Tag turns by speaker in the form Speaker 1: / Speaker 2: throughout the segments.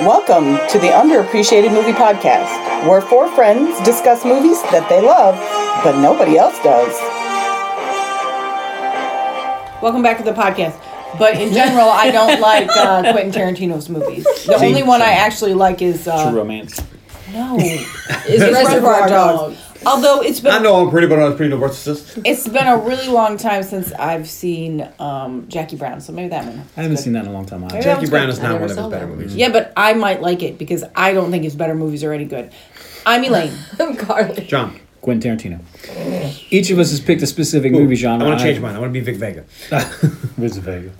Speaker 1: Welcome to the Underappreciated Movie Podcast, where four friends discuss movies that they love, but nobody else does. Welcome back to the podcast. But in general, I don't like uh, Quentin Tarantino's movies. The
Speaker 2: See?
Speaker 1: only one I actually like is uh,
Speaker 2: True romance.
Speaker 1: no, is Reservoir Dogs. Although it's been
Speaker 3: I know I'm pretty, but I'm pretty no narcissist.
Speaker 1: it's been a really long time since I've seen um, Jackie Brown, so maybe that one.
Speaker 2: I haven't seen that in a long time. either.
Speaker 1: Maybe that
Speaker 3: Jackie
Speaker 1: one's
Speaker 3: Brown
Speaker 1: good.
Speaker 3: is not
Speaker 4: never
Speaker 3: one of his
Speaker 4: saw
Speaker 3: better
Speaker 4: that.
Speaker 3: movies.
Speaker 1: Yeah, but I might like it because I don't think his better movies are any good. I'm Elaine.
Speaker 4: I'm Carly.
Speaker 3: John,
Speaker 2: Quentin Tarantino. Each of us has picked a specific movie genre.
Speaker 3: I want to change mine. I want to be Vic Vega.
Speaker 2: This is Vega.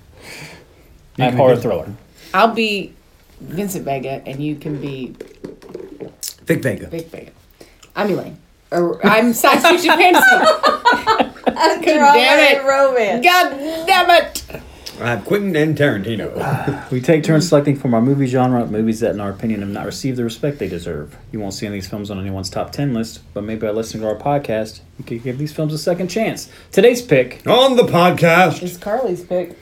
Speaker 2: I have horror thriller.
Speaker 1: I'll be Vincent Vega, and you can be
Speaker 3: Vic Vega.
Speaker 1: Vic Vega. I'm Elaine. Or I'm science fiction fantasy.
Speaker 4: I'm
Speaker 1: damn it.
Speaker 4: romance.
Speaker 1: God damn it!
Speaker 3: I have Quentin and Tarantino.
Speaker 2: We take turns selecting from our movie genre movies that, in our opinion, have not received the respect they deserve. You won't see any of these films on anyone's top 10 list, but maybe by listening to our podcast, you could give these films a second chance. Today's pick
Speaker 3: On the podcast.
Speaker 1: It's Carly's pick.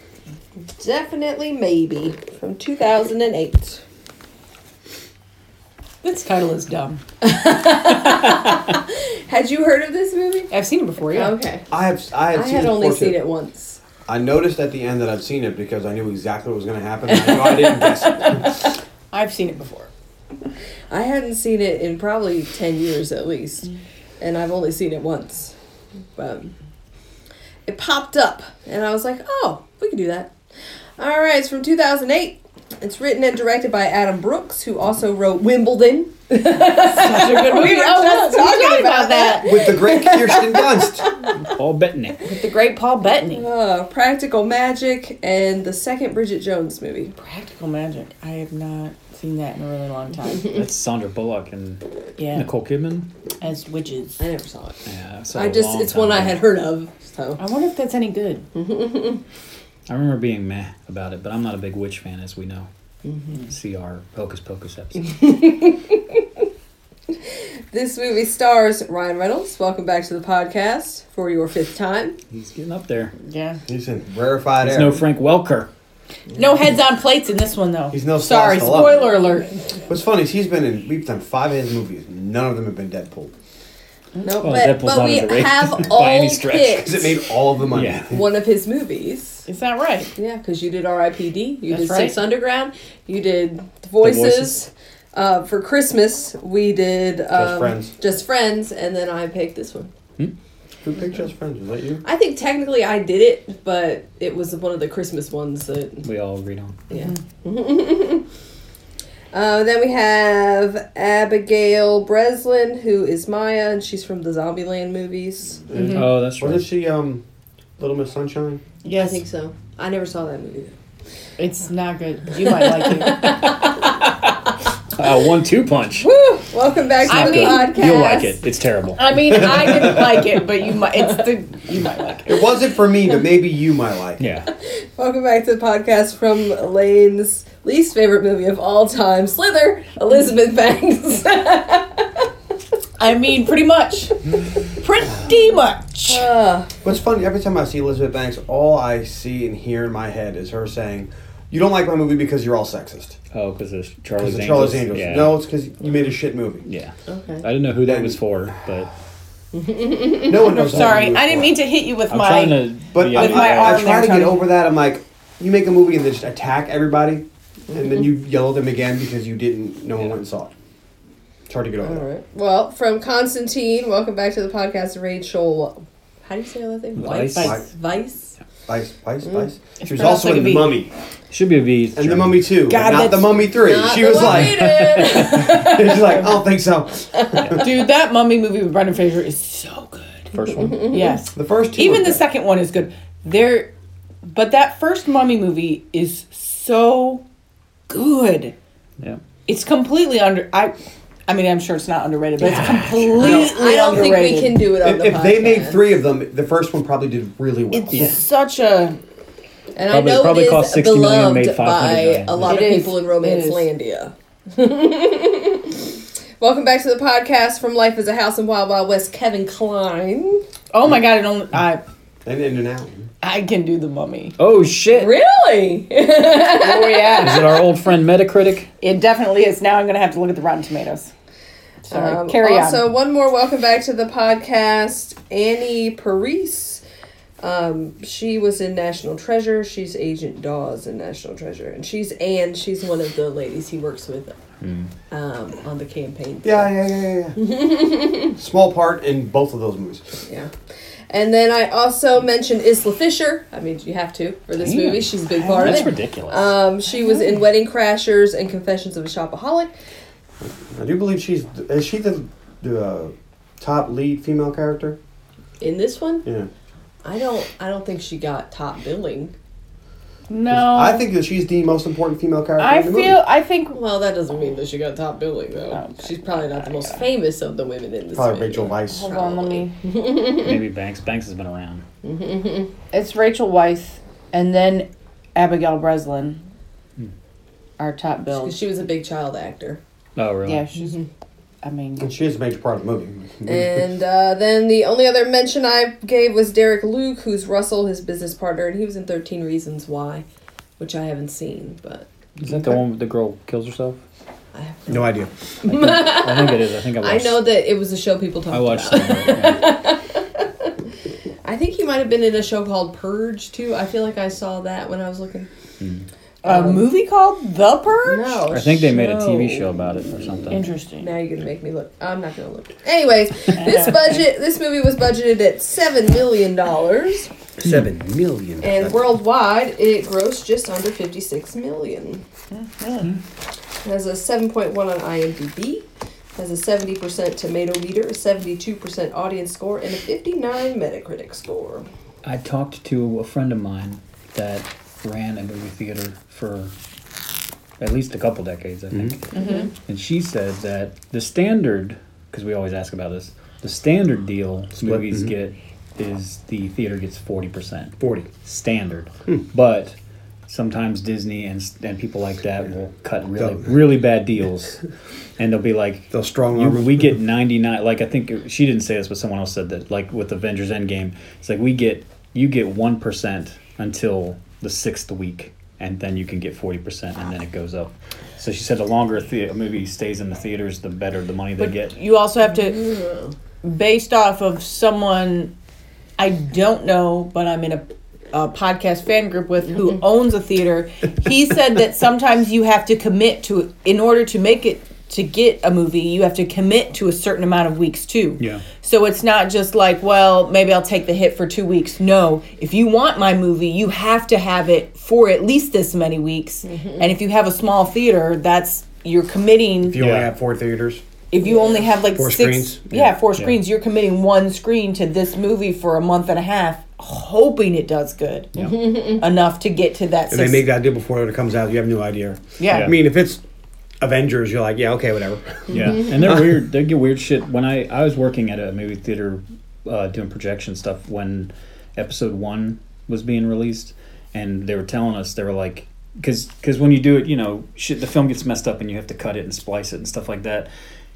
Speaker 4: Definitely maybe from 2008.
Speaker 1: This title is dumb.
Speaker 4: Had you heard of this movie?
Speaker 1: I've seen it before, yeah.
Speaker 4: Okay.
Speaker 5: I have I had,
Speaker 4: I
Speaker 5: seen
Speaker 4: had
Speaker 5: it
Speaker 4: only
Speaker 5: before, too.
Speaker 4: seen it once.
Speaker 5: I noticed at the end that I'd seen it because I knew exactly what was going to happen. and I knew I didn't guess it.
Speaker 1: I've seen it before.
Speaker 4: I hadn't seen it in probably 10 years at least. And I've only seen it once. But it popped up. And I was like, oh, we can do that. All right, it's from 2008. It's written and directed by Adam Brooks, who also wrote Wimbledon.
Speaker 1: Such a good movie.
Speaker 4: were
Speaker 1: oh,
Speaker 4: just
Speaker 1: no, we were
Speaker 4: talking
Speaker 1: talking
Speaker 4: about
Speaker 1: about that.
Speaker 5: With the great Kirsten Dunst.
Speaker 2: Paul Bettany.
Speaker 1: With the great Paul Bettany.
Speaker 4: Uh, Practical Magic and the second Bridget Jones movie.
Speaker 1: Practical Magic. I have not seen that in a really long time.
Speaker 2: That's Sandra Bullock and
Speaker 1: Yeah.
Speaker 2: Nicole Kidman.
Speaker 1: As witches.
Speaker 4: I never saw it.
Speaker 2: Yeah, I, saw
Speaker 4: I
Speaker 2: it a
Speaker 4: just
Speaker 2: long
Speaker 4: it's one
Speaker 2: time
Speaker 4: I
Speaker 2: ago.
Speaker 4: had heard of. So
Speaker 1: I wonder if that's any good.
Speaker 2: I remember being meh about it, but I'm not a big witch fan, as we know.
Speaker 4: Mm-hmm.
Speaker 2: See our Hocus Pocus episode.
Speaker 4: this movie stars Ryan Reynolds. Welcome back to the podcast for your fifth time.
Speaker 2: He's getting up there.
Speaker 1: Yeah.
Speaker 5: He's in rarefied
Speaker 2: It's
Speaker 5: air.
Speaker 2: no Frank Welker.
Speaker 1: No heads on plates in this one, though.
Speaker 5: He's no
Speaker 1: Sorry,
Speaker 5: Sloth Malone.
Speaker 1: spoiler alert.
Speaker 5: What's funny is he's been in, we've done five of his movies. None of them have been Deadpool.
Speaker 1: Hmm.
Speaker 4: No,
Speaker 2: Well,
Speaker 4: but,
Speaker 2: Deadpool's
Speaker 4: but
Speaker 2: not
Speaker 4: we
Speaker 2: underrated by
Speaker 4: have all
Speaker 2: any stretch.
Speaker 4: picked
Speaker 5: Because it made all of the money.
Speaker 2: Yeah.
Speaker 4: one of his movies.
Speaker 1: Is that right?
Speaker 4: Yeah, because you did R.I.P.D. You
Speaker 1: That's
Speaker 4: did
Speaker 1: right.
Speaker 4: Six Underground. You did The Voices.
Speaker 2: Voices.
Speaker 4: Uh, for Christmas, we did um,
Speaker 5: Friends.
Speaker 4: Just Friends, and then I picked this one.
Speaker 5: Who picked Just Friends? Was that you?
Speaker 4: I think technically I did it, but it was one of the Christmas ones that
Speaker 2: We all read on.
Speaker 4: Yeah.
Speaker 2: Mm-hmm.
Speaker 4: uh, then we have Abigail Breslin, who is Maya, and she's from the Zombieland movies.
Speaker 2: Oh, that's right.
Speaker 5: Wasn't she um, Little Miss Sunshine?
Speaker 4: I
Speaker 1: Yes.
Speaker 4: think so. I never saw that movie.
Speaker 1: It's not good. You might like it.
Speaker 2: Uh, one two punch.
Speaker 4: Woo! Welcome back to
Speaker 1: I
Speaker 4: the
Speaker 1: mean-
Speaker 4: podcast.
Speaker 2: You'll like it. It's terrible.
Speaker 1: I mean, I didn't like it, but you might. It's the you might like it.
Speaker 5: It wasn't for me, but maybe you might like it.
Speaker 2: Yeah.
Speaker 4: Welcome back to the podcast from Elaine's least favorite movie of all time, Slither, Elizabeth Banks.
Speaker 1: I mean, pretty much, pretty much.
Speaker 4: Uh,
Speaker 5: What's funny, every time I see Elizabeth Banks, all I see and hear in my head is her saying, You don't like my movie because you're all sexist.
Speaker 2: Oh, because it's
Speaker 5: Because
Speaker 2: Charlie's
Speaker 5: of
Speaker 2: Angels.
Speaker 5: Charlie's Angels.
Speaker 2: Yeah.
Speaker 5: No, it's because you made a shit movie.
Speaker 2: Yeah.
Speaker 4: Okay.
Speaker 2: I didn't know who that was for, but
Speaker 5: No one knows.
Speaker 1: Sorry, I didn't mean to hit you with
Speaker 2: I'm
Speaker 1: my.
Speaker 2: trying to.
Speaker 5: But
Speaker 2: be
Speaker 5: I,
Speaker 2: out
Speaker 1: With my
Speaker 5: I, I
Speaker 1: arm
Speaker 5: try
Speaker 1: there,
Speaker 5: to
Speaker 1: Tony.
Speaker 5: get over that. I'm like, you make a movie and then just attack everybody, and
Speaker 1: Mm-hmm.
Speaker 5: then you yell at them again because you didn't. No one went and saw it. It's hard to get over.
Speaker 4: all
Speaker 5: that.
Speaker 4: right. Well, from Constantine, welcome back to the podcast, Rachel. How do you say her last name?
Speaker 2: Weiss.
Speaker 4: Vice. Vice.
Speaker 5: Vice, vice, vice. She was
Speaker 1: pronounced
Speaker 5: also
Speaker 1: Mm-hmm. like a
Speaker 5: in the
Speaker 1: V.
Speaker 5: Mummy
Speaker 2: Should be a V.
Speaker 5: and the Mummy Two, but
Speaker 1: God,
Speaker 5: not the
Speaker 1: that's
Speaker 5: Mummy Three.
Speaker 4: Not
Speaker 5: she
Speaker 4: the
Speaker 5: was
Speaker 4: one we
Speaker 5: like,
Speaker 4: did.
Speaker 5: she's like, I don't think so.
Speaker 1: Dude, that mummy movie with Brendan Fraser is so good.
Speaker 2: First
Speaker 4: Mm-hmm.
Speaker 2: one.
Speaker 1: Yes,
Speaker 5: The first two,
Speaker 1: even
Speaker 5: were
Speaker 1: the
Speaker 5: good.
Speaker 1: second one is good. There, but that first mummy movie is so good.
Speaker 2: Yeah.
Speaker 1: It's completely under. I, I mean, I'm sure it's not underrated, but it's completely
Speaker 4: I don't think
Speaker 1: underrated.
Speaker 4: we can do it on
Speaker 5: If,
Speaker 4: the
Speaker 5: if they made
Speaker 4: podcast.
Speaker 5: three of them, the first one probably did really well.
Speaker 1: It's such a
Speaker 4: and
Speaker 2: Probably-
Speaker 4: I know
Speaker 2: probably
Speaker 4: it is
Speaker 2: cost 60
Speaker 4: beloved
Speaker 2: million, made 500
Speaker 4: by
Speaker 2: million.
Speaker 4: a lot
Speaker 1: It
Speaker 4: of
Speaker 1: is.
Speaker 4: people in
Speaker 1: It is.
Speaker 4: Romancelandia. Welcome back to the podcast from Life as a House in Wild Wild West, Kevin Klein.
Speaker 1: Oh my god! It only I
Speaker 5: And in and out.
Speaker 1: I can do the mummy.
Speaker 2: Oh shit!
Speaker 4: Really?
Speaker 1: Oh yeah,
Speaker 2: Is it our old friend Metacritic?
Speaker 1: it definitely is. Now I'm gonna have to look at the Rotten Tomatoes. Sorry,
Speaker 4: Um,
Speaker 1: carry
Speaker 4: also,
Speaker 1: on.
Speaker 4: one more welcome back to the podcast, Annie Paris. Um, she was in National Treasure. She's Agent Dawes in National Treasure, and she's Anne. She's one of the ladies he works with
Speaker 2: Mm.
Speaker 4: um, on the campaign.
Speaker 5: Yeah, yeah, yeah, yeah. yeah. Small part in both of those movies.
Speaker 4: Yeah. And then I also mentioned Isla Fisher. I mean, you have to for this
Speaker 2: Damn.
Speaker 4: movie. She's a big part of
Speaker 2: That's
Speaker 4: it.
Speaker 2: ridiculous.
Speaker 4: Um, she was in Wedding Crashers and Confessions of a Shopaholic.
Speaker 5: I do believe she's is she the the uh, top lead female character?
Speaker 4: In this one,
Speaker 5: Yeah.
Speaker 4: I don't. I don't think she got top billing.
Speaker 1: no,
Speaker 5: I think that she's the most important female character.
Speaker 1: I
Speaker 5: in the
Speaker 1: feel.
Speaker 5: Movie.
Speaker 1: I think.
Speaker 4: Well, that doesn't mean that she got top billing though.
Speaker 1: Okay.
Speaker 4: She's probably not the most famous of the women in this.
Speaker 5: Probably
Speaker 4: movie.
Speaker 5: Rachel Weisz.
Speaker 1: Hold on, let me.
Speaker 2: Maybe Banks. Banks has been around.
Speaker 1: It's Rachel Weisz and then Abigail Breslin, our top bill.
Speaker 4: 'Cause She was a big child actor.
Speaker 2: Oh really?
Speaker 1: Yeah, she's. I mean,
Speaker 5: And she is a major part of the movie.
Speaker 4: And uh, then the only other mention I gave was Derek Luke, who's Russell, his business partner, and he was in Thirteen Reasons Why, which I haven't seen, but
Speaker 2: Is that the one with the girl kills herself?
Speaker 4: I have
Speaker 3: No idea.
Speaker 2: I think it is. I think I
Speaker 4: I
Speaker 2: watched.
Speaker 4: know that it was a show people talked
Speaker 2: I watched.
Speaker 4: about.
Speaker 2: some of it, yeah.
Speaker 4: I think he might have been in a show called Purge too. I feel like I saw that when I was looking.
Speaker 1: a movie called The Purge.
Speaker 4: No,
Speaker 2: I think they made a TV
Speaker 4: show.
Speaker 2: show about it or something.
Speaker 1: Interesting.
Speaker 4: Now you're gonna make me look. I'm not gonna look. Anyways, this budget, this movie was budgeted at seven million dollars,
Speaker 3: Seven million.
Speaker 4: and worldwide it grossed just under fifty-six million. It has a seven point one on IMDb. Has a seventy percent tomato meter, a seventy-two percent audience score, and a fifty-nine Metacritic score.
Speaker 2: I talked to a friend of mine that ran a movie theater for at least a couple decades, I think. And she said that the standard, because we always ask about this, the standard deal movies get is the theater gets 40%.
Speaker 3: 40.
Speaker 2: Standard. But sometimes Disney and, s- and people like that will cut really, really bad deals. And they'll be like,
Speaker 3: They'll strong
Speaker 2: you,
Speaker 3: arm.
Speaker 2: we get 99 like i think it- she didn't say this but someone else said that like with avengers endgame it's like we get you get 1% until the sixth week and then you can get 40% and then it goes up so she said the longer a, the- a movie stays in the theaters the better the money they get
Speaker 1: You also have to, based off of someone I don't know, but I'm in a, a podcast fan group with who owns a theater. He said that sometimes you have to commit to, in order to make it to get a movie, you have to commit to a certain amount of weeks too.
Speaker 2: Yeah.
Speaker 1: So it's not just like, well, maybe I'll take the hit for two weeks. No, if you want my movie, you have to have it for at least this many weeks. And if you have a small theater, that's you're committing
Speaker 3: You only
Speaker 2: Yeah.
Speaker 3: have four theaters.
Speaker 1: if you only have like
Speaker 3: Four
Speaker 1: six,
Speaker 3: screens?
Speaker 1: yeah, four
Speaker 2: Yeah.
Speaker 1: screens, you're committing one screen to this movie for a month and a half, hoping it does good
Speaker 2: Yeah.
Speaker 1: enough to get to that.
Speaker 3: If they
Speaker 1: six,
Speaker 3: make that deal before it comes out, you have no idea.
Speaker 1: yeah.
Speaker 2: Yeah.
Speaker 3: I mean, if it's Avengers, you're like, yeah, okay, whatever.
Speaker 2: yeah
Speaker 4: Mm-hmm.
Speaker 2: and they're weird they get weird shit when i i was working at a movie theater uh, doing projection stuff when episode one was being released and they were telling us they were like because when you do it you know shit the film gets messed up and you have to cut it and splice it and stuff like that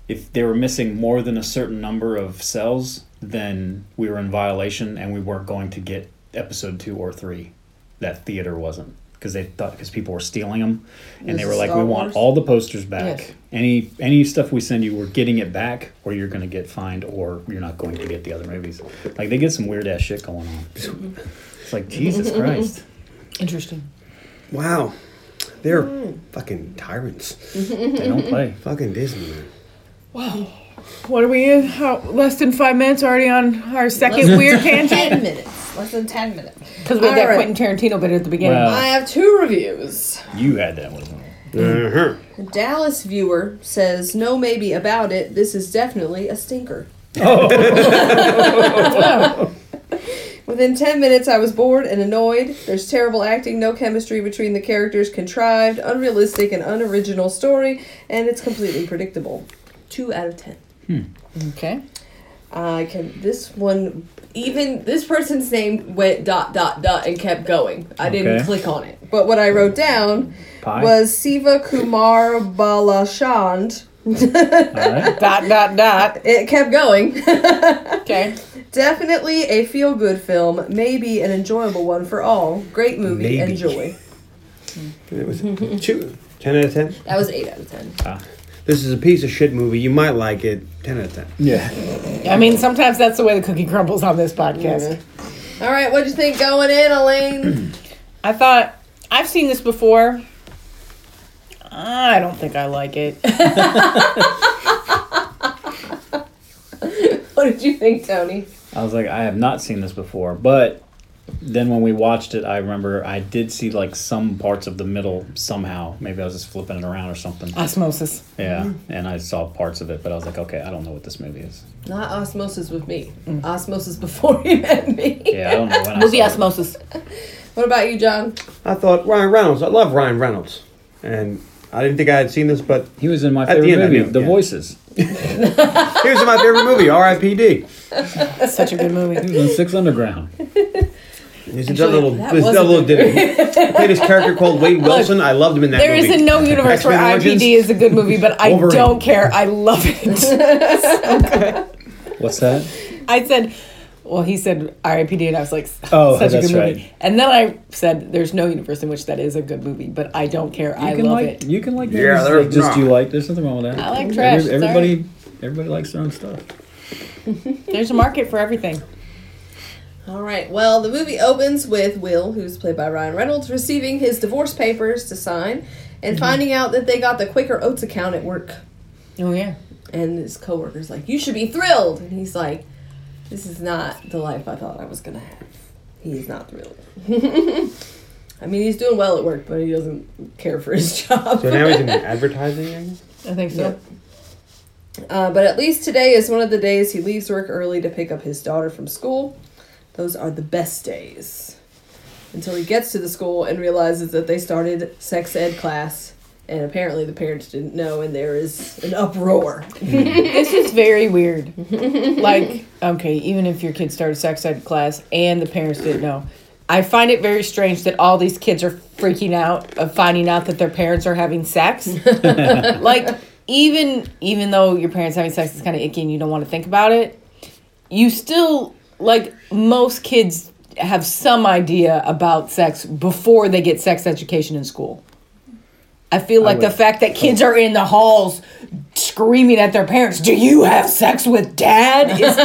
Speaker 2: if they were missing more than a certain number of cells then we were in violation and we weren't going to get episode two or three that theater wasn't because they thought because people were stealing them and they
Speaker 4: This
Speaker 2: were
Speaker 4: is
Speaker 2: like we
Speaker 4: Star
Speaker 2: want
Speaker 4: Wars?
Speaker 2: all the posters back
Speaker 1: Yes.
Speaker 2: any any stuff we send you we're getting it back or you're going to get fined or you're not going to get the other movies like they get some weird ass shit going on it's like jesus christ
Speaker 1: Interesting.
Speaker 3: Wow. They're
Speaker 1: Mm.
Speaker 3: fucking tyrants.
Speaker 2: they don't play
Speaker 3: Fucking Disney, man.
Speaker 1: What are we in? How, less than five minutes already on our second weird tangent
Speaker 4: Ten minutes, less than ten minutes.
Speaker 1: because we had that
Speaker 4: All right.
Speaker 1: Quentin Tarantino bit at the beginning.
Speaker 2: Well-
Speaker 4: I have two reviews.
Speaker 2: you had that one
Speaker 4: A Dallas viewer says, "No, maybe about it. This is definitely a stinker." Within 10 minutes, I was bored and annoyed. There's terrible acting, no chemistry between the characters, contrived, unrealistic, and unoriginal story, and it's completely predictable. Two out of 10.
Speaker 1: Okay.
Speaker 4: I can. This one, even this person's name went dot dot dot and kept going. I didn't
Speaker 2: Okay.
Speaker 4: click on it, but what I wrote down
Speaker 2: Pie?
Speaker 4: was Siva Kumar Balachand
Speaker 2: All right.
Speaker 1: Dot dot dot.
Speaker 4: It kept going.
Speaker 1: Okay.
Speaker 4: Definitely a feel good film, maybe an enjoyable one for all. Great
Speaker 3: Maybe.
Speaker 4: movie, enjoy.
Speaker 3: It was two, 10 out of 10.
Speaker 4: That was 8 out of 10.
Speaker 3: This is a piece of shit movie. You might like it. 10 out of 10.
Speaker 2: Yeah.
Speaker 1: I mean, sometimes that's the way the cookie crumbles on this podcast.
Speaker 4: All right, what'd you think going in, Elaine?
Speaker 1: I thought I've seen this before. I don't think I like it.
Speaker 4: what did you think, Tony?
Speaker 2: I was like, I have not seen this before, but then when we watched it, I remember I did see like some parts of the middle somehow. Maybe I was just flipping it around or something.
Speaker 1: Osmosis.
Speaker 2: Yeah, and I saw parts of it, but I was like, okay, I don't know what this movie is.
Speaker 4: Not osmosis with me. Osmosis before you met me.
Speaker 2: Yeah, I don't know when I
Speaker 1: Movie
Speaker 2: saw it.
Speaker 1: Osmosis.
Speaker 4: What about you, John?
Speaker 3: I thought Ryan Reynolds. I love Ryan Reynolds. And I didn't think I had seen this, but
Speaker 2: He was in my
Speaker 3: At the
Speaker 2: favorite
Speaker 3: end, I
Speaker 2: movie,
Speaker 3: knew,
Speaker 2: The
Speaker 3: yeah.
Speaker 2: Voices.
Speaker 3: here's my favorite movie, R.I.P.D.
Speaker 1: That's such a good movie.
Speaker 2: He was in Six Underground.
Speaker 3: He's done a little,
Speaker 4: that
Speaker 3: he's done a
Speaker 4: wasn't
Speaker 3: little ditty. He played his character called Wade Wilson. I loved him in that
Speaker 1: There
Speaker 3: movie.
Speaker 1: is in no universe where
Speaker 3: X-Men Origins.
Speaker 1: IPD is a good movie, but I
Speaker 3: Wolverine.
Speaker 1: don't care. I love it.
Speaker 2: What's that?
Speaker 1: I said, well, he said RIPD, and I was like,
Speaker 2: Oh,
Speaker 1: such
Speaker 2: that's
Speaker 1: a good movie.
Speaker 2: right.
Speaker 1: And then I said, there's no universe in which that is a good movie, but I don't care. I
Speaker 2: can
Speaker 1: love
Speaker 2: like,
Speaker 1: it.
Speaker 2: You can like
Speaker 3: Yeah,
Speaker 2: movies
Speaker 3: they're-
Speaker 2: like just
Speaker 3: nah.
Speaker 2: you like. There's nothing wrong with that.
Speaker 1: I like trash, it's
Speaker 2: everybody, everybody likes their own stuff.
Speaker 1: There's a market for everything.
Speaker 4: All right. Well, the movie opens with Will, who's played by Ryan Reynolds, receiving his divorce papers to sign and finding out that they got the Quaker Oats account at work.
Speaker 1: Oh, yeah.
Speaker 4: And his coworker's like, "You should be thrilled." And he's like, "This is not the life I thought I was gonna have." He is not thrilled. I mean, he's doing well at work, but he doesn't care for his job.
Speaker 3: So now he's in advertising. I guess?
Speaker 1: I think so.
Speaker 4: Yep. Uh, but at least today is one of the days he leaves work early to pick up his daughter from school. Those are the best days. Until he gets to the school and realizes that they started sex ed class, and apparently the parents didn't know, and there is an uproar.
Speaker 1: This is very weird. like, okay, even if your kid started sex ed class and the parents didn't know, I find it very strange that all these kids are freaking out of finding out that their parents are having sex. like, even even though your parents having sex is kind of icky and you don't want to think about it, you still like most kids have some idea about sex before they get sex education in school. I Oh. feel like the
Speaker 2: would-
Speaker 1: fact that kids are in the halls screaming at their parents, "Do you have sex with dad?" is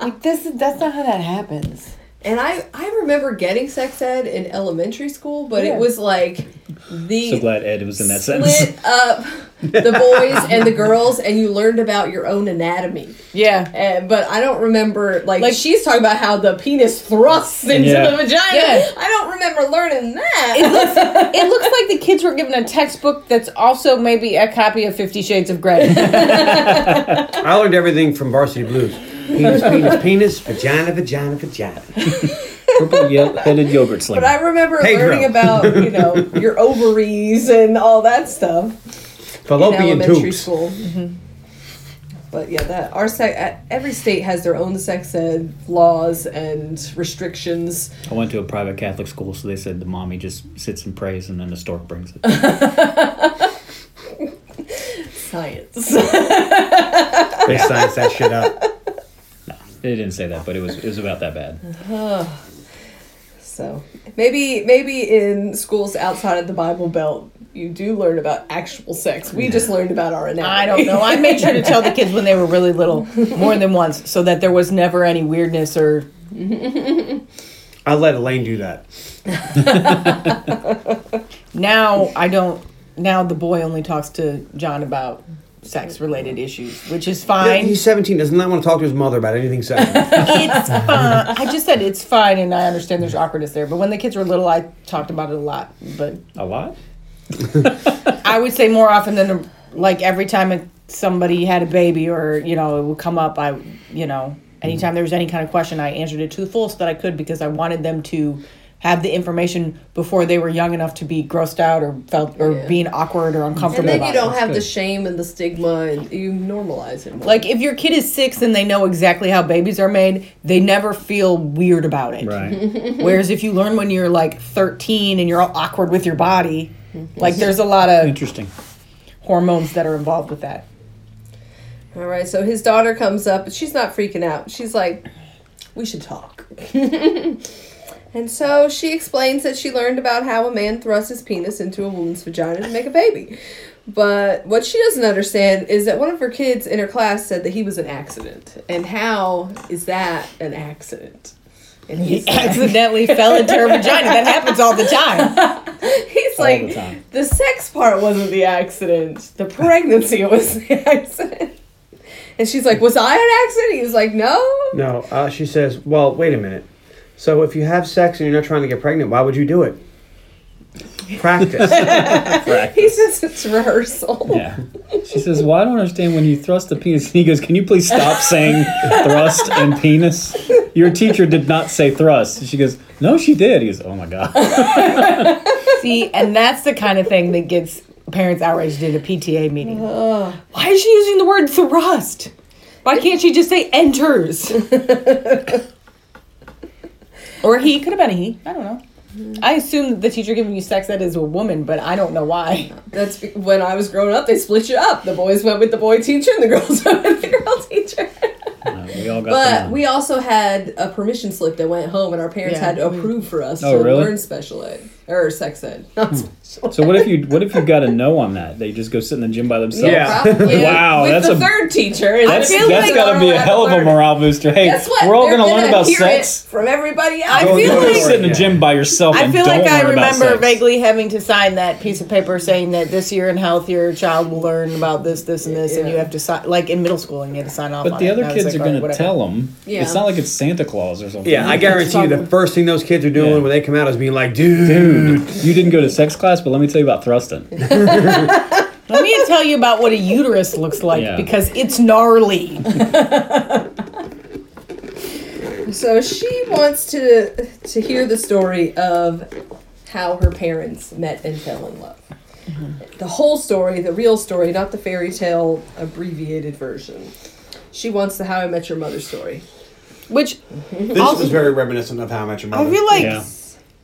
Speaker 1: like this. That's not how that happens.
Speaker 4: And I, I remember getting sex ed in elementary school, but
Speaker 1: Yeah.
Speaker 4: it was like the
Speaker 2: So glad Ed was in that sentence.
Speaker 4: split up the boys and the girls, and you learned about your own anatomy.
Speaker 1: Yeah.
Speaker 4: And, but I don't remember like,
Speaker 1: Like-
Speaker 4: she's talking about how the penis thrusts into
Speaker 2: Yeah.
Speaker 4: the vagina.
Speaker 1: Yeah.
Speaker 4: I don't remember learning that.
Speaker 1: It looks like the kids were given a textbook that's also maybe a copy of Fifty Shades of Grey.
Speaker 3: I learned everything from Varsity Blues. Penis, penis, penis, vagina, vagina, vagina.
Speaker 2: Purple ye- headed yogurt slinger.
Speaker 4: but I remember
Speaker 3: Hey, girl.
Speaker 4: learning about you know your ovaries and all that stuff in
Speaker 3: Fallopian
Speaker 4: elementary
Speaker 3: tubes.
Speaker 4: school. But yeah, that our sec- uh, every state has their own sex ed laws and restrictions.
Speaker 2: I went to a private Catholic school, so they said the mommy just sits and prays, and then the stork brings it.
Speaker 4: Science.
Speaker 3: They science that shit up.
Speaker 2: they didn't say that, but it was it was about that bad.
Speaker 4: So maybe maybe in schools outside of the Bible Belt, you do learn about actual sex. We just learned about our anatomy.
Speaker 1: I don't know. I made sure to tell the kids when they were really little, more than once, so that there was never any weirdness or
Speaker 3: I let Elaine do that.
Speaker 1: now I don't. Now the boy only talks to John about sex related issues, which is fine.
Speaker 3: He's 17, does not want to talk to his mother about anything sexual.
Speaker 1: it's fine. I just said it's fine, and I understand there's awkwardness there. But when the kids were little, I talked about it a lot. But
Speaker 2: A lot.
Speaker 1: I would say more often than like every time it- somebody had a baby or you know it would come up, I you know anytime there was any kind of question, I answered it to the fullest that I could because I wanted them to have the information before they were young enough to be grossed out or felt or
Speaker 4: Yeah.
Speaker 1: being awkward or uncomfortable.
Speaker 4: And then
Speaker 1: about
Speaker 4: you
Speaker 1: it.
Speaker 4: don't have the
Speaker 2: good.
Speaker 4: shame and the stigma, and you normalize it. More.
Speaker 1: Like if your kid is six and they know exactly how babies are made, they never feel weird about it.
Speaker 2: Right.
Speaker 1: Whereas if you learn when you're like 13 and you're all awkward with your body, like there's a lot of
Speaker 2: Interesting.
Speaker 1: hormones that are involved with that.
Speaker 4: All right, so his daughter comes up, but she's not freaking out. She's like, "We should talk." and so she explains that she learned about how a man thrusts his penis into a woman's vagina to make a baby. But what she doesn't understand is that one of her kids in her class said that he was an accident. And how is that an accident? And he's
Speaker 1: Accidentally fell into her vagina. That happens all the time.
Speaker 4: He's
Speaker 2: All
Speaker 4: like,
Speaker 2: the time.
Speaker 4: the sex part wasn't the accident. The pregnancy was the accident. And she's like, was I an accident? He was like, no.
Speaker 3: No, uh, she says, well, wait a minute. So if you have sex and you're not trying to get pregnant, why would you do it? Practice.
Speaker 4: He says it's rehearsal.
Speaker 2: Yeah. She says, Well, I don't understand when you thrust the penis. And he goes, Can you please stop saying thrust and penis? Your teacher did not say thrust. And she goes, No, she did. He goes, Oh my God.
Speaker 1: See, and that's the kind of thing that gets parents outraged at a PTA meeting. Why is she using the word thrust? Why can't she just say enters? or he could have been a he. I don't know. I assume the teacher giving you sex ed is a woman, but I don't know why.
Speaker 4: That's be- when I was growing up, they split you up. The boys went with the boy teacher and the girls went with the girl teacher.
Speaker 2: Uh, we all got
Speaker 4: But
Speaker 2: the
Speaker 4: we also had a permission slip that went home, and our parents
Speaker 1: Yeah.
Speaker 4: had to approve for us
Speaker 2: Oh,
Speaker 4: to
Speaker 2: really?
Speaker 4: learn special ed or sex ed. Not special
Speaker 2: So what if you what if you got a no on that? They just go sit in the gym by themselves.
Speaker 3: Yeah.
Speaker 4: Probably.
Speaker 2: Wow,
Speaker 4: with
Speaker 2: that's
Speaker 4: the
Speaker 2: a-
Speaker 4: third teacher. And
Speaker 2: That's
Speaker 4: I feel
Speaker 2: that's
Speaker 4: like
Speaker 2: gotta be a
Speaker 4: I'll
Speaker 2: hell of a
Speaker 4: learn-
Speaker 2: morale booster. Hey,
Speaker 4: Guess what?
Speaker 2: we're all
Speaker 4: They're
Speaker 2: gonna, learn about
Speaker 4: hear
Speaker 2: sex.
Speaker 4: it from everybody else.
Speaker 1: I feel
Speaker 2: Don't
Speaker 1: like-
Speaker 2: go sit in the gym by yourself.
Speaker 1: I
Speaker 2: and
Speaker 1: feel
Speaker 2: don't
Speaker 1: like I
Speaker 2: learn about
Speaker 1: remember
Speaker 2: sex.
Speaker 1: vaguely having to sign that piece of paper saying that this year in health your child will learn about this, this, and this, and you
Speaker 4: Yeah.
Speaker 1: have to sign like in middle school and you had to sign off.
Speaker 2: But
Speaker 1: on
Speaker 2: the
Speaker 1: it.
Speaker 2: other
Speaker 1: And I was
Speaker 2: kids
Speaker 1: like,
Speaker 2: are
Speaker 1: all right,
Speaker 2: gonna
Speaker 1: whatever.
Speaker 2: tell them.
Speaker 4: Yeah.
Speaker 2: It's not like it's Santa Claus or something.
Speaker 3: yeah, I guarantee you the first thing those kids are doing
Speaker 2: Yeah.
Speaker 3: when they come out is being like, dude.
Speaker 2: Dude, you didn't go to sex class, but let me tell you about thrusting.
Speaker 1: Let me tell you about what a uterus looks like
Speaker 2: Yeah.
Speaker 1: because it's gnarly.
Speaker 4: So she wants to to hear the story of how her parents met and fell in love. The whole story, the real story, not the fairy tale abbreviated version. She wants the How I Met Your Mother story.
Speaker 1: Which
Speaker 5: This was very reminiscent of How I Met Your
Speaker 1: I
Speaker 5: Mother.
Speaker 1: feel like
Speaker 2: Yeah.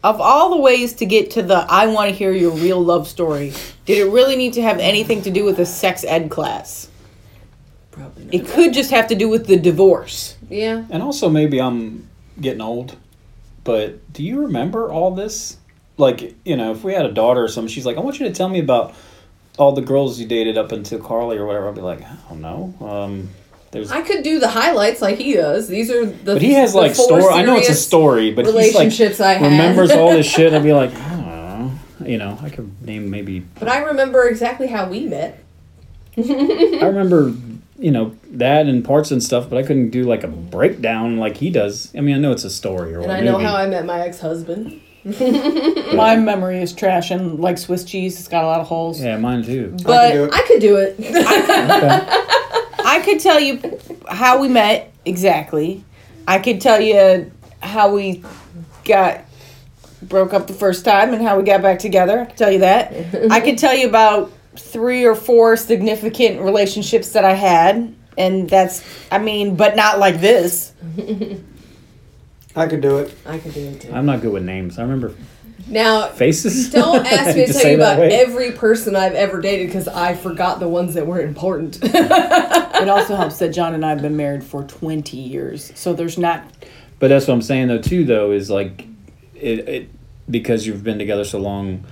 Speaker 1: of all the ways to get to the I want to hear your real love story, did it really need to have anything to do with a sex ed class?
Speaker 4: Probably not.
Speaker 1: It could just have to do with the divorce.
Speaker 4: Yeah.
Speaker 2: And also, maybe I'm getting old, but do you remember all this? Like, you know, if we had a daughter or something, she's like, I want you to tell me about all the girls you dated up until Carly or whatever. I'd be like, I don't know. Um, there's,
Speaker 4: I could do the highlights like he does. These are the
Speaker 2: but he has
Speaker 4: the
Speaker 2: like
Speaker 4: four
Speaker 2: story. I know it's a
Speaker 4: serious-
Speaker 2: story, but he's like
Speaker 4: relationships I had.
Speaker 2: remembers all this shit. I'd be like, I don't know. You know, I could name maybe.
Speaker 4: But I remember exactly how we met.
Speaker 2: I remember, you know, that and parts and stuff, but I couldn't do like a breakdown like he does. I mean, I know it's a story or
Speaker 4: And
Speaker 2: a
Speaker 4: I know
Speaker 2: movie.
Speaker 4: how I met my ex husband.
Speaker 1: My memory is trash and like Swiss cheese, it's got a lot of holes.
Speaker 2: yeah, mine too.
Speaker 5: I can
Speaker 1: But
Speaker 5: do it.
Speaker 4: I could do it.
Speaker 1: I could tell you how we met exactly. I could tell you how we got broke up the first time and how we got back together. I could tell you that. I could tell you about three or four significant relationships that I had. And that's, I mean, but not like this.
Speaker 5: I could do it.
Speaker 4: I could do it too.
Speaker 2: I'm not good with names. I remember
Speaker 4: Now,
Speaker 2: faces.
Speaker 4: Don't ask me to
Speaker 2: Just
Speaker 4: tell
Speaker 2: say
Speaker 4: you
Speaker 2: that
Speaker 4: about
Speaker 2: way.
Speaker 4: every person I've ever dated because I forgot the ones that were important.
Speaker 1: It also helps that John and I have been married for 20 years. So there's not,
Speaker 2: But that's what I'm saying though too though is like it, it because you've been together so long.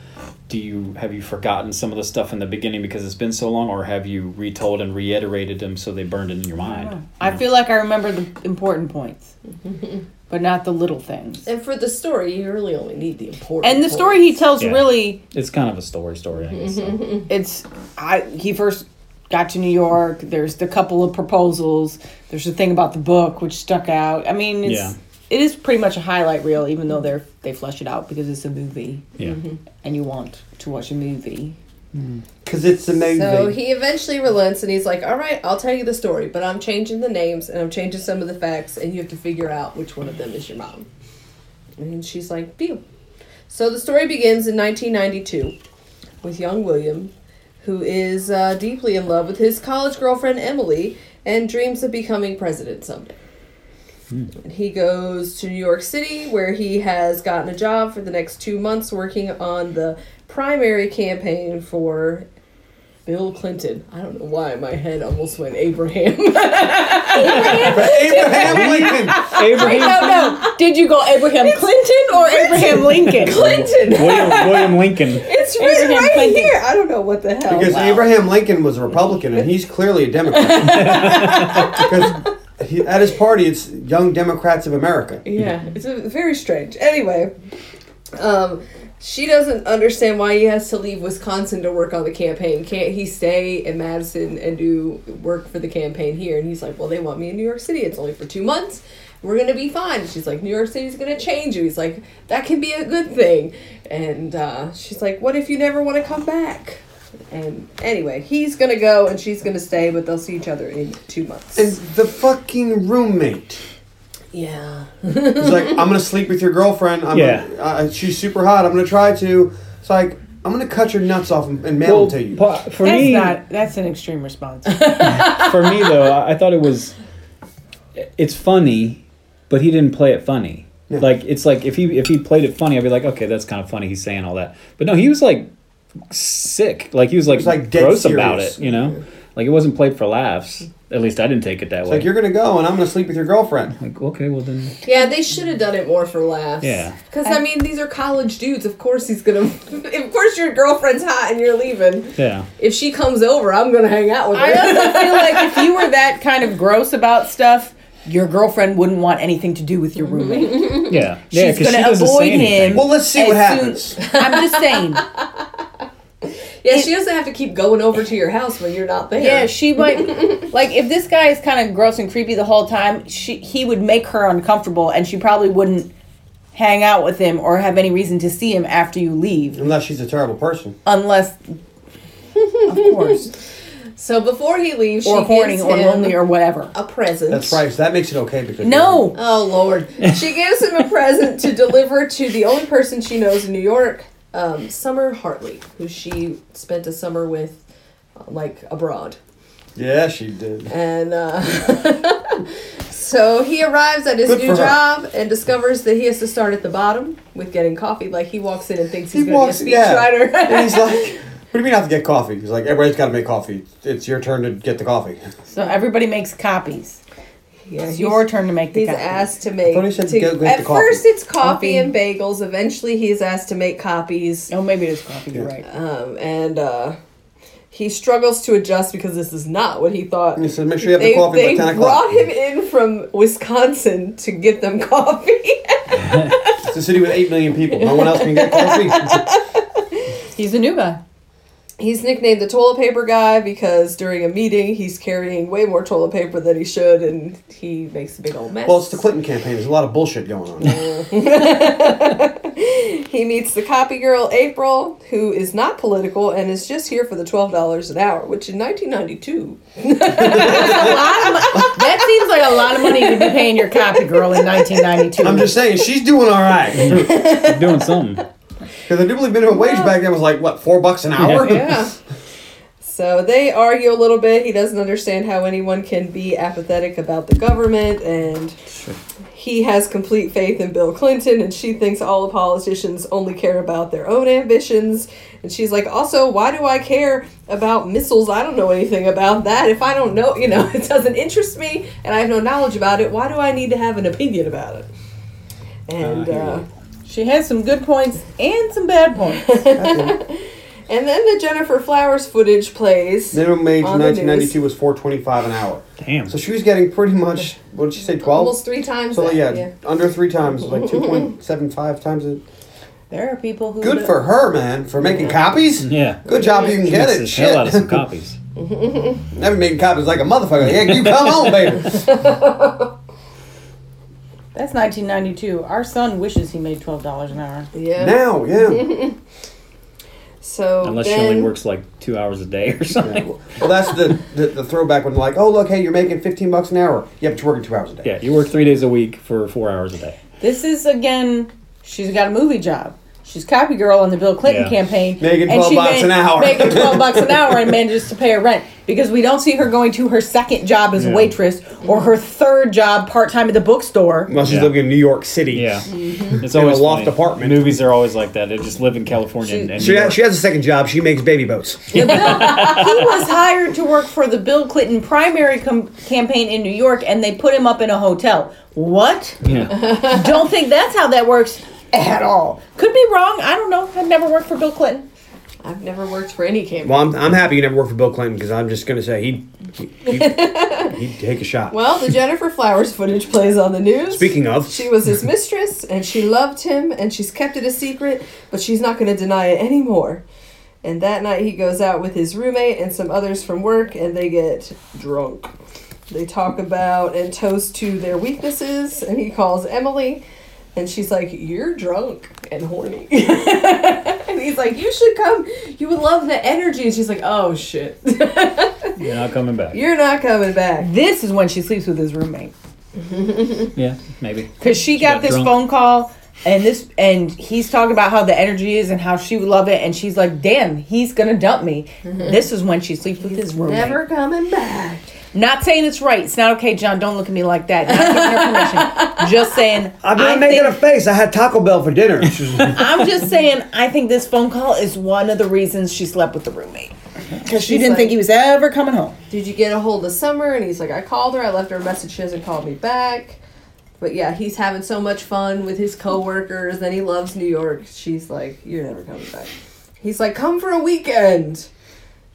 Speaker 2: Do you have you forgotten some of the stuff in the beginning because it's been so long, or have you retold and reiterated them so they burned it in your mind?
Speaker 1: I feel like I remember the important points, but not the little things.
Speaker 4: and for the story, you really only need the important.
Speaker 1: And the story he tells
Speaker 2: Yeah.
Speaker 1: really
Speaker 2: It's kind of a story story, I guess. so.
Speaker 1: it's I he first got to New York. There's the couple of proposals. There's the thing about the book which stuck out. I mean, it's
Speaker 2: Yeah.
Speaker 1: it is pretty much a highlight reel, even though they're they flesh it out because it's a movie
Speaker 2: Yeah.
Speaker 1: and you want to watch a movie.
Speaker 5: Because it's amazing.
Speaker 4: So he eventually relents and he's like, "All right, I'll tell you the story, but I'm changing the names and I'm changing some of the facts, and you have to figure out which one of them is your mom." And she's like, "Deal." So the story begins in 1992 with young William, who is uh, deeply in love with his college girlfriend Emily and dreams of becoming president someday. And he goes to New York City where he has gotten a job for the next two months working on the primary campaign for Bill Clinton. I don't know why my head almost went Abraham.
Speaker 5: Abraham Lincoln.
Speaker 1: Wait,
Speaker 2: Abraham
Speaker 1: no, no. Did you go Abraham Clinton or Abraham Lincoln?
Speaker 4: Clinton.
Speaker 2: William, William Lincoln.
Speaker 4: It's written
Speaker 1: Abraham
Speaker 4: right
Speaker 1: Clinton.
Speaker 4: here. I don't know what the
Speaker 2: Oh,
Speaker 4: hell.
Speaker 5: Because Abraham Lincoln was a Republican and he's clearly a Democrat. because he, at his party, it's Young Democrats of America.
Speaker 4: Yeah, it's a, very strange. Anyway, um, she doesn't understand why he has to leave Wisconsin to work on the campaign. Can't he stay in Madison and do work for the campaign here? And he's like, well, they want me in New York City. It's only for two months. We're gonna be fine. And She's like, New York City's gonna change you. He's like, that can be a good thing. And uh, she's like, what if you never want to come back? And anyway, he's gonna go and she's gonna stay, but they'll see each other in two months.
Speaker 5: And the fucking roommate
Speaker 4: yeah.
Speaker 5: is like, I'm going to sleep with your girlfriend. I'm
Speaker 2: Yeah.
Speaker 5: gonna- uh, she's super hot. I'm going to try to. It's like, I'm going to cut your nuts off and, and mail
Speaker 2: Well,
Speaker 5: them to you.
Speaker 2: pa- for
Speaker 1: That's
Speaker 2: me,
Speaker 1: not. That's an extreme response.
Speaker 2: for me though, I I thought it was. It's funny, but he didn't play it funny. Like it's like if he if he played it funny, I'd be like, okay, that's kind of funny. He's saying all that, but no, he was like sick. Like he was like,
Speaker 5: was, like, dead
Speaker 2: gross about
Speaker 5: serious.
Speaker 2: it. You know, like it wasn't played for laughs. At least I didn't take it that
Speaker 5: It's
Speaker 2: way.
Speaker 5: like, you're going to go and I'm going to sleep with your girlfriend.
Speaker 2: Like, okay, well then,
Speaker 4: Yeah, they should have done it more for laughs.
Speaker 2: Yeah.
Speaker 4: Because I mean, these are college dudes. Of course he's gonna. Of course your girlfriend's hot and you're leaving.
Speaker 2: yeah.
Speaker 4: If she comes over, I'm gonna hang out with her.
Speaker 1: I also feel like if you were that kind of gross about stuff, your girlfriend wouldn't want anything to do with your roommate.
Speaker 2: Yeah, yeah,
Speaker 1: She's
Speaker 2: 'cause
Speaker 1: gonna
Speaker 2: she doesn't
Speaker 1: avoid
Speaker 2: say anything.
Speaker 1: him.
Speaker 5: Well, let's see what
Speaker 1: As
Speaker 5: happens.
Speaker 1: soon- I'm just saying.
Speaker 4: yeah, she doesn't have to keep going over to your house when you're not there.
Speaker 1: Yeah, she might. Like, if this guy is kind of gross and creepy the whole time, she he would make her uncomfortable, and she probably wouldn't hang out with him or have any reason to see him after you leave,
Speaker 5: Unless she's a terrible person.
Speaker 1: unless, of course,
Speaker 4: So before he leaves,
Speaker 1: or
Speaker 4: she
Speaker 1: horny
Speaker 4: gives
Speaker 1: or
Speaker 4: him
Speaker 1: lonely or whatever.
Speaker 4: a present.
Speaker 5: That's right. So that makes it okay because.
Speaker 1: No,
Speaker 4: Oh Lord. She gives him a present to deliver to the only person she knows in New York, um, Summer Hartley, who she spent a summer with, uh, like abroad.
Speaker 5: Yeah, she did.
Speaker 4: And uh, so he arrives at his
Speaker 5: Good
Speaker 4: new
Speaker 5: for her.
Speaker 4: job and discovers that he has to start at the bottom with getting coffee. Like he walks in and thinks he's
Speaker 5: he
Speaker 4: going
Speaker 5: walks
Speaker 4: to
Speaker 5: in,
Speaker 4: be a speechwriter.
Speaker 5: yeah. and he's like, "What do you mean I have to get coffee?" He's like, "Everybody's got to make coffee. It's your turn to get the coffee."
Speaker 1: so everybody makes copies.
Speaker 4: Yeah,
Speaker 1: It's
Speaker 4: he's-
Speaker 1: your turn to make the
Speaker 4: He's
Speaker 1: copies.
Speaker 4: asked to make.
Speaker 5: thought he said
Speaker 4: to-
Speaker 5: go get
Speaker 4: at
Speaker 5: the coffee.
Speaker 4: first, it's coffee
Speaker 1: Coffee.
Speaker 4: and bagels. Eventually, he's asked to make copies.
Speaker 1: Oh, maybe it is coffee. You're right.
Speaker 4: Um, and uh, he struggles to adjust because this is not what he thought.
Speaker 5: And he said, "Make sure you have
Speaker 4: They,
Speaker 5: the coffee
Speaker 4: they
Speaker 5: by ten
Speaker 4: brought
Speaker 5: o'clock."
Speaker 4: him in from Wisconsin to get them coffee.
Speaker 5: It's a city with eight million people. No one else can get coffee.
Speaker 1: He's a new guy.
Speaker 4: He's nicknamed the toilet paper guy because during a meeting he's carrying way more toilet paper than he should and he makes a big old mess.
Speaker 5: well, it's the Clinton campaign. There's a lot of bullshit going on.
Speaker 4: he meets the copy girl April, who is not political and is just here for the twelve dollars an hour, which in nineteen ninety two
Speaker 1: A lot of mo- that seems like a lot of money to be paying your copy girl in 1992.
Speaker 5: I'm just saying, she's doing all right.
Speaker 2: You're doing something.
Speaker 5: Because I do believe minimum wage back then was like what four bucks an hour.
Speaker 4: Yeah. So they argue a little bit. He doesn't understand how anyone can be apathetic about the government, and he has complete faith in Bill Clinton, and she thinks all politicians only care about their own ambitions. And she's like, also, why do I care about missiles? I don't know anything about that. If I don't know, you know, it doesn't interest me, and I have no knowledge about it. Why do I need to have an opinion about it?
Speaker 5: Ah,
Speaker 4: And uh,
Speaker 1: She has some good points and some bad points.
Speaker 4: and then the Jennifer Flowers footage plays.
Speaker 5: Minimum wage in
Speaker 4: On the news.
Speaker 5: 1992 was 4.25 an hour.
Speaker 2: Damn.
Speaker 5: So she was getting pretty much what did she say 12?
Speaker 4: almost three times.
Speaker 5: So
Speaker 4: that,
Speaker 5: yeah, under three times, like 2.75 times it.
Speaker 1: There are people who
Speaker 5: Good for her, man, for making copies.
Speaker 2: Yeah.
Speaker 5: Good job, you can get
Speaker 2: Makes
Speaker 5: it.
Speaker 2: the
Speaker 5: Shit.
Speaker 2: hell out of some copies.
Speaker 5: I've been making copies like a motherfucker. Yeah, you come on, baby.
Speaker 1: That's 1992. Our son wishes he made twelve dollars an hour.
Speaker 4: yeah.
Speaker 5: Now, yeah.
Speaker 4: So
Speaker 2: Unless
Speaker 4: then,
Speaker 2: she only works like two hours a day or something.
Speaker 5: Well, that's the, the the throwback when they're like, oh look, hey, you're making fifteen bucks an hour. Yeah, but you're working two hours a day.
Speaker 2: Yeah, you work three days a week for four hours a day.
Speaker 1: This is again. She's got a movie job. She's copy girl on the Bill Clinton
Speaker 2: Yeah.
Speaker 1: campaign.
Speaker 5: Making
Speaker 1: and
Speaker 5: 12
Speaker 1: she
Speaker 5: bucks an hour.
Speaker 1: Making 12 bucks an hour and manages to pay her rent because we don't see her going to her second job as a
Speaker 2: Yeah.
Speaker 1: waitress or her third job part time at the bookstore.
Speaker 5: Unless she's
Speaker 2: Yeah.
Speaker 5: living in New York City.
Speaker 2: Yeah, it's
Speaker 5: In a
Speaker 2: always
Speaker 5: loft
Speaker 2: funny.
Speaker 5: apartment.
Speaker 2: Movies are always like that. They just live in California. and, and
Speaker 5: She
Speaker 2: New
Speaker 5: has, she
Speaker 2: York.
Speaker 5: has a second job. She makes baby boats.
Speaker 1: The Bill, he was hired to work for the Bill Clinton primary com- campaign in New York and they put him up in a hotel. What?
Speaker 2: yeah.
Speaker 1: don't think that's how that works at all. Could be wrong. I don't know. I've never worked for Bill Clinton.
Speaker 4: I've never worked for any campaign.
Speaker 5: Well, I'm, I'm happy you never worked for Bill Clinton because I'm just going to say he'd, he- he'd, he'd take a shot.
Speaker 4: Well, the Jennifer Flowers footage plays on the news.
Speaker 5: Speaking of,
Speaker 4: She was his mistress and she loved him and she's kept it a secret, but she's not going to deny it anymore. And that night he goes out with his roommate and some others from work and they get drunk. They talk about and toast to their weaknesses and he calls Emily and she's like, You're drunk and horny. and he's like, You should come. You would love the energy. And she's like, Oh shit.
Speaker 2: You're not coming back.
Speaker 4: You're not coming back.
Speaker 1: This is when she sleeps with his roommate.
Speaker 2: Yeah, maybe.
Speaker 1: because she, got,
Speaker 2: got
Speaker 1: this
Speaker 2: drunk.
Speaker 1: phone call and this and he's talking about how the energy is and how she would love it and she's like damn he's gonna dump me this is when she sleeps with his roommate
Speaker 4: Never coming back.
Speaker 1: not saying it's right it's not okay john don't look at me like that not giving her permission just saying
Speaker 5: I'm not
Speaker 1: I
Speaker 5: making
Speaker 1: think-
Speaker 5: a face. I had Taco Bell for dinner.
Speaker 1: i'm just saying i think this phone call is one of the reasons she slept with the roommate because she
Speaker 4: She's
Speaker 1: didn't
Speaker 4: like-
Speaker 1: think he was ever coming home
Speaker 4: did you get a hold of Summer? And he's like, I called her. I left her a message. She hasn't called me back. But yeah, he's having so much fun with his coworkers. Then he loves New York. She's like, you're never coming back. He's like, come for a weekend.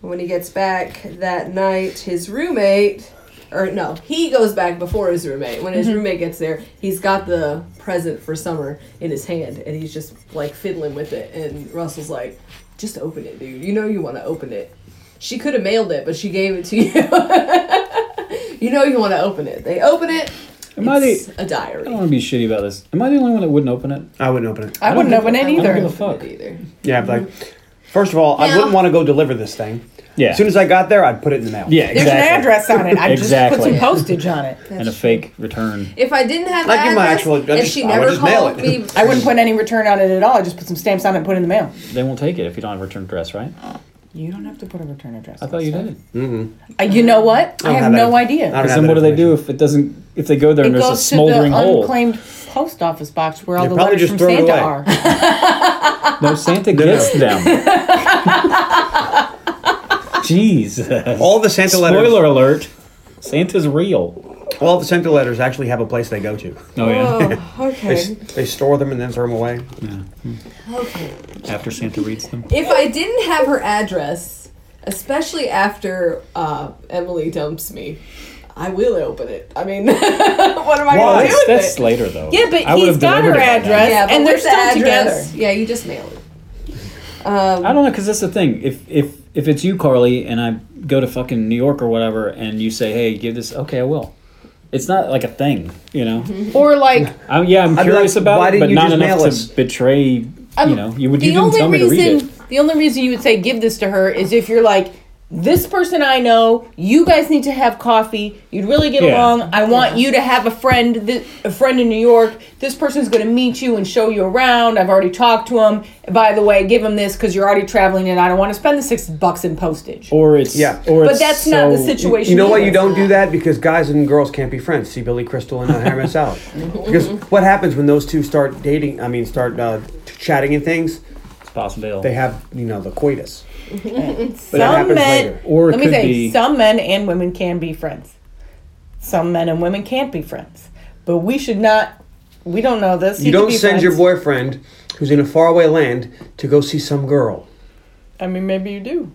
Speaker 4: And when he gets back that night, his roommate, or no, he goes back before his roommate. When his
Speaker 2: Mm-hmm.
Speaker 4: roommate gets there, he's got the present for Summer in his hand, and he's just like fiddling with it. And Russell's like, just open it, dude. You know you want to open it. She could have mailed it, but she gave it to you. you know you want to open it. They open it.
Speaker 2: Am I
Speaker 4: it's
Speaker 2: the?
Speaker 4: a diary.
Speaker 2: I don't want to be shitty about this. Am I the only one that wouldn't open it?
Speaker 5: I wouldn't open it.
Speaker 1: i, wouldn't
Speaker 2: think-
Speaker 1: open it
Speaker 2: I don't
Speaker 1: either
Speaker 2: give a fuck.
Speaker 4: either.
Speaker 5: Yeah, I'd be like, first of all, I
Speaker 4: Yeah.
Speaker 5: wouldn't want to go deliver this thing.
Speaker 2: Yeah.
Speaker 5: As soon as I got there, I'd put it in the mail.
Speaker 2: yeah,
Speaker 1: there's
Speaker 2: exactly.
Speaker 1: an address on it i just
Speaker 2: Exactly.
Speaker 1: put some postage on it
Speaker 2: and a fake return.
Speaker 4: If I didn't have
Speaker 5: I'd
Speaker 4: that,
Speaker 5: give my
Speaker 4: address,
Speaker 5: actual- I'd
Speaker 4: and
Speaker 5: just-
Speaker 4: she
Speaker 5: I would
Speaker 4: never
Speaker 5: just mail
Speaker 4: called
Speaker 5: it.
Speaker 4: me,
Speaker 1: I wouldn't put any return on it at all. I just put some stamps on it and put it in the mail.
Speaker 2: They won't take it if you don't have a return address, right?
Speaker 1: You don't have to put a return address.
Speaker 2: I thought you did.
Speaker 1: Uh, you know what? I,
Speaker 5: don't
Speaker 1: have,
Speaker 5: have that
Speaker 1: no
Speaker 5: inf- I
Speaker 1: idea.
Speaker 5: don't
Speaker 2: Because
Speaker 5: have
Speaker 2: then
Speaker 5: that
Speaker 2: what do they do
Speaker 5: information.
Speaker 2: if it doesn't? If they go there
Speaker 1: It
Speaker 2: and there's a
Speaker 1: goes to the
Speaker 2: smoldering hole,
Speaker 1: unclaimed post office box where all
Speaker 5: They
Speaker 1: the
Speaker 5: probably
Speaker 1: letters
Speaker 5: just
Speaker 1: from
Speaker 5: throw it
Speaker 1: Santa
Speaker 5: away.
Speaker 1: are.
Speaker 2: no Santa gets them. Jeez.
Speaker 5: All the Santa letters.
Speaker 2: Spoiler alert: Santa's real.
Speaker 5: All the Santa letters actually have a place they go to.
Speaker 2: Oh yeah.
Speaker 4: Oh,
Speaker 5: They,
Speaker 4: okay.
Speaker 5: they store them and then throw them away.
Speaker 4: okay.
Speaker 2: After Santa reads them.
Speaker 4: If I didn't have her address, especially after uh, Emily dumps me, I will open it. I mean, what am I
Speaker 5: Well,
Speaker 4: going to do
Speaker 2: That's,
Speaker 4: with
Speaker 2: that's
Speaker 4: it?
Speaker 2: later though.
Speaker 1: Yeah, Oh, but
Speaker 2: I would
Speaker 1: he's
Speaker 2: have
Speaker 1: got her
Speaker 2: delivered it by now.
Speaker 1: address,
Speaker 4: but
Speaker 1: and they're
Speaker 4: with the
Speaker 1: still
Speaker 4: address,
Speaker 1: together.
Speaker 4: Yeah, you just mail it. Um,
Speaker 2: I don't know because that's the thing. If if if it's you, Carly, and I go to fucking New York or whatever, and you say, "Hey, give this," okay, I will. It's not like a thing, you know.
Speaker 1: Or like,
Speaker 2: I'm, yeah, I'm
Speaker 5: I'd be
Speaker 2: curious
Speaker 5: like,
Speaker 2: about
Speaker 5: "Why
Speaker 2: it,
Speaker 5: didn't
Speaker 2: but
Speaker 5: you
Speaker 2: not
Speaker 5: just
Speaker 2: enough
Speaker 5: mail
Speaker 2: to
Speaker 5: us?"
Speaker 2: betray. you know, you would. You
Speaker 1: Oh, Um, the only
Speaker 2: didn't tell me to read
Speaker 1: reason
Speaker 2: it.
Speaker 1: the only reason you would say give this to her is if you're like, this person I know, you guys need to have coffee. You'd really get
Speaker 2: Yeah.
Speaker 1: along. I want you to have a friend, th- a friend in New York. This person's going to meet you and show you around. I've already talked to him. By the way, give him this because you're already traveling, and I don't want to spend the six bucks in postage.
Speaker 2: Or it's
Speaker 5: Yeah.
Speaker 2: Or
Speaker 1: But
Speaker 2: it's
Speaker 1: that's not the
Speaker 2: so-
Speaker 1: situation.
Speaker 5: You know why
Speaker 1: either.
Speaker 5: you don't do that? Because guys and girls can't be friends. See Billy Crystal and uh, Harry Met Sally. Because what happens when those two start dating? I mean, start uh, chatting and things.
Speaker 2: It's possible.
Speaker 5: They have you know the coitus. But that
Speaker 1: some
Speaker 5: happens
Speaker 1: men,
Speaker 5: later.
Speaker 2: Or it
Speaker 1: let me
Speaker 2: could
Speaker 1: say,
Speaker 2: be-
Speaker 1: some men and women can be friends. Some men and women can't be friends, but we should not. We don't know this. He
Speaker 5: You
Speaker 1: could
Speaker 5: don't
Speaker 1: be
Speaker 5: send your
Speaker 1: friends.
Speaker 5: boyfriend who's in a faraway land to go see some girl.
Speaker 1: I mean, maybe you do.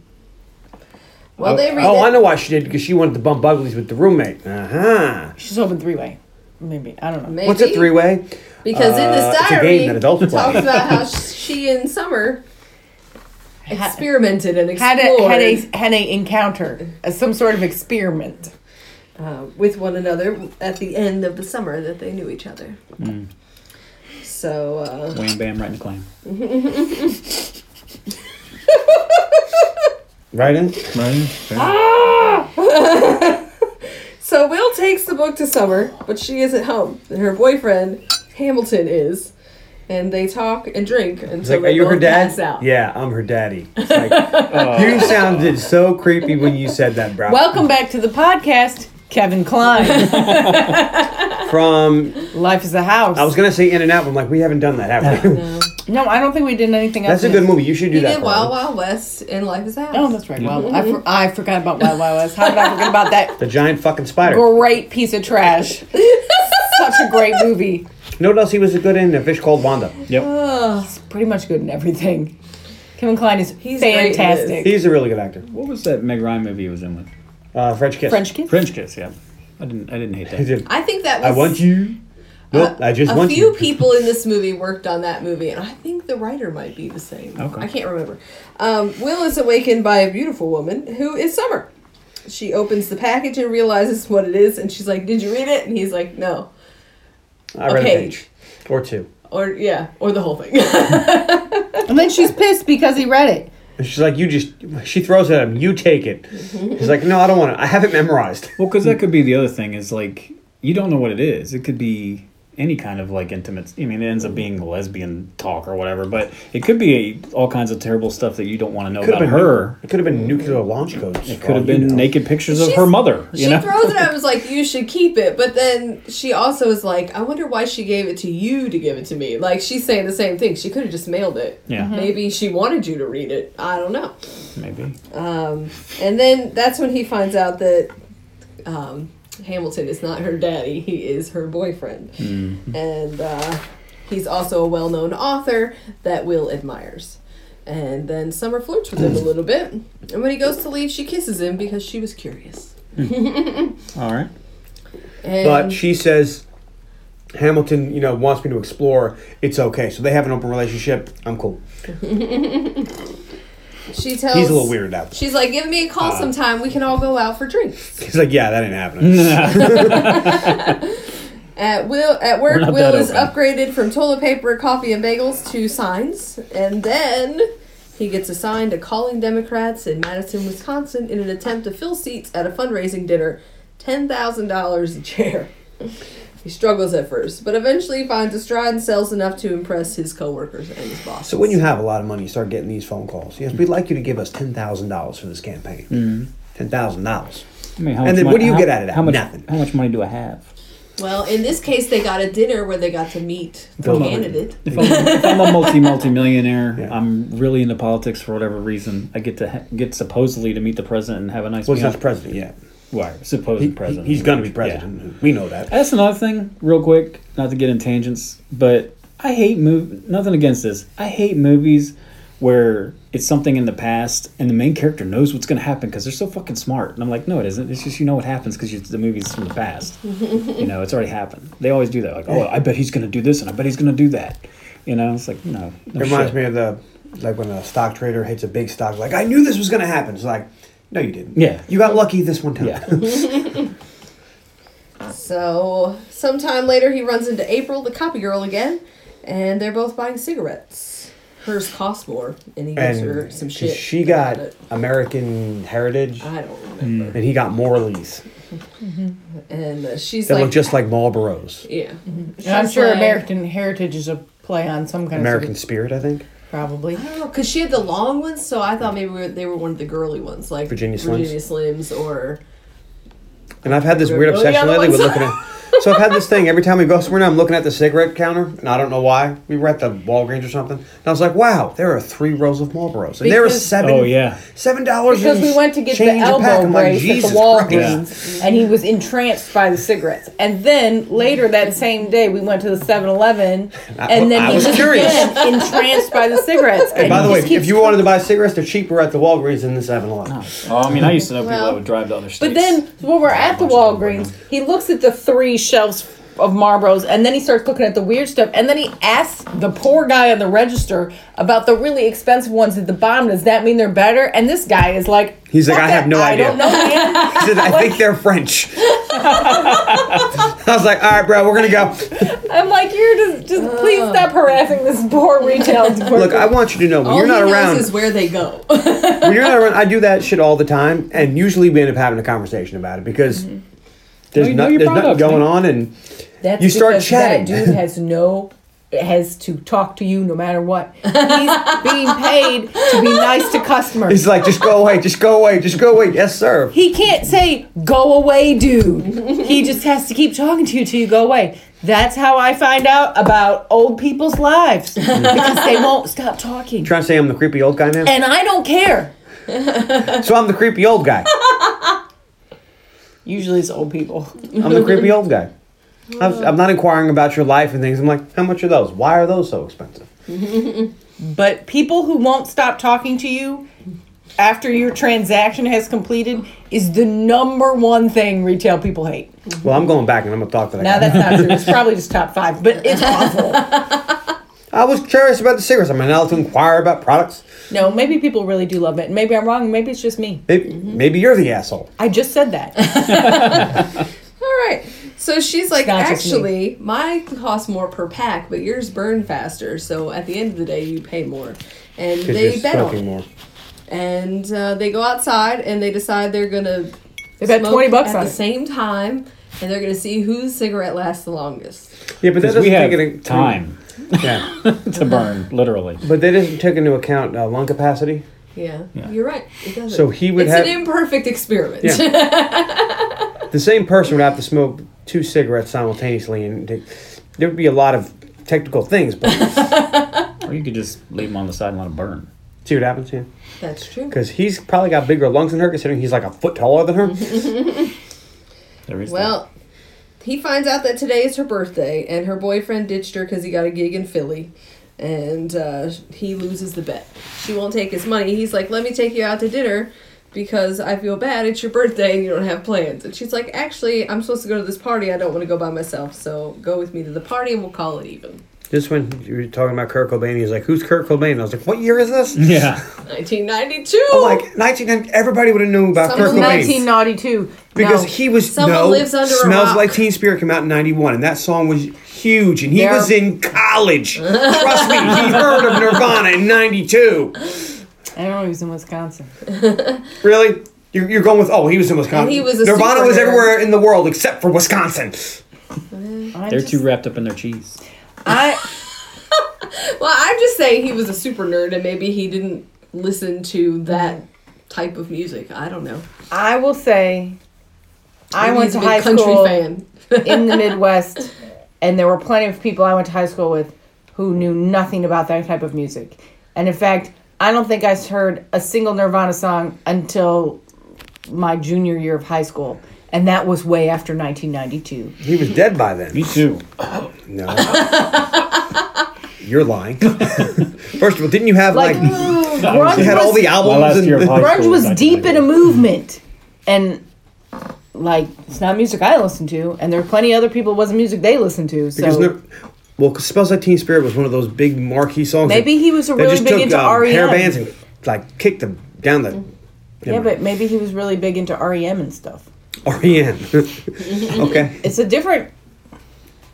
Speaker 4: well, they read
Speaker 5: oh,
Speaker 4: it.
Speaker 5: I know why she did because she wanted to bump uglies with the roommate. Uh huh.
Speaker 1: She's hoping three way. Maybe I don't know.
Speaker 4: Maybe.
Speaker 5: What's a three way?
Speaker 4: Because in
Speaker 5: Uh,
Speaker 4: this
Speaker 5: it's a
Speaker 4: diary,
Speaker 5: game that adults
Speaker 4: it talks
Speaker 5: play.
Speaker 4: about how she and Summer experimented and
Speaker 1: Had
Speaker 4: explored uh,
Speaker 1: a had a had a encounter, uh, some sort of experiment.
Speaker 4: uh, with one another at the end of the summer that they knew each other.
Speaker 5: Hmm.
Speaker 4: So, uh,
Speaker 2: Wham bam right in the claim.
Speaker 5: Right in?
Speaker 1: Ah.
Speaker 2: Right.
Speaker 4: so Will takes the book to Summer, but she isn't home. And her boyfriend Hamilton is, and they talk and drink
Speaker 5: It's
Speaker 4: until
Speaker 5: like,
Speaker 4: they
Speaker 5: are you her
Speaker 4: both
Speaker 5: dad?
Speaker 4: pass out.
Speaker 5: Yeah, I'm her daddy. It's like,
Speaker 2: Oh.
Speaker 5: you sounded so creepy when you said that, bro.
Speaker 1: Welcome back to the podcast, Kevin Klein.
Speaker 5: From
Speaker 1: Life is a house.
Speaker 5: I was gonna say In and Out, but I'm like, we haven't done that, have we?
Speaker 1: no, I don't think we did anything else.
Speaker 5: That's a
Speaker 1: in
Speaker 5: good
Speaker 1: it.
Speaker 5: movie. You should do
Speaker 4: He
Speaker 5: that.
Speaker 4: did Wild
Speaker 5: Paul.
Speaker 4: Wild West and Life Is House.
Speaker 1: Oh, that's right.
Speaker 4: Mm-hmm.
Speaker 1: Well, I, for, I forgot about Wild Wild West. How did I forget about that
Speaker 5: The giant fucking spider.
Speaker 1: great piece of trash? Such a great movie.
Speaker 5: You know what else he was good in? A fish called Wanda.
Speaker 2: Yep.
Speaker 1: It's pretty much good in everything. Kevin Klein is
Speaker 4: He's great in this.
Speaker 1: fantastic.
Speaker 5: He's a really good actor.
Speaker 2: What was that Meg Ryan movie he was in with?
Speaker 5: Uh, French Kiss.
Speaker 1: French Kiss.
Speaker 2: French Kiss. Yeah. I didn't. I didn't hate
Speaker 5: He
Speaker 2: that.
Speaker 5: did.
Speaker 4: I think that was
Speaker 5: I want you. Nope, I just
Speaker 4: a
Speaker 5: want
Speaker 4: few
Speaker 5: you.
Speaker 4: people in this movie worked on that movie, and I think the writer might be the same.
Speaker 2: Okay.
Speaker 4: I can't remember. Um, Will is awakened by a beautiful woman who is Summer. She opens the package and realizes what it is, and she's like, "Did you read it?" And he's like, "No."
Speaker 5: I read a
Speaker 4: page.
Speaker 5: page or two.
Speaker 4: Or yeah, or the whole thing.
Speaker 1: And then she's pissed because he read it.
Speaker 5: And she's like, you just. She throws it at him. You take it. He's like, no, I don't want it. I have it memorized.
Speaker 2: Well, because that could be the other thing is like you don't know what it is. It could be any kind of like intimate. I mean, it ends up being lesbian talk or whatever, but it could be a, all kinds of terrible stuff that you don't want to know
Speaker 5: Could have
Speaker 2: about
Speaker 5: been
Speaker 2: her.
Speaker 5: It could have been nuclear launch codes.
Speaker 2: It could have been naked pictures of
Speaker 4: She's-
Speaker 2: her mother. You
Speaker 4: she
Speaker 2: know.
Speaker 4: throws it. I was like, "You should keep it," but then she also is like, "I wonder why she gave it to you to give it to me." Like she's saying the same thing. She could have just mailed it.
Speaker 2: Yeah. Mhm.
Speaker 4: Maybe she wanted you to read it. I don't know.
Speaker 2: Maybe.
Speaker 4: Um, and then that's when he finds out that um, Hamilton is not her daddy, he is her boyfriend.
Speaker 2: Mm-hmm.
Speaker 4: And uh, he's also a well known author that Will admires. And then Summer flirts with him
Speaker 2: Mm.
Speaker 4: a little bit. And when he goes to leave, she kisses him because she was curious.
Speaker 2: All right.
Speaker 4: And
Speaker 5: But she says, Hamilton, you know, wants me to explore. It's okay. So they have an open relationship. I'm cool.
Speaker 4: she tells.
Speaker 5: He's a little weirded out.
Speaker 4: She's like, give me a
Speaker 2: Uh,
Speaker 4: call sometime. We can all go out for drinks.
Speaker 5: He's like, yeah, that ain't happening.
Speaker 4: At Will at work,
Speaker 2: We're not
Speaker 4: Will
Speaker 2: that
Speaker 4: is
Speaker 2: open.
Speaker 4: upgraded from toilet paper, coffee, and bagels to signs, and then he gets assigned to calling Democrats in Madison, Wisconsin, in an attempt to fill seats at a fundraising dinner, ten thousand dollars a chair. He struggles at first, but eventually finds a stride and sells enough to impress his coworkers and his boss.
Speaker 5: so when you have a lot of money, you start getting these phone calls. Yes, we'd like you to give us ten thousand dollars for this campaign. Ten thousand dollars.
Speaker 2: I mean, how
Speaker 5: And
Speaker 2: much
Speaker 5: then
Speaker 2: mon-
Speaker 5: what do you
Speaker 2: how-
Speaker 5: get out of that?
Speaker 2: How much?
Speaker 5: Nothing.
Speaker 2: How much money do I have?
Speaker 4: well, in this case, they got a dinner where they got to meet the
Speaker 5: Bill Clinton.
Speaker 4: candidate.
Speaker 2: If I'm, if I'm a multi multi millionaire,
Speaker 5: Yeah.
Speaker 2: I'm really into politics for whatever reason. I get to ha- get supposedly to meet the president and have a nice
Speaker 5: Was
Speaker 2: meal.
Speaker 5: not president yet?
Speaker 2: Why? Supposed
Speaker 5: He,
Speaker 2: president.
Speaker 5: he's gonna be
Speaker 2: Yeah. Oh,
Speaker 5: president. We know that.
Speaker 2: That's another thing, real quick, not to get in tangents, but I hate mov nothing against this. I hate movies where it's something in the past and the main character knows what's going to happen because they're so fucking smart. And I'm like, no, it isn't. It's just you know what happens because the movie's from the past. you know, it's already happened. They always do that. Like, oh, I bet he's going to do this and I bet he's going to do that. You know, it's like, no. no
Speaker 5: It reminds
Speaker 2: shit.
Speaker 5: me of the like when a stock trader hits a big stock. Like I knew this was gonna happen. It's like, no, you didn't.
Speaker 2: Yeah.
Speaker 5: you got lucky this one time.
Speaker 2: Yeah.
Speaker 4: So, sometime later, he runs into April, the copy girl, again, and they're both buying cigarettes. Hers cost more, and he gives her
Speaker 5: and
Speaker 4: some
Speaker 5: she,
Speaker 4: shit.
Speaker 5: she Mm. got
Speaker 4: about it.
Speaker 5: American Heritage,
Speaker 4: I don't remember.
Speaker 5: and he got Morley's
Speaker 4: And uh, she's
Speaker 5: that
Speaker 4: like,
Speaker 5: look just like Marlboros.
Speaker 4: yeah.
Speaker 1: And Mm-hmm. I'm
Speaker 4: She's
Speaker 1: sure
Speaker 4: like-
Speaker 1: American Heritage is a play on some kind
Speaker 5: American
Speaker 1: of
Speaker 5: Spirit, I think.
Speaker 1: cigarette, probably.
Speaker 4: I don't know, because she had the long ones, so I thought maybe we were, they were one of the girly ones, like
Speaker 5: Virginia Slims?
Speaker 4: Virginia Slims or
Speaker 5: And I've had this
Speaker 1: Oh,
Speaker 5: weird
Speaker 4: Really
Speaker 5: obsession
Speaker 4: on the
Speaker 5: lately with
Speaker 4: ones-
Speaker 5: looking at. So I've had this thing every time we go somewhere now. I'm looking at the cigarette counter, and I don't know why. We were at the Walgreens or something, and I was like, "Wow, there are three rows of Marlboros, and there are
Speaker 1: Because-
Speaker 5: seven.
Speaker 2: Oh, yeah.
Speaker 5: seven dollars.
Speaker 1: Because we went to get the
Speaker 5: change a pack.
Speaker 1: elbow
Speaker 5: I'm like,
Speaker 1: brace at
Speaker 5: "Jesus
Speaker 1: the
Speaker 5: Christ."
Speaker 1: Walgreens, and he was entranced by the cigarettes. And then later that same day, we went to the 7-Eleven, and then
Speaker 5: I
Speaker 1: he
Speaker 5: was
Speaker 1: was
Speaker 5: curious.
Speaker 1: again entranced by the cigarettes. And
Speaker 5: By the
Speaker 1: he
Speaker 5: way,
Speaker 1: just keeps
Speaker 5: if you wanted to buy cigarettes, they're cheaper at the Walgreens than the 7-Eleven.
Speaker 2: oh, I mean, I used to know people
Speaker 4: Well,
Speaker 2: that would drive to other states.
Speaker 1: But then when we're at the Walgreens, he looks at the three shelves of Marlboros and then he starts looking at the weird stuff and then he asks the poor guy on the register about the really expensive ones at the bottom. Does that mean they're better? And this guy is like
Speaker 5: He's like,
Speaker 1: "Fuck
Speaker 5: "I have
Speaker 1: it,
Speaker 5: no
Speaker 1: I
Speaker 5: idea."
Speaker 1: don't know, man.
Speaker 5: He said, I think they're French. I was like, all right, bro, we're gonna go.
Speaker 1: I'm like, you're just just please stop harassing this poor retail worker.
Speaker 5: Look, I want you to know when
Speaker 4: all
Speaker 5: you're
Speaker 4: he
Speaker 5: not
Speaker 4: knows
Speaker 5: around.
Speaker 4: is where they go.
Speaker 5: when you're not around, I do that shit all the time, and usually we end up having a conversation about it because
Speaker 1: Mm-hmm.
Speaker 5: there's,
Speaker 2: Well, you know
Speaker 5: no,
Speaker 2: your
Speaker 5: there's nothing
Speaker 2: products,
Speaker 5: going
Speaker 2: man.
Speaker 5: on, and
Speaker 1: That's
Speaker 5: you start
Speaker 1: because
Speaker 5: chatting.
Speaker 1: That dude has no has to talk to you no matter what. He's being paid to be nice to customers.
Speaker 5: He's like, just go away, just go away, just go away. Yes, sir.
Speaker 1: He can't say, go away, dude. He just has to keep talking to you till you go away. That's how I find out about old people's lives because they won't stop talking.
Speaker 5: Trying to say I'm the creepy old guy now?
Speaker 1: And I don't care.
Speaker 5: So I'm the creepy old guy.
Speaker 1: Usually it's old people.
Speaker 5: I'm the creepy old guy. I'm, I'm not inquiring about your life and things. I'm like, how much are those? Why are those so expensive?
Speaker 1: Mm-hmm. But people who won't stop talking to you after your transaction has completed is the number one thing retail people hate.
Speaker 5: Well, I'm going back and I'm gonna talk to that.
Speaker 1: Now
Speaker 5: guy.
Speaker 1: that's not true. It's probably just top five, but it's awful.
Speaker 5: I was curious about the cigarettes. I'm allowed to inquire about products.
Speaker 1: No, maybe people really do love it. Maybe I'm wrong. Maybe it's just me.
Speaker 5: Maybe, maybe you're the asshole.
Speaker 1: I just said that.
Speaker 4: All right. So she's like,
Speaker 1: Not just me.
Speaker 4: actually, mine costs more per pack, but yours burn faster. So at the end of the day, you pay more. And
Speaker 5: Because
Speaker 4: they
Speaker 5: you're
Speaker 4: bet on it.
Speaker 5: smoking more.
Speaker 4: And uh, they go outside and they decide they're gonna.
Speaker 1: They bet
Speaker 4: smoke
Speaker 1: 20 bucks
Speaker 4: at
Speaker 1: on
Speaker 4: the
Speaker 1: it.
Speaker 4: same time, and they're gonna see whose cigarette lasts the longest.
Speaker 5: Yeah, but that
Speaker 2: Because
Speaker 5: doesn't
Speaker 2: we
Speaker 5: take into
Speaker 2: have time
Speaker 5: Yeah,
Speaker 2: to burn, literally.
Speaker 5: but that doesn't take into account uh, lung capacity.
Speaker 4: Yeah,
Speaker 2: Yeah.
Speaker 4: you're right. It doesn't.
Speaker 5: So he would
Speaker 4: it's
Speaker 5: have
Speaker 4: an imperfect experiment.
Speaker 5: Yeah. the same person would have to smoke two cigarettes simultaneously, and it- there would be a lot of technical things. But
Speaker 2: Or you could just leave them on the side and let them burn.
Speaker 5: see what happens, yeah.
Speaker 4: That's true.
Speaker 5: Because he's probably got bigger lungs than her, considering he's like a foot taller than her.
Speaker 2: There is that.
Speaker 4: Well, he finds out that today is her birthday, and her boyfriend ditched her because he got a gig in Philly, and uh, he loses the bet. She won't take his money. He's like, "Let me take you out to dinner." Because I feel bad, it's your birthday and you don't have plans. And she's like, Actually, I'm supposed to go to this party. I don't want to go by myself. So go with me to the party and we'll call it even.
Speaker 5: Just when you were talking about Kurt Cobain, he's like, "Who's Kurt Cobain?" I was like, "What year is this?"
Speaker 2: yeah.
Speaker 4: 1992!
Speaker 1: Oh
Speaker 5: I'm like 19. Everybody would have known about
Speaker 4: Someone
Speaker 5: Kurt Cobain.
Speaker 1: 1992.
Speaker 5: Because
Speaker 1: No.
Speaker 5: he was
Speaker 4: Someone
Speaker 5: no
Speaker 4: Lives Under a
Speaker 5: smells
Speaker 4: Rock.
Speaker 5: like Teen Spirit came out in '91, and that song was huge, and he
Speaker 1: There-
Speaker 5: was in college. Trust me, he heard of Nirvana in '92.
Speaker 1: I don't know. He was in Wisconsin.
Speaker 5: Really? You're, you're going with oh he was in Wisconsin.
Speaker 4: And he was a
Speaker 5: Nirvana was
Speaker 4: superhero.
Speaker 5: everywhere in the world except for Wisconsin.
Speaker 1: I
Speaker 2: They're
Speaker 1: just-
Speaker 2: too wrapped up in their cheese.
Speaker 1: I
Speaker 4: Well, I'm just saying he was a super nerd and maybe he didn't listen to that
Speaker 1: Mm-hmm.
Speaker 4: type of music. I don't know.
Speaker 1: I will say, I
Speaker 4: Maybe
Speaker 1: went
Speaker 4: he's
Speaker 1: to
Speaker 4: a big
Speaker 1: high
Speaker 4: country
Speaker 1: school
Speaker 4: fan.
Speaker 1: in the Midwest, and there were plenty of people I went to high school with who knew nothing about that type of music. And in fact, I don't think I heard a single Nirvana song until my junior year of high school, and that was way after 1992.
Speaker 5: He was dead by then.
Speaker 2: Me too.
Speaker 5: No. You're lying. First of all, didn't you have like,
Speaker 1: Like,
Speaker 2: They
Speaker 5: you
Speaker 1: grunge
Speaker 5: had all
Speaker 1: was,
Speaker 5: the
Speaker 2: My last
Speaker 5: albums
Speaker 2: year of
Speaker 5: and
Speaker 2: high
Speaker 1: grunge
Speaker 2: school
Speaker 1: was deep in a
Speaker 2: 1991.
Speaker 1: movement, and like it's not music I listen to, and there were plenty of other people it wasn't music they listened to. So
Speaker 5: because Nir- well, 'cause Smells Like Teen Spirit was one of those big marquee songs.
Speaker 1: Maybe he was a
Speaker 5: that
Speaker 1: really
Speaker 5: just
Speaker 1: big
Speaker 5: took,
Speaker 1: into
Speaker 5: um,
Speaker 1: REM.
Speaker 5: hair bands and like kicked them down the
Speaker 1: yeah, but maybe he was really big into REM and stuff.
Speaker 5: REM. E okay.
Speaker 1: It's a different.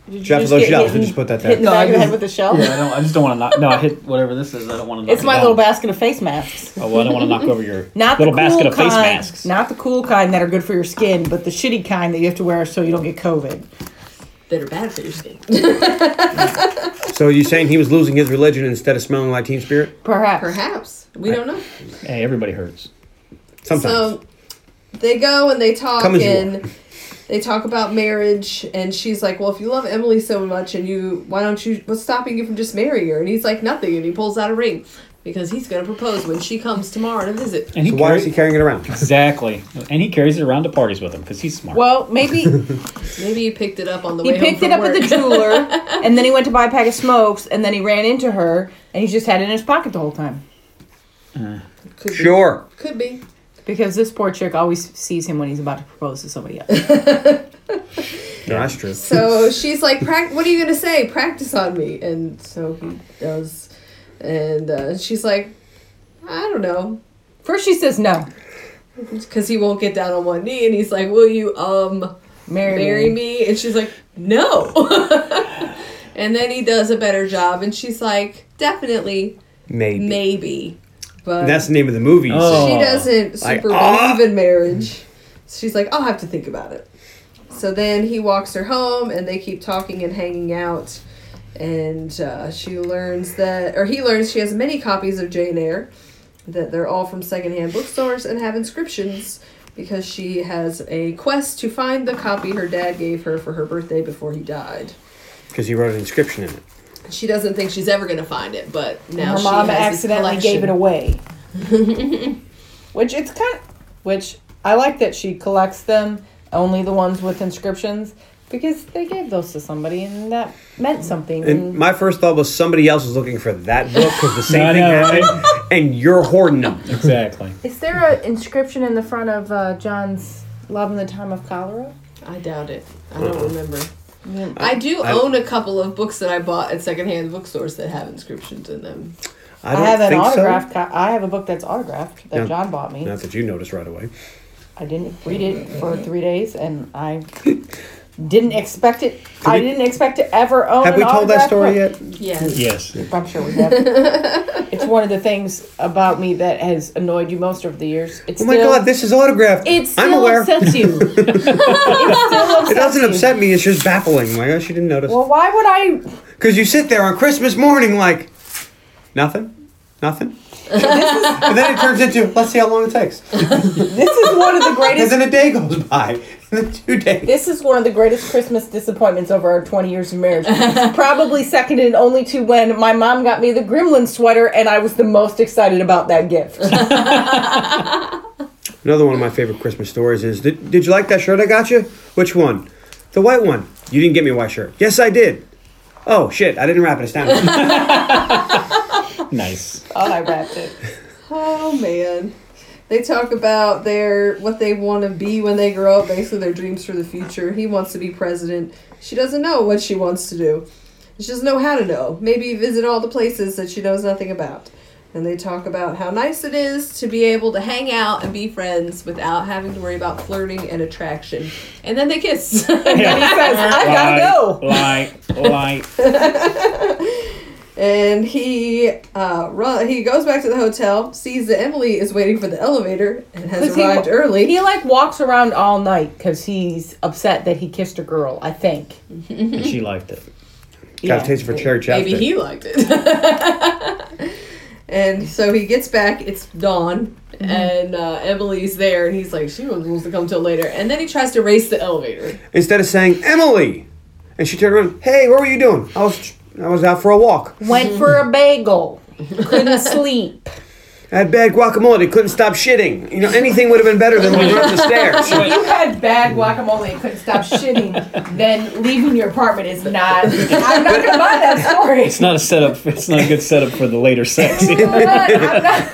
Speaker 1: Did you
Speaker 5: Drop
Speaker 1: just
Speaker 5: those
Speaker 1: get
Speaker 5: shells.
Speaker 1: hit in-
Speaker 5: We just put that there.
Speaker 1: Hit in the
Speaker 5: No,
Speaker 1: back of the head with a shell.
Speaker 2: Yeah, I don't. I just don't want to knock. No, I hit whatever this is. I don't want to.
Speaker 1: It's my little basket of face masks.
Speaker 2: Oh, well, I don't want to knock over your
Speaker 1: Not
Speaker 2: little
Speaker 1: the cool
Speaker 2: basket of
Speaker 1: kind,
Speaker 2: face masks.
Speaker 1: Not the cool kind that are good for your skin, but the shitty kind that you have to wear so you don't get COVID.
Speaker 4: that are bad for your skin.
Speaker 5: So you're saying he was losing his religion instead of smelling like Teen Spirit?
Speaker 1: Perhaps.
Speaker 4: Perhaps. We don't know.
Speaker 2: Hey, everybody hurts.
Speaker 5: Sometimes.
Speaker 4: So they go and they talk
Speaker 5: Come as you
Speaker 4: and they talk about marriage and she's like, Well, if you love Emily so much and you why don't you what's stopping you from just marrying her? And he's like, Nothing and he pulls out a ring. Because he's gonna propose when she comes tomorrow to visit.
Speaker 2: And
Speaker 5: so why is he carrying it around?
Speaker 2: Exactly, and he carries it around to parties with him because he's smart.
Speaker 1: Well, maybe he
Speaker 4: Maybe he picked it up on the way. home
Speaker 1: picked it
Speaker 4: from
Speaker 1: up
Speaker 4: work.
Speaker 1: at the jeweler, and then he went to buy a pack of smokes, and then he ran into her, and he just had it in his pocket the whole time
Speaker 4: Could be.
Speaker 5: Sure.
Speaker 4: Could be.
Speaker 1: because this poor chick always sees him when he's about to propose to somebody else.
Speaker 5: No, that's true.
Speaker 4: So she's like, "Prac- "What are you gonna say? Practice on me." And so he does, and uh, she's like, "I don't know,"
Speaker 1: First, she says no.
Speaker 4: because he won't get down on one knee, and he's like, "Will you um
Speaker 1: Marry,
Speaker 4: marry
Speaker 1: me.
Speaker 4: me?" And she's like, "No." and then he does a better job, and she's like, "Definitely,
Speaker 5: Maybe.
Speaker 4: maybe," but
Speaker 5: And that's the name of the movie. you
Speaker 2: Oh.
Speaker 4: she doesn't
Speaker 5: Like,
Speaker 4: super
Speaker 5: "Ah!"
Speaker 4: believe in marriage. She's like, I'll have to think about it. So then he walks her home and they keep talking and hanging out. and uh, she learns that, or he learns she has many copies of Jane Eyre, that they're all from secondhand bookstores and have inscriptions because she has a quest to find the copy her dad gave her for her birthday before he died.
Speaker 5: because he wrote an inscription in it.
Speaker 4: She doesn't think she's ever gonna find it, but now
Speaker 1: her
Speaker 4: she
Speaker 1: mom
Speaker 4: has this
Speaker 1: accidentally
Speaker 4: collection.
Speaker 1: gave it away. which it's kind of, which I like that she collects them, only the ones with inscriptions, because they gave those to somebody and that meant something.
Speaker 5: And my first thought was somebody else was looking for that book because the
Speaker 2: I
Speaker 5: same thing
Speaker 2: know,
Speaker 5: happened, and you're hoarding them.
Speaker 2: Exactly.
Speaker 1: Is there an inscription in the front of uh, John's Love in the Time of Cholera?
Speaker 4: I doubt it. I don't remember. I do own a couple of books that I bought at secondhand bookstores that have inscriptions in them.
Speaker 1: I,
Speaker 5: don't
Speaker 1: have an
Speaker 5: think so.
Speaker 1: autographed. Co- I have a book that's autographed that
Speaker 5: Yeah.
Speaker 1: John bought me.
Speaker 5: Not that you noticed right away.
Speaker 1: I didn't read it for three days, and I didn't expect it. I
Speaker 5: we-
Speaker 1: didn't expect to ever own.
Speaker 5: Have
Speaker 1: an
Speaker 5: we told that
Speaker 1: autographed
Speaker 5: story
Speaker 1: book.
Speaker 5: yet?
Speaker 4: Yes.
Speaker 2: Yes.
Speaker 1: I'm sure we have. it's one of the things about me that has annoyed you most over the years. It's
Speaker 5: Oh my
Speaker 1: still,
Speaker 5: God, this is autographed.
Speaker 1: it still
Speaker 5: I'm aware.
Speaker 1: upsets you. it still upsets
Speaker 5: It doesn't
Speaker 1: you.
Speaker 5: upset me. It's just baffling. My gosh, you didn't notice.
Speaker 1: Well, why would I?
Speaker 5: Because you sit there on Christmas morning like, nothing, nothing. and then it turns into, let's see how long it takes.
Speaker 1: This is one of the
Speaker 5: And
Speaker 1: greatest.
Speaker 5: then a day goes by, and then two days.
Speaker 1: This is one of the greatest Christmas disappointments over our 20 years of marriage. Probably seconded only to when my mom got me the gremlin sweater, and I was the most excited about that gift.
Speaker 5: Another one of my favorite Christmas stories is, did, did you like that shirt I got you? Which one? The white one. You didn't get me a white shirt. Yes, I did. Oh, shit, I didn't wrap it. It's down.
Speaker 2: Nice.
Speaker 1: oh, I wrapped it.
Speaker 4: Oh man. They talk about their what they want to be when they grow up, basically their dreams for the future. He wants to be president. She doesn't know what she wants to do. She doesn't know how to know. Maybe visit all the places that she knows nothing about. And they talk about how nice it is to be able to hang out and be friends without having to worry about flirting and attraction. And then they kiss.
Speaker 1: He says, I gotta go.
Speaker 2: Lie, lie.
Speaker 4: and he uh, run, he goes back to the hotel, sees that Emily is waiting for the elevator and has
Speaker 1: 'Cause he-
Speaker 4: arrived early.
Speaker 1: He like walks around all night because he's upset that he kissed a girl. I think.
Speaker 2: And she liked it.
Speaker 5: Got a taste for cherry chapstick.
Speaker 4: Maybe he liked it. and so he gets back. It's dawn, and uh, Emily's there, and he's like, "She wasn't supposed to come till later." And then he tries to race the elevator.
Speaker 5: Instead of saying, Emily! And she turned around, hey, what were you doing? I was, I was out for a walk.
Speaker 1: Went for a bagel. Couldn't sleep.
Speaker 5: I had bad guacamole. Couldn't stop shitting. You know, anything would have been better than going up the stairs.
Speaker 1: You had bad guacamole and couldn't stop shitting. Then leaving your apartment is not. I'm not gonna buy that story.
Speaker 2: It's not a setup. It's not a good setup for the later sex.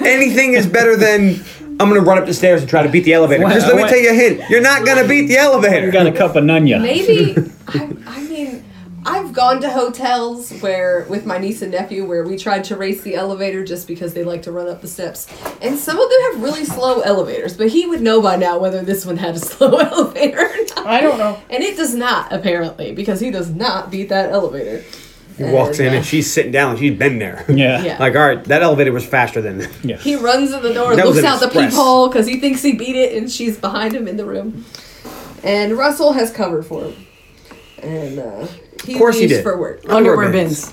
Speaker 5: anything is better than I'm gonna run up the stairs and try to beat the elevator.
Speaker 2: Why-
Speaker 5: Just let me
Speaker 2: why-
Speaker 5: tell you a hint. You're not gonna beat the elevator.
Speaker 2: Got a cup of nunya.
Speaker 4: Maybe I, I mean. I've gone to hotels where, with my niece and nephew, where we tried to race the elevator just because they like to run up the steps. And some of them have really slow elevators, but he would know by now whether this one had a slow elevator or not.
Speaker 1: I don't know.
Speaker 4: And it does not, apparently, because he does not beat that elevator.
Speaker 5: He walks in and she's sitting down. She's been there.
Speaker 2: Yeah.
Speaker 4: Yeah.
Speaker 5: Like, all right, that elevator was faster than.
Speaker 2: Yeah.
Speaker 4: He runs in the door,
Speaker 5: That was
Speaker 4: looks
Speaker 5: an
Speaker 4: out the
Speaker 5: express.
Speaker 4: peephole because he thinks he beat it, and she's behind him in the room. And Russell has covered for him. And uh, he
Speaker 5: Of course he
Speaker 4: leaves
Speaker 5: did.
Speaker 4: for work.
Speaker 1: Underwear bins.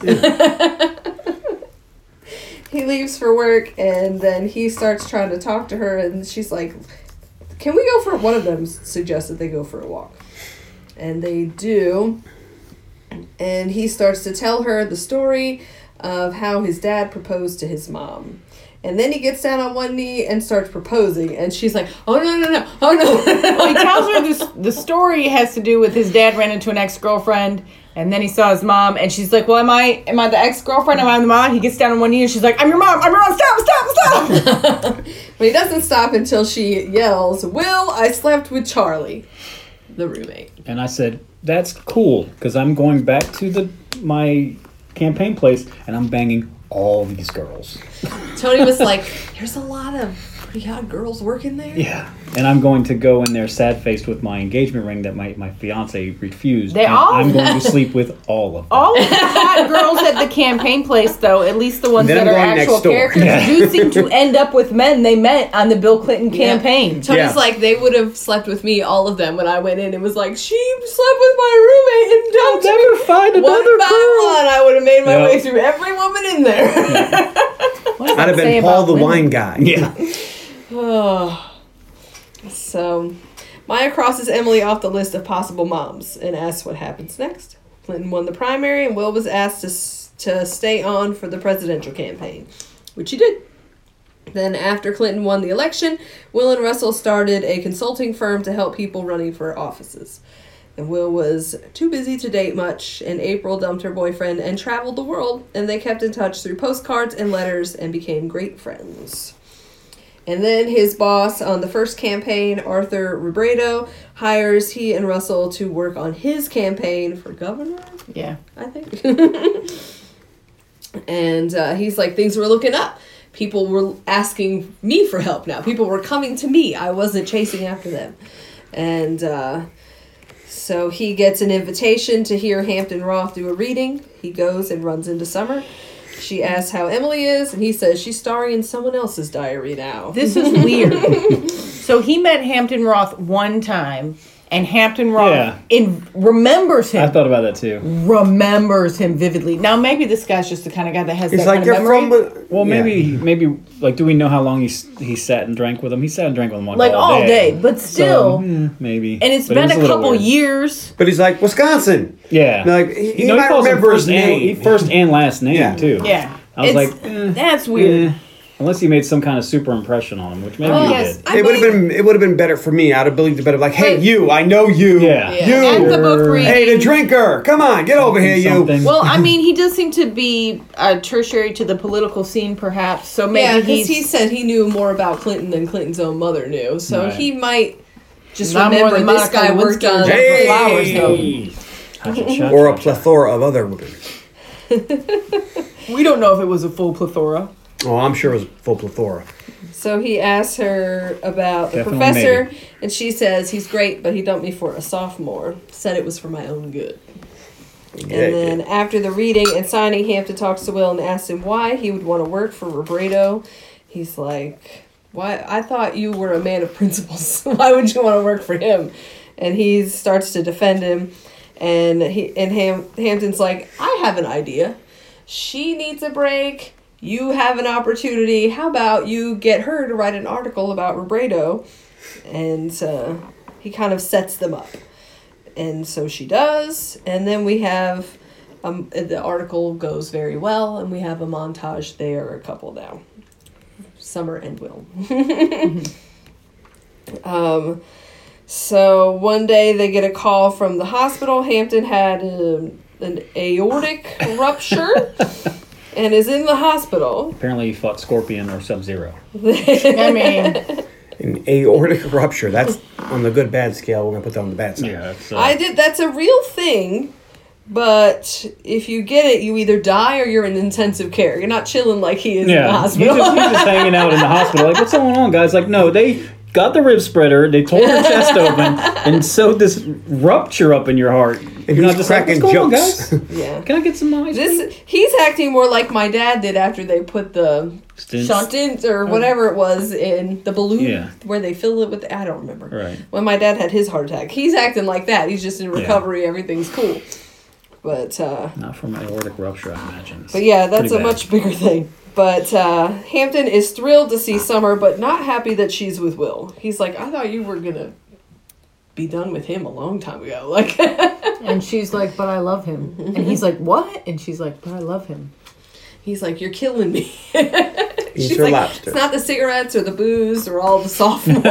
Speaker 4: He leaves for work, and then he starts trying to talk to her, and she's like, "Can we go for one of them?" Suggested they go for a walk, and they do. And he starts to tell her the story of how his dad proposed to his mom. And then he gets down on one knee and starts proposing, and she's like, "Oh no no no! Oh no!"
Speaker 1: He tells her this. The story has to do with his dad ran into an ex girlfriend. And then he saw his mom, and she's like, "Well, am I am I the ex girlfriend? Am I the mom?" He gets down on one knee, and she's like, "I'm your mom. I'm your mom. Stop! Stop! Stop!"
Speaker 4: But he doesn't stop until she yells, "Will, I slept with Charlie, the roommate."
Speaker 2: And I said, "That's cool because I'm going back to the my campaign place and I'm banging all these girls."
Speaker 4: Tony was like, "There's a lot of pretty hot girls working there?
Speaker 2: Yeah. And I'm going to go in there sad faced with my engagement ring that my, my fiance refused.
Speaker 1: They
Speaker 2: and
Speaker 1: all-
Speaker 2: I'm going to sleep with all of them.
Speaker 1: All of the hot girls at the campaign place, though, at least the ones
Speaker 5: Then
Speaker 1: that
Speaker 5: I'm
Speaker 1: are
Speaker 5: going
Speaker 1: actual
Speaker 5: next door.
Speaker 1: characters, do seem to end up with men they met on the Bill Clinton campaign.
Speaker 4: Tony's
Speaker 5: Yeah.
Speaker 4: like, they would have slept with me, all of them, when I went in. It was like, she slept with my roommate
Speaker 2: Oh,
Speaker 4: and dumped
Speaker 2: never
Speaker 4: me.
Speaker 2: find
Speaker 4: One
Speaker 2: another
Speaker 4: by
Speaker 2: girl.
Speaker 4: one, I would have made my
Speaker 2: Yeah.
Speaker 4: way through every woman in there.
Speaker 5: I'd have been Paul the wine guy.
Speaker 2: Yeah.
Speaker 4: Oh. so, Maya crosses Emily off the list of possible moms and asks what happens next. Clinton won the primary, and Will was asked to, s- to stay on for the presidential campaign, which he did. Then, after Clinton won the election, Will and Russell started a consulting firm to help people running for offices. And Will was too busy to date much, and April dumped her boyfriend and traveled the world, and they kept in touch through postcards and letters and became great friends. And then his boss on the first campaign, Arthur Robredo, hires he and Russell to work on his campaign for governor,
Speaker 1: Yeah.
Speaker 4: I think. and uh, he's like, things were looking up. People were asking me for help now. People were coming to me. I wasn't chasing after them. And uh, so he gets an invitation to hear Hampton Roth do a reading. He goes and runs into Summer. She asks how Emily is, and he says she's starring in someone else's diary now.
Speaker 1: This is weird. so he met Hampton Roth one time, and Hampton Roth
Speaker 2: Yeah.
Speaker 1: in, remembers him.
Speaker 2: I thought about that too.
Speaker 1: remembers him vividly. Now maybe this guy's just the kind of guy that has
Speaker 5: He's
Speaker 1: that
Speaker 5: like,
Speaker 1: kind
Speaker 5: you're
Speaker 1: of memory.
Speaker 5: from. Well,
Speaker 2: Well, maybe, maybe, like, do we know how long he, s- he sat and drank with him? He sat and drank with him like,
Speaker 1: like all day, but
Speaker 2: So,
Speaker 1: still.
Speaker 5: hmm.
Speaker 2: yeah, maybe.
Speaker 1: And it's
Speaker 2: Oh, But it
Speaker 1: been
Speaker 2: was
Speaker 1: a,
Speaker 2: little
Speaker 1: couple
Speaker 2: weird.
Speaker 1: years.
Speaker 5: But he's like, Wisconsin.
Speaker 2: Yeah.
Speaker 5: No, like, he- he might
Speaker 2: calls him
Speaker 5: remember his
Speaker 2: first and-
Speaker 5: name.
Speaker 2: he- first and last name,
Speaker 5: Yeah.
Speaker 2: too.
Speaker 1: Yeah,
Speaker 2: I was
Speaker 1: It's-
Speaker 2: like, eh,
Speaker 1: that's weird.
Speaker 2: eh. Unless he made some kind of super impression on him, which
Speaker 4: Oh,
Speaker 2: maybe he
Speaker 1: yes.
Speaker 2: did.
Speaker 4: I
Speaker 5: it would
Speaker 4: might-
Speaker 5: have been. It would have been better for me. I'd have believed it better. Like, hey,
Speaker 1: But-
Speaker 5: you. I know you.
Speaker 2: Yeah.
Speaker 4: Yeah.
Speaker 1: At
Speaker 5: You.
Speaker 1: the book
Speaker 2: Sure.
Speaker 1: reading.
Speaker 5: Hey, the drinker. Come on, get over here,
Speaker 2: Something.
Speaker 1: Well, I mean, he does seem to be uh, tertiary to the political scene, perhaps. So maybe
Speaker 4: yeah, because
Speaker 1: he's,
Speaker 4: he said he knew more about Clinton than Clinton's own mother knew, so
Speaker 2: Right.
Speaker 4: he might just
Speaker 1: Not more
Speaker 4: remember
Speaker 1: than Monica
Speaker 4: this guy worked
Speaker 1: Lewinsky or
Speaker 4: on
Speaker 5: you.
Speaker 1: Jennifer
Speaker 5: Hey.
Speaker 1: Flowers, though.
Speaker 2: Gotcha.
Speaker 5: Or a plethora of other women.
Speaker 1: we don't know if it was a full plethora.
Speaker 5: Oh, I'm sure it was a full plethora.
Speaker 4: So he asks her about the
Speaker 2: Definitely
Speaker 4: professor,
Speaker 2: maybe.
Speaker 4: and she says he's great, but he dumped me for a sophomore. Said it was for my own good.
Speaker 5: Yeah,
Speaker 4: And then after the reading and signing, Hampton talks to Will and asks him why he would want to work for Robredo. He's like, "Why? I thought you were a man of principles. why would you want to work for him?" And he starts to defend him, and he and Ham, Hampton's like, "I have an idea. She needs a break. You have an opportunity. How about you get her to write an article about Robredo?" And uh, he kind of sets them up and so she does and then we have um, the article goes very well and we have a montage they are a couple now summer and will um, so one day they get a call from the hospital hampton had um an aortic rupture and is in the hospital
Speaker 2: Apparently, he fought Scorpion or Sub Zero.
Speaker 1: I mean,
Speaker 5: An aortic rupture. That's on the good bad scale. We're gonna put that on the bad side.
Speaker 2: Yeah. That's, uh,
Speaker 4: I did. That's a real thing. But if you get it, you either die or you're in intensive care. You're not chilling like he is in the
Speaker 2: yeah. He's
Speaker 4: hospital.
Speaker 2: just, he's just hanging out in the hospital. Like, what's going on, guys? Like, no, they got the rib spreader, they tore your chest open, and sewed this rupture up in your heart. You're
Speaker 5: he's cracking jokes.
Speaker 2: on, guys?
Speaker 4: yeah.
Speaker 2: Can I get some ice?
Speaker 4: This he's acting more like my dad did after they put the
Speaker 2: Stints.
Speaker 4: stint
Speaker 2: Oh.
Speaker 4: or whatever it was in the balloon
Speaker 2: Yeah.
Speaker 4: where they fill it with. I don't remember.
Speaker 2: Right.
Speaker 4: When my dad had his heart attack, he's acting like that. He's just in recovery. Everything's cool. But uh,
Speaker 2: Not from aortic rupture, I imagine.
Speaker 4: But yeah, that's
Speaker 2: Pretty
Speaker 4: a
Speaker 2: bad.
Speaker 4: much bigger thing. But uh, Hampton is thrilled to see Summer, but not happy that she's with Will. He's like, I thought you were gonna be done with him a long time ago. Like,
Speaker 1: and she's like, "But I love him," and he's like, "What?" And she's like, "But I love him."
Speaker 4: he's like, you're killing me.
Speaker 5: He's
Speaker 4: She's
Speaker 5: your
Speaker 4: like,
Speaker 5: lobster.
Speaker 4: It's not the cigarettes or the booze or all the sophomores.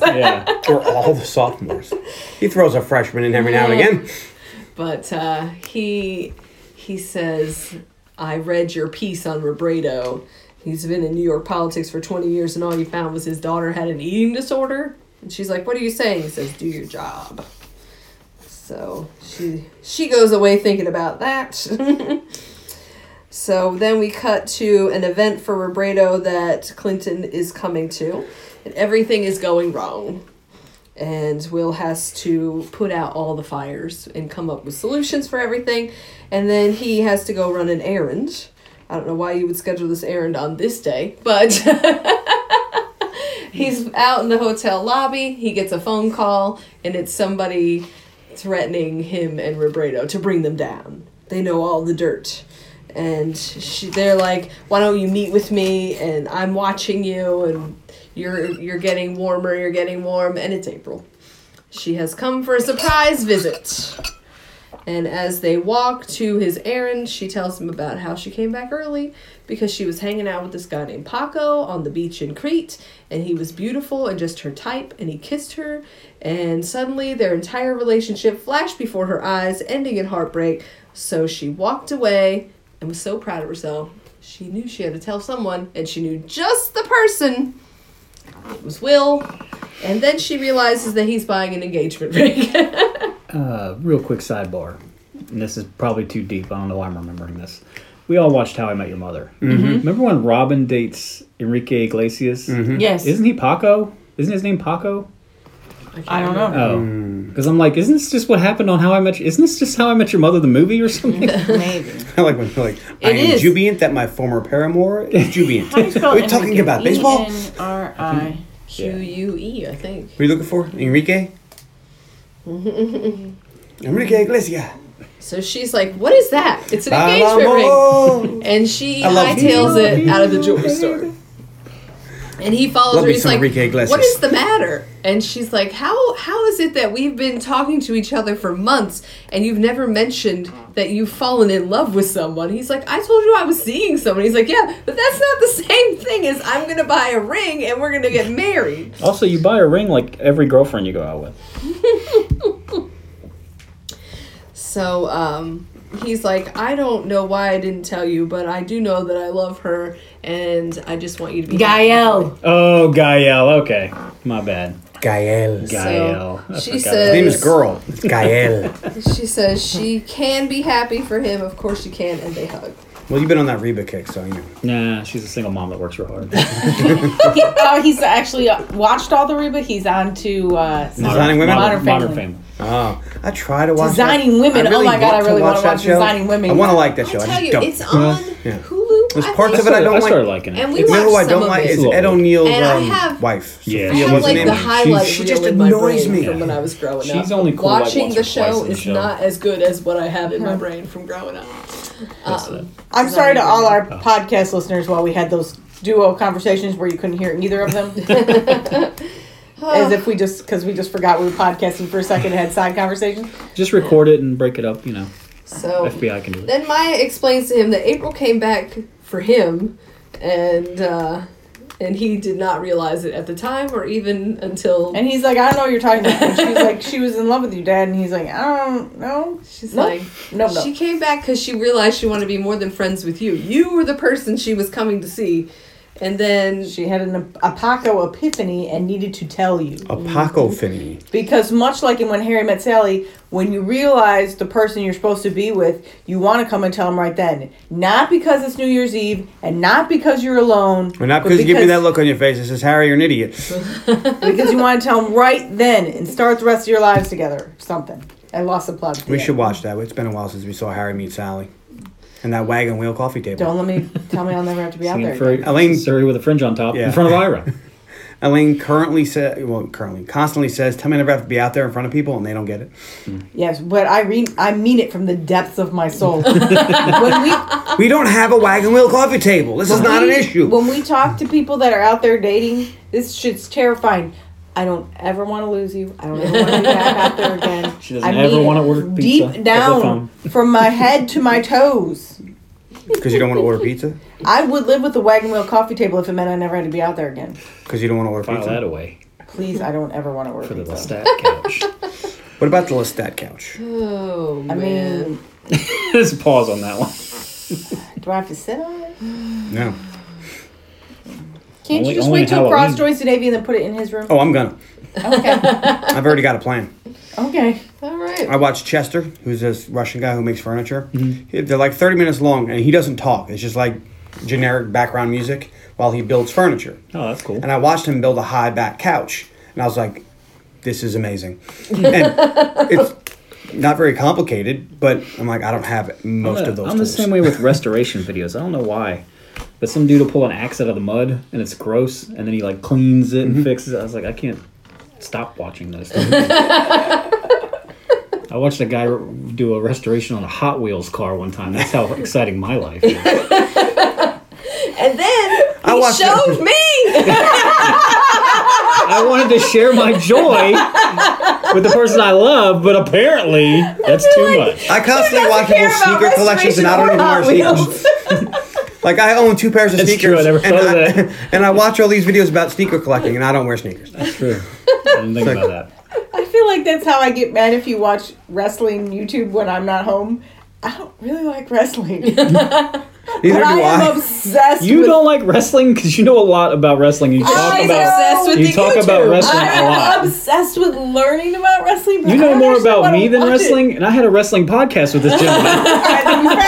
Speaker 2: yeah.
Speaker 5: We're all the sophomores. He throws a freshman in every now and again.
Speaker 4: but uh, he he says, I read your piece on Robredo. He's been in New York politics for 20 years, and all you found was his daughter had an eating disorder. And she's like, What are you saying? He says, Do your job. So she she goes away thinking about that. So then we cut to an event for Robredo that Clinton is coming to, and everything is going wrong. And Will has to put out all the fires and come up with solutions for everything. And then he has to go run an errand. I don't know why you would schedule this errand on this day, but he's out in the hotel lobby. He gets a phone call, and it's somebody threatening him and Robredo to bring them down. They know all the dirt. And she, they're like, "Why don't you meet with me? And I'm watching you, and you're you're getting warmer. You're getting warm, and it's April. She has come for a surprise visit." And as they walk to his errand, she tells him about how she came back early because she was hanging out with this guy named Paco on the beach in Crete, and he was beautiful and just her type, and he kissed her, and suddenly their entire relationship flashed before her eyes, ending in heartbreak. So she walked away and was so proud of herself. She knew she had to tell someone, and she knew just the person. It was Will. And then she realizes that he's buying an engagement ring.
Speaker 2: Uh, real quick sidebar, and this is probably too deep. I don't know why I'm remembering this. We all watched How I Met Your Mother. Mm-hmm. Remember when Robin dates Enrique Iglesias?
Speaker 5: Mm-hmm.
Speaker 6: Yes.
Speaker 2: Isn't he Paco? Isn't his name Paco?
Speaker 6: I don't know.
Speaker 2: Oh,
Speaker 5: Mm.
Speaker 2: because I'm like, isn't this just what happened on How I Met? Your, isn't this just How I Met Your Mother the movie or something?
Speaker 6: Maybe.
Speaker 5: I like when you're like, I
Speaker 6: It
Speaker 5: am
Speaker 6: is.
Speaker 5: jubilant that my former paramour is jubilant.
Speaker 6: How do you spell
Speaker 5: We're talking about baseball. What
Speaker 6: E N R I.
Speaker 4: Q U E, I think.
Speaker 5: are you looking for? Enrique? Enrique Iglesias.
Speaker 4: So she's like, "What is that? It's an engagement ring."
Speaker 5: Balamo.
Speaker 4: And she
Speaker 5: I love you.
Speaker 4: hightails it out of the jewelry store. And he follows
Speaker 5: Love
Speaker 4: her.
Speaker 5: me
Speaker 4: He's
Speaker 5: some
Speaker 4: like,
Speaker 5: Enrique Iglesias.
Speaker 4: "What is the matter?" And she's like, "How how is it that we've been talking to each other for months and you've never mentioned that you've fallen in love with someone?" He's like, "I told you I was seeing someone." He's like, "Yeah, but that's not the same thing as I'm gonna buy a ring and we're gonna get married."
Speaker 2: also, you buy a ring like every girlfriend you go out with.
Speaker 4: So um, he's like, I don't know why I didn't tell you, but I do know that I love her, and I just want you to be
Speaker 6: Gael.
Speaker 2: Oh, Gael. Okay, my bad.
Speaker 5: Gael. His
Speaker 2: Gael. I
Speaker 4: she
Speaker 2: forgot.
Speaker 4: says-
Speaker 5: name is Girl. It's Gael.
Speaker 4: happy." She says she can be happy for him. Of course she can, and they hug.
Speaker 5: well, you've been on that Reba kick, so you know.
Speaker 2: Nah, she's a single mom that works real hard.
Speaker 6: He, oh, he's actually uh, watched all the Reba. He's on to uh,
Speaker 5: Designing women?
Speaker 6: Modern
Speaker 2: Modern
Speaker 6: Family.
Speaker 2: Family.
Speaker 5: Oh, I try to watch
Speaker 6: Designing
Speaker 5: that.
Speaker 6: Women.
Speaker 5: I
Speaker 6: Oh my God,
Speaker 5: want
Speaker 6: I
Speaker 5: to
Speaker 6: really wanna
Speaker 5: that
Speaker 6: watch
Speaker 5: show.
Speaker 6: Designing Women.
Speaker 5: I want to like that
Speaker 4: I
Speaker 5: show. I,
Speaker 4: tell
Speaker 5: just
Speaker 4: you,
Speaker 5: don't.
Speaker 4: it's on
Speaker 5: Yeah.
Speaker 4: Hulu.
Speaker 5: There's
Speaker 4: I
Speaker 5: parts
Speaker 4: think.
Speaker 5: of it I don't
Speaker 2: I started
Speaker 5: like.
Speaker 2: liking it.
Speaker 4: And we
Speaker 5: You know who I
Speaker 4: watched some
Speaker 5: don't
Speaker 4: of
Speaker 5: like
Speaker 4: it.
Speaker 5: is Ed O'Neill's
Speaker 4: And I
Speaker 5: um,
Speaker 4: have-
Speaker 5: wife.
Speaker 2: Yeah,
Speaker 5: Sophia,
Speaker 2: she
Speaker 5: what's
Speaker 4: I have
Speaker 2: was
Speaker 5: her
Speaker 4: like
Speaker 5: name?
Speaker 4: the
Speaker 2: She-
Speaker 4: highlight
Speaker 5: she
Speaker 4: reel
Speaker 5: just
Speaker 4: in my
Speaker 5: annoys
Speaker 4: brain
Speaker 5: me.
Speaker 4: from when I was growing up.
Speaker 2: She's only cool, like,
Speaker 4: watching
Speaker 2: once
Speaker 4: the
Speaker 2: or twice
Speaker 4: show
Speaker 2: in the
Speaker 4: is
Speaker 2: show.
Speaker 4: not as good as what I have in my brain from growing up.
Speaker 2: That's it.
Speaker 6: I'm sorry to all our podcast listeners while we had those duo conversations where you couldn't hear either of them. As if we just, because we just forgot we were podcasting for a second and had side conversations.
Speaker 2: Just record it and break it up, you know.
Speaker 4: So
Speaker 2: FBI can do it.
Speaker 4: Then Maya explains to him that April came back for him, and uh, and he did not realize it at the time or even until
Speaker 6: And he's like, I don't know what you're talking about. And she's like, she was in love with you, Dad. And he's like, I don't know.
Speaker 4: she's
Speaker 6: Nope.
Speaker 4: like.
Speaker 6: No, no.
Speaker 4: She came back because she realized she wanted to be more than friends with you. You were the person she was coming to see, and then
Speaker 6: She had an apaco epiphany and needed to tell you.
Speaker 5: Apocophany.
Speaker 6: Because much like in When Harry Met Sally, when you realize the person you're supposed to be with, you want to come and tell them right then. Not because it's New Year's Eve and not because you're alone.
Speaker 5: Well, not
Speaker 6: but
Speaker 5: because you give me that look on your face. It says, Harry, you're an idiot.
Speaker 6: Because you want to tell them right then and start the rest of your lives together. Something. I lost the plug.
Speaker 5: We should watch that. It's been a while since we saw Harry meet Sally. And that wagon wheel coffee table.
Speaker 6: Don't let me tell me I'll never have to be out there.
Speaker 2: Singing for
Speaker 6: again.
Speaker 5: Elaine-
Speaker 2: Surrey with a fringe on top
Speaker 5: Yeah.
Speaker 2: in front of Ira.
Speaker 5: Elaine currently says, well, currently, constantly says, tell me I never have to be out there in front of people, and they don't get it.
Speaker 6: Yes, but I re- I mean it from the depths of my soul. when we
Speaker 4: Uh.
Speaker 5: We don't have a wagon wheel coffee table. This is not an issue.
Speaker 6: When we talk to people that are out there dating, this shit's terrifying. I don't ever want to lose you. I don't ever want to be back out there again.
Speaker 2: She doesn't
Speaker 6: I
Speaker 2: ever
Speaker 6: mean
Speaker 2: wanna
Speaker 6: it
Speaker 2: order pizza over
Speaker 6: Deep
Speaker 2: the
Speaker 6: down, from my head to my toes,
Speaker 5: Because you don't want to order pizza?
Speaker 6: I would live with the wagon wheel coffee table if it meant I never had to be out there again.
Speaker 5: Because you don't want to order
Speaker 2: File that
Speaker 5: pizza?
Speaker 2: away
Speaker 6: Please, I don't ever want to
Speaker 2: for
Speaker 6: order
Speaker 2: the
Speaker 6: pizza.
Speaker 2: Lestat couch.
Speaker 5: What about the Lestat couch?
Speaker 4: oh
Speaker 6: I
Speaker 4: man,
Speaker 6: mean,
Speaker 2: Just pause on that one.
Speaker 6: do I have to sit on it?
Speaker 5: No.
Speaker 6: Can't
Speaker 2: Only-
Speaker 6: you just
Speaker 2: only
Speaker 6: wait till
Speaker 2: Halloween.
Speaker 6: cross joins Davy and then put it in his room?
Speaker 5: Oh, I'm gonna.
Speaker 6: Okay.
Speaker 5: I've already got a plan.
Speaker 6: okay.
Speaker 4: all right. right.
Speaker 5: I watched Chester, who's this Russian guy who makes furniture.
Speaker 2: Mm-hmm.
Speaker 5: He- They're like 30 minutes long, and he doesn't talk. It's just like generic background music while he builds furniture.
Speaker 2: Oh, that's cool.
Speaker 5: And I watched him build a high back couch, and I was like, "This is amazing." and it's not very complicated, but I'm like, I don't have most of those.
Speaker 2: I'm
Speaker 5: tools.
Speaker 2: the same way with restoration videos. I don't know why, but some dude will pull an axe out of the mud and it's gross, and then he like cleans it and fixes it. I was like, I can't stop watching this. I watched a guy re- do a restoration on a Hot Wheels car one time. That's how exciting my life is.
Speaker 4: And then
Speaker 5: I
Speaker 4: he
Speaker 5: watched
Speaker 4: showed me.
Speaker 2: I wanted to share my joy with the person I love, but apparently that's too much.
Speaker 5: I constantly watch
Speaker 4: care
Speaker 5: people's
Speaker 4: about
Speaker 5: sneaker collections, and I don't even wear
Speaker 4: restoration or Hot
Speaker 5: sneakers. like I own two pairs of
Speaker 2: It's
Speaker 5: sneakers,
Speaker 2: true, I never
Speaker 5: and,
Speaker 2: thought of
Speaker 5: I,
Speaker 2: that.
Speaker 5: and I watch all these videos about sneaker collecting, and I don't wear sneakers.
Speaker 2: That's true. I didn't think about that.
Speaker 1: I feel like that's how I get mad if you watch wrestling YouTube when I'm not home. I don't really like wrestling. but
Speaker 5: Neither do
Speaker 1: I am
Speaker 5: I.
Speaker 1: obsessed
Speaker 2: You
Speaker 1: with
Speaker 2: don't like wrestling because you know a lot about wrestling. You talk
Speaker 1: Always
Speaker 2: about.
Speaker 1: obsessed with
Speaker 2: you
Speaker 1: the
Speaker 2: talk about wrestling a lot.
Speaker 1: I'm obsessed with learning about wrestling. But
Speaker 2: You
Speaker 1: I
Speaker 2: know
Speaker 1: don't
Speaker 2: more
Speaker 1: understand why
Speaker 2: about
Speaker 1: I
Speaker 2: me
Speaker 1: don't
Speaker 2: than
Speaker 1: watch it.
Speaker 2: wrestling, and I had a wrestling podcast with this gentleman.
Speaker 1: I think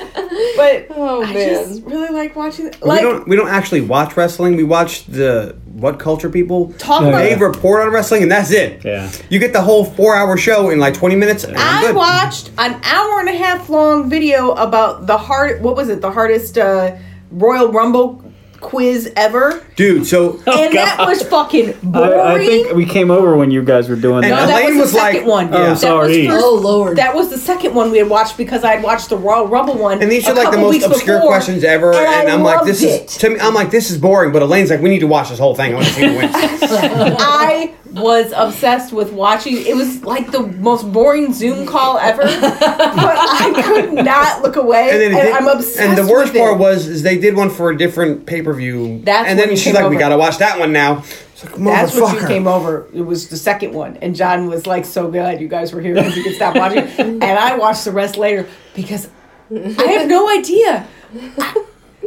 Speaker 1: facts. But
Speaker 4: Oh,
Speaker 1: I
Speaker 4: man.
Speaker 1: just really like watching. it.
Speaker 5: we
Speaker 1: Like
Speaker 5: don't. We don't actually watch wrestling. We watch the what culture people
Speaker 1: Talk
Speaker 5: They
Speaker 1: about-
Speaker 5: report on wrestling, and that's it.
Speaker 2: Yeah.
Speaker 5: You get the whole four-hour show in like 20 minutes. And I'm
Speaker 1: I
Speaker 5: good.
Speaker 1: watched an hour and a half long video about the hard. What was it? The hardest uh, Royal Rumble quiz ever,
Speaker 5: dude. So
Speaker 1: and that
Speaker 2: Oh, God.
Speaker 1: was fucking boring.
Speaker 2: I, I think we came over when you guys were doing
Speaker 5: And
Speaker 1: no,
Speaker 2: that.
Speaker 1: that
Speaker 5: Elaine
Speaker 1: was the
Speaker 5: was like,
Speaker 1: second one.
Speaker 5: Oh,
Speaker 1: That was
Speaker 2: sorry.
Speaker 1: first-
Speaker 4: Oh, Lord.
Speaker 1: that was the second one we had watched because I had watched the Royal Rumble one.
Speaker 5: and these
Speaker 1: a
Speaker 5: are like the
Speaker 1: couple
Speaker 5: most
Speaker 1: weeks
Speaker 5: obscure
Speaker 1: before,
Speaker 5: questions ever. And,
Speaker 1: I
Speaker 5: I'm like,
Speaker 1: loved
Speaker 5: this
Speaker 1: it.
Speaker 5: is to me. I'm like, this is boring. But Elaine's like, we need to watch this whole thing. I want to see who wins.
Speaker 1: I was obsessed with watching. It was like the most boring Zoom call ever, but I could not look away. And,
Speaker 5: it did-
Speaker 1: I'm obsessed.
Speaker 5: And the worst
Speaker 1: with it.
Speaker 5: part was is they did one for a different pay per view.
Speaker 1: That's when
Speaker 5: and then
Speaker 1: you
Speaker 5: she's
Speaker 1: came
Speaker 5: like, we
Speaker 1: over.
Speaker 5: gotta watch that one now. It's like,
Speaker 1: That's when
Speaker 5: "Motherfucker."
Speaker 1: you came over. It was the second one, and John was like, "So glad you guys were here because you could stop watching." and I watched the rest later because I have no idea.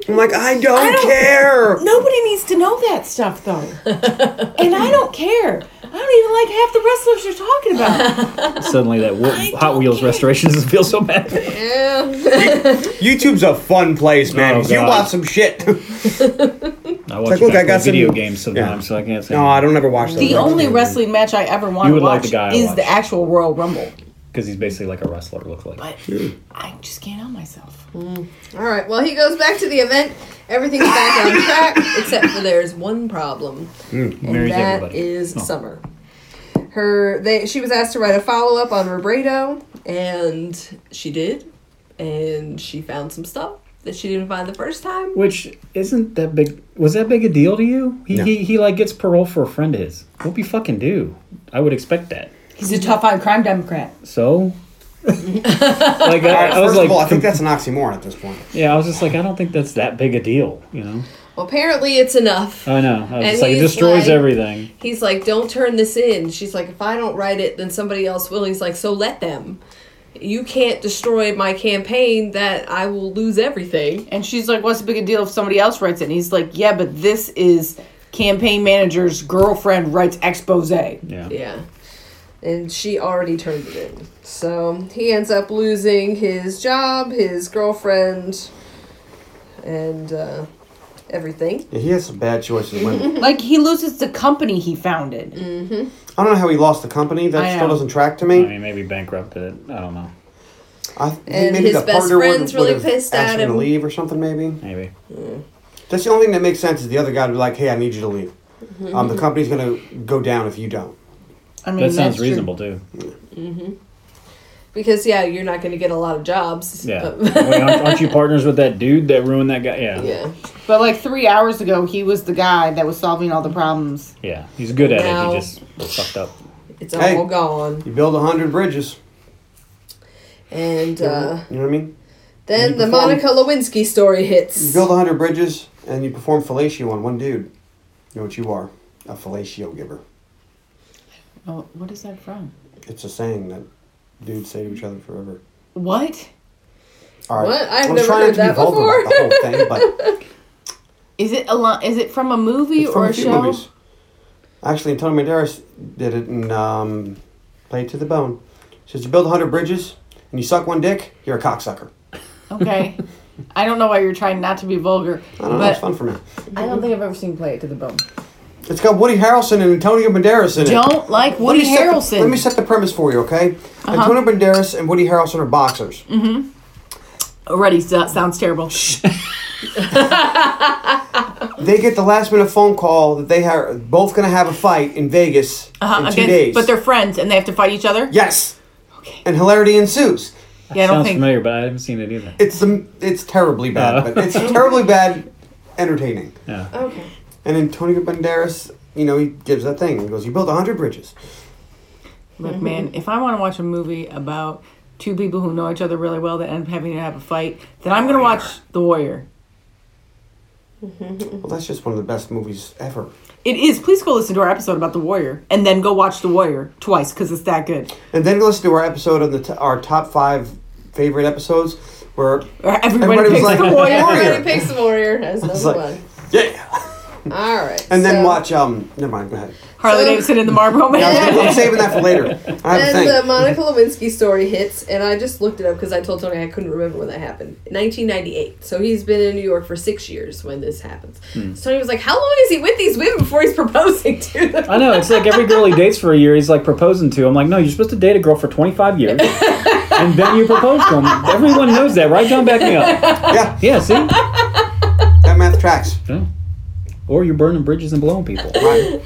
Speaker 5: I'm like, I don't,
Speaker 1: don't-
Speaker 5: care.
Speaker 1: Nobody needs to know that stuff, though, and I don't care. I don't even like half the wrestlers you're talking about.
Speaker 2: Suddenly, that wo- Hot Wheels restoration doesn't feel so bad.
Speaker 5: YouTube's a fun place, man.
Speaker 2: Oh,
Speaker 5: you
Speaker 2: God.
Speaker 5: watch some shit.
Speaker 2: I watch
Speaker 5: like, look, I
Speaker 2: guys
Speaker 5: got
Speaker 2: play video
Speaker 5: some-
Speaker 2: games
Speaker 5: Yeah.
Speaker 2: sometimes, so I can't say
Speaker 5: no, I don't ever watch those.
Speaker 1: The only wrestling match I ever want to
Speaker 2: You would like
Speaker 1: watch
Speaker 2: the guy I
Speaker 1: is the
Speaker 2: watched.
Speaker 1: actual Royal Rumble.
Speaker 2: because he's basically like a wrestler. Look like
Speaker 1: but I just can't help myself.
Speaker 4: All right. Well, he goes back to the event. Everything's back on track, except for there's one problem, and
Speaker 2: marries
Speaker 4: that
Speaker 2: Hmm, everybody. Oh.
Speaker 4: is Summer. Her they she was asked to write a follow up on Robredo, and she did, and she found some stuff that she didn't find the first time.
Speaker 2: which isn't that big. Was that big a deal to you? He
Speaker 5: No.
Speaker 2: he, he like gets parole for a friend of his. What we fucking do? I would expect that.
Speaker 1: He's
Speaker 5: Mm-hmm.
Speaker 1: a tough on crime Democrat.
Speaker 2: So. like I, I
Speaker 5: uh, First
Speaker 2: was like,
Speaker 5: of all, I think that's an oxymoron at this point.
Speaker 2: yeah, I was just like, I don't think that's that big a deal, you know.
Speaker 4: Well, apparently it's enough.
Speaker 2: I know. I was
Speaker 4: And
Speaker 2: just like, it
Speaker 4: he's
Speaker 2: destroys
Speaker 4: like-
Speaker 2: everything.
Speaker 4: He's like, "Don't turn this in." She's like, "If I don't write it, then somebody else will." He's like, "So let them." You can't destroy my campaign that I will lose everything.
Speaker 1: And she's like, "What's the big deal if somebody else writes it?" And he's like, "Yeah, but this is campaign manager's girlfriend writes expose."
Speaker 2: Yeah.
Speaker 4: Yeah. And she already turned it in. So he ends up losing his job, his girlfriend, and uh, everything.
Speaker 5: Yeah, he has some bad choices. of women.
Speaker 1: Like he loses the company he founded.
Speaker 5: Mm-hmm. I don't know how he lost the company.
Speaker 1: I
Speaker 5: That
Speaker 1: know.
Speaker 5: still doesn't track to
Speaker 2: I
Speaker 5: me.
Speaker 2: mean, maybe bankrupted it. I don't know.
Speaker 5: I think
Speaker 4: And
Speaker 5: maybe
Speaker 4: his
Speaker 5: the
Speaker 4: best
Speaker 5: partner would-
Speaker 4: friend's
Speaker 5: would
Speaker 4: really
Speaker 5: have
Speaker 4: pissed
Speaker 5: asked
Speaker 4: at
Speaker 5: him to
Speaker 4: him.
Speaker 5: leave or something. Maybe
Speaker 2: Maybe.
Speaker 5: that's the only thing that makes sense is the other guy to be like, "Hey, I need you to leave.
Speaker 4: Mm-hmm.
Speaker 5: Um, the company's gonna go down if you don't."
Speaker 1: I mean,
Speaker 2: That sounds
Speaker 1: true.
Speaker 2: reasonable, too.
Speaker 4: Because, yeah, you're not going to get a lot of jobs.
Speaker 2: Yeah.
Speaker 4: Uh,
Speaker 2: Wait, aren't, aren't you partners with that dude that ruined that guy? Yeah.
Speaker 4: yeah.
Speaker 1: But like three hours ago, he was the guy that was solving all the problems.
Speaker 2: Yeah, He's good at
Speaker 4: Now-
Speaker 2: it. He just fucked up.
Speaker 4: It's all
Speaker 5: Hey.
Speaker 4: gone.
Speaker 5: You build a hundred bridges.
Speaker 4: And uh,
Speaker 5: You know what I mean?
Speaker 4: then the
Speaker 5: perform-
Speaker 4: Monica Lewinsky story
Speaker 5: You
Speaker 4: hits.
Speaker 5: build a hundred bridges and you perform fellatio on one dude. You know what you are? A fellatio giver.
Speaker 1: Oh, what is that from?
Speaker 5: It's a saying that dudes say to each other forever.
Speaker 1: What
Speaker 5: All right.
Speaker 4: What? I've
Speaker 5: I was
Speaker 4: never
Speaker 5: trying not
Speaker 4: heard
Speaker 5: to be
Speaker 4: that
Speaker 5: vulgar about
Speaker 4: before.
Speaker 5: The whole thing, but
Speaker 1: is it? A lo- is it from a movie or
Speaker 5: it's from
Speaker 1: a,
Speaker 5: a few
Speaker 1: show?
Speaker 5: movies. Actually, Antonio Banderas did it in um, Played to the Bone. Says you build 100 bridges and you suck one dick, you're a cocksucker.
Speaker 1: Okay. I don't know why you're trying not to be vulgar,
Speaker 5: I don't know. It's
Speaker 1: but
Speaker 5: fun for me.
Speaker 1: I don't think I've ever seen Play It to the Bone.
Speaker 5: It's got Woody Harrelson and Antonio Banderas in it.
Speaker 1: Don't like
Speaker 5: Let
Speaker 1: Woody
Speaker 5: me set the-
Speaker 1: Harrelson. Uh-huh.
Speaker 5: let me set the premise for you, okay? Antonio Banderas and Woody Harrelson are boxers.
Speaker 1: Mm-hmm. Already so- sounds terrible.
Speaker 5: They get the last minute phone call that they are both going to have a fight in Vegas
Speaker 1: Uh,
Speaker 5: in two
Speaker 1: against-
Speaker 5: days.
Speaker 1: But they're friends and they have to fight each other?
Speaker 5: yes. And hilarity ensues.
Speaker 1: Yeah, I don't
Speaker 2: Sounds
Speaker 1: think.
Speaker 2: familiar, but I haven't seen it either.
Speaker 5: It's the it's terribly bad, but it's terribly bad, entertaining.
Speaker 2: Yeah.
Speaker 4: Okay.
Speaker 5: And Antonio Banderas, you know, he gives that thing. He goes, "You built hundred bridges."
Speaker 1: Look, man, if I want to watch a movie about two people who know each other really well that end up having to have a fight, then I'm going to watch The Warrior.
Speaker 5: Well, that's just one of the best movies ever.
Speaker 1: It is. Please go listen to our episode about The Warrior and then go watch The Warrior twice because it's that good.
Speaker 5: And then listen to our episode on the t- our top five favorite episodes, where
Speaker 1: Or everybody,
Speaker 5: Everybody was
Speaker 1: picks
Speaker 5: like,
Speaker 1: The Warrior.
Speaker 4: Everybody picks the warrior as number
Speaker 5: like-
Speaker 4: one.
Speaker 5: yeah,
Speaker 4: All right.
Speaker 5: and then
Speaker 4: so-
Speaker 5: watch um. Never mind. Go ahead.
Speaker 1: Harley
Speaker 4: So-
Speaker 1: Davidson in the Marlboro
Speaker 5: Yeah, I was
Speaker 1: Man.
Speaker 5: gonna- I'm saving that for later. I have a
Speaker 4: Then the
Speaker 5: thing.
Speaker 4: Monica Lewinsky story hits, and I just looked it up because I told Tony I couldn't remember when that happened. 1998. So he's been in New York for six years when this happens.
Speaker 5: Hmm.
Speaker 4: So Tony was like, "How long is he with these women before he's proposing to them?"
Speaker 2: I know. It's like every girl he dates for a year, he's like proposing to. I'm like, no, you're supposed to date a girl for 25 years, and then you propose to him. Everyone knows that, right? John, back me up.
Speaker 5: Yeah,
Speaker 2: Yeah, see.
Speaker 5: that math tracks.
Speaker 2: Yeah. Or you're burning bridges and blowing people.
Speaker 5: Right.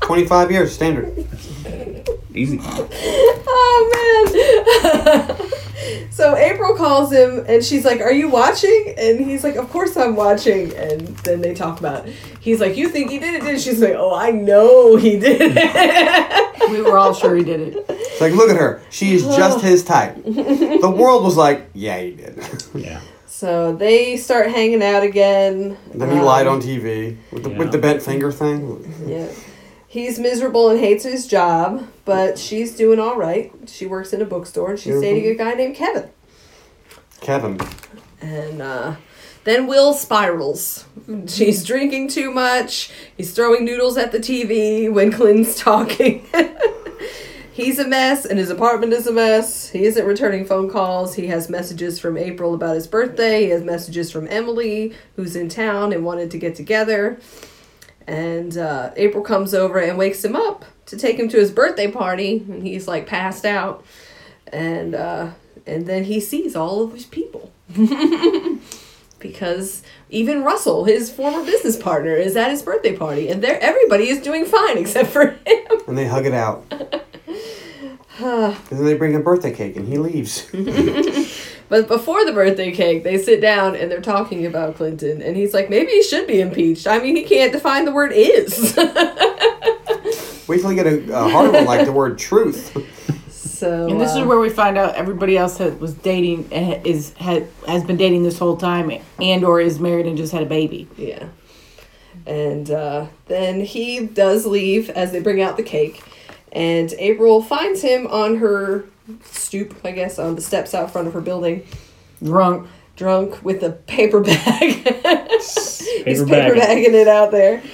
Speaker 5: Twenty-five years standard.
Speaker 2: Easy.
Speaker 4: Oh man. so April calls him and she's like, Are you watching? And he's like, Of course I'm watching. And then they talk about it. He's like, You think he did it? Did it? She's like, Oh, I know he did it.
Speaker 1: we were all sure he did it.
Speaker 5: It's like, look at her. She is just his type. The world was like, yeah, you did.
Speaker 2: Yeah.
Speaker 4: so they start hanging out again.
Speaker 5: then he
Speaker 4: Um,
Speaker 5: lied on TV with the,
Speaker 2: Yeah.
Speaker 5: with the bent finger thing.
Speaker 4: Yeah. He's miserable and hates his job, but she's doing all right. She works in a bookstore and she's
Speaker 5: Mhm.
Speaker 4: dating a guy named Kevin.
Speaker 5: Kevin.
Speaker 4: And uh, then Will spirals. She's drinking too much. He's throwing noodles at the TV when Clinton's talking. He's a mess, and his apartment is a mess. He isn't returning phone calls. He has messages from April about his birthday. He has messages from Emily, who's in town and wanted to get together. And uh, April comes over and wakes him up to take him to his birthday party, and he's like passed out. And uh, and then he sees all of his people because even Russell, his former business partner, is at his birthday party, and there everybody is doing fine except for him.
Speaker 5: And they hug it out. and then they bring a birthday cake and he leaves.
Speaker 4: But before the birthday cake, they sit down and they're talking about Clinton, and he's like, maybe he should be impeached. I mean, he can't define the word is.
Speaker 5: Wait till you get a, a hard one like the word truth.
Speaker 4: so
Speaker 1: And this is
Speaker 4: uh,
Speaker 1: where we find out everybody else that was dating and ha- is ha, has been dating this whole time and or is married and just had a baby.
Speaker 4: Yeah. And uh, then he does leave as they bring out the cake. And April finds him on her stoop, I guess, on the steps out front of her building,
Speaker 1: Drunk.
Speaker 4: drunk with a paper bag. He's
Speaker 2: Paper
Speaker 4: paper
Speaker 2: bag.
Speaker 4: bagging it out there.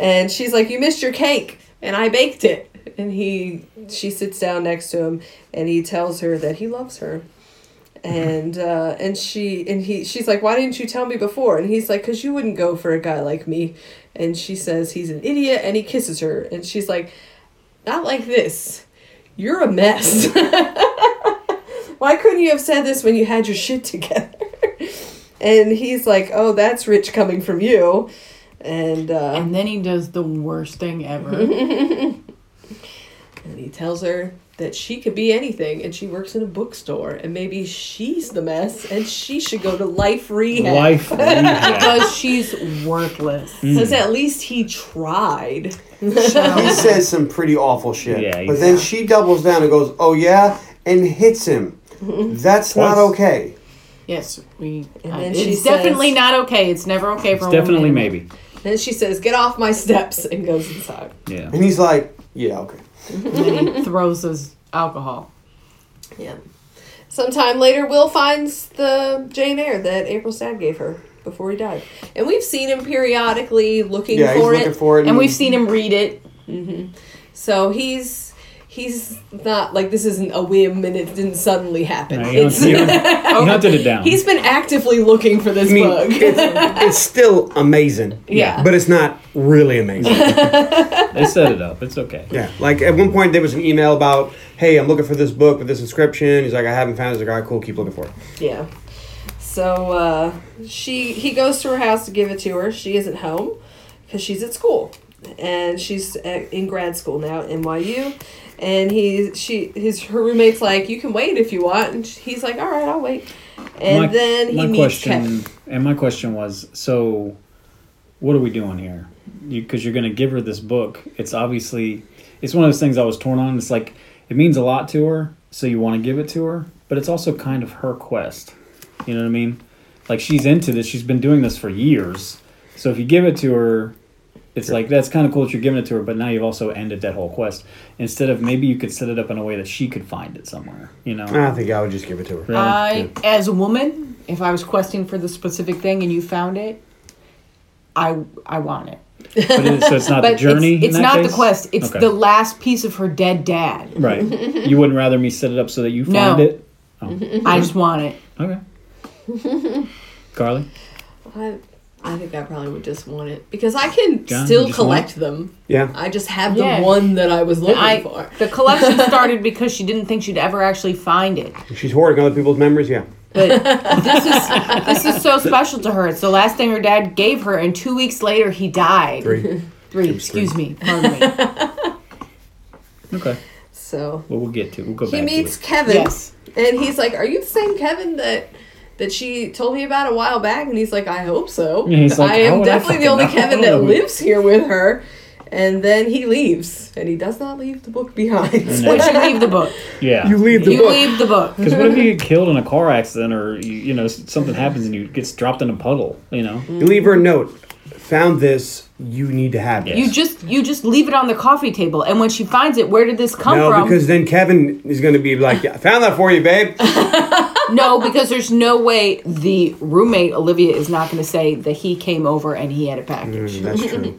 Speaker 4: And she's like, You missed your cake. And I baked it. And he, she sits down next to him and he tells her that he loves her and uh, and she and he she's like why didn't you tell me before and he's like because you wouldn't go for a guy like me and she says he's an idiot and he kisses her and she's like not like this you're a mess why couldn't you have said this when you had your shit together and he's like oh that's rich coming from you and uh,
Speaker 1: And then he does the worst thing ever.
Speaker 4: and he tells her that she could be anything and she works in a bookstore and maybe she's the mess and she should go to life rehab
Speaker 2: Life. rehab.
Speaker 1: because she's worthless.
Speaker 4: Because at least he tried. Uh-huh.
Speaker 5: He says some pretty awful shit.
Speaker 2: Yeah, he-
Speaker 5: but then she doubles down and goes, oh yeah, and hits him.
Speaker 4: Mm-hmm.
Speaker 5: That's not
Speaker 2: Twice.
Speaker 5: okay.
Speaker 1: Yes, we.
Speaker 4: And
Speaker 1: I-
Speaker 4: then
Speaker 1: it's
Speaker 4: she
Speaker 1: definitely
Speaker 4: says-
Speaker 1: not okay. It's never okay for a woman
Speaker 2: Definitely,
Speaker 1: to-
Speaker 2: maybe.
Speaker 4: Then she says, Get off my steps, and goes inside.
Speaker 2: Yeah.
Speaker 5: And he's like, yeah, okay.
Speaker 1: And then he throws us alcohol.
Speaker 4: Yeah. Sometime later, Will finds the Jane Eyre that April Sad gave her before he died. And we've seen him periodically looking
Speaker 5: Yeah, he's
Speaker 4: for
Speaker 5: looking
Speaker 4: it.
Speaker 5: for it.
Speaker 1: And we've seen him read it.
Speaker 4: So he's he's not like this isn't a whim and it didn't suddenly happen.
Speaker 2: No, you,
Speaker 4: It's-
Speaker 2: hunted, you, hunted- you hunted it down.
Speaker 4: he's been actively looking for this
Speaker 5: I mean,
Speaker 4: bug.
Speaker 5: it's, it's still amazing.
Speaker 4: Yeah.
Speaker 5: But it's not really amazing.
Speaker 2: they set it up. It's okay.
Speaker 5: yeah. Like at one point, there was an email about, hey, I'm looking for this book with this inscription. He's like, I haven't found it. He's like, all right, cool, keep looking for it.
Speaker 4: Yeah. So uh, she he goes to her house to give it to her. She isn't home because she's at school, and she's at, in grad school now, NYU. And he she his her roommate's like, you can wait if you want, and he's like, all right, I'll wait. And then he meets
Speaker 2: question,
Speaker 4: Kev.
Speaker 2: And my question was, so what are we doing here? Because you, are going to give her this book. It's obviously, it's one of those things I was torn on. It's like, it means a lot to her, so you want to give it to her, but it's also kind of her quest. You know what I mean? Like, she's into this. She's been doing this for years. So if you give it to her, it's like, that's kind of cool that you're giving it to her, but now you've also ended that whole quest. Instead of maybe you could set it up in a way that she could find it somewhere, you know?
Speaker 5: I think I would just give it to
Speaker 2: Oh,
Speaker 5: her.
Speaker 1: I, uh, as a woman, if I was questing for the specific thing and you found it, I I want it.
Speaker 2: But it, so it's not
Speaker 1: But
Speaker 2: the journey.
Speaker 1: it's, it's
Speaker 2: in that
Speaker 1: not
Speaker 2: case?
Speaker 1: the quest. It's
Speaker 2: Okay.
Speaker 1: the last piece of her dead dad.
Speaker 2: right. You wouldn't rather me set it up so that you
Speaker 1: No.
Speaker 2: find it.
Speaker 4: Mm-hmm.
Speaker 1: I just want it.
Speaker 2: Okay. Carly,
Speaker 4: I, I think I probably would just want it because I can
Speaker 2: John, you
Speaker 4: still
Speaker 2: just want
Speaker 4: collect them.
Speaker 5: Yeah.
Speaker 4: I just have
Speaker 1: Yeah.
Speaker 4: the one that I was looking
Speaker 1: I,
Speaker 4: for.
Speaker 1: the collection started because she didn't think she'd ever actually find it.
Speaker 5: She's hoarding other people's memories. Yeah.
Speaker 1: But this is this is so special to her. It's the last thing her dad gave her, and two weeks later he died.
Speaker 5: Three.
Speaker 1: Three, excuse me, pardon me.
Speaker 2: okay.
Speaker 4: So
Speaker 2: Well, we'll get to. We'll go back.
Speaker 4: he meets
Speaker 2: To
Speaker 4: Kevin.
Speaker 1: Yes.
Speaker 4: And he's like, "Are you the same Kevin that that she told me about a while back?" And he's like, "I hope so.
Speaker 2: Yeah, he's like,
Speaker 4: I
Speaker 2: "How
Speaker 4: am
Speaker 2: would I
Speaker 4: definitely the
Speaker 2: fucking
Speaker 4: only
Speaker 2: know?
Speaker 4: Kevin
Speaker 2: I
Speaker 4: that
Speaker 2: don't know."
Speaker 4: lives here with her." And then he leaves, and he does not leave the book behind.
Speaker 2: No.
Speaker 1: Would you leave the book?
Speaker 2: it. Yeah.
Speaker 5: You leave the
Speaker 1: you
Speaker 5: book.
Speaker 1: leave the book.
Speaker 2: Because what if you get killed in a car accident, or you, you know s- something happens and you gets dropped in a puddle? You know.
Speaker 5: You leave her a note. Found this. You need to have it.
Speaker 1: You just you just leave it on the coffee table, and when she finds it, where did this come
Speaker 5: no,
Speaker 1: from?
Speaker 5: because then Kevin is going to be like, yeah, I found that for you, babe.
Speaker 1: no, because there's no way the roommate Olivia is not going to say that he came over and he had a package.
Speaker 5: Mm, That's true.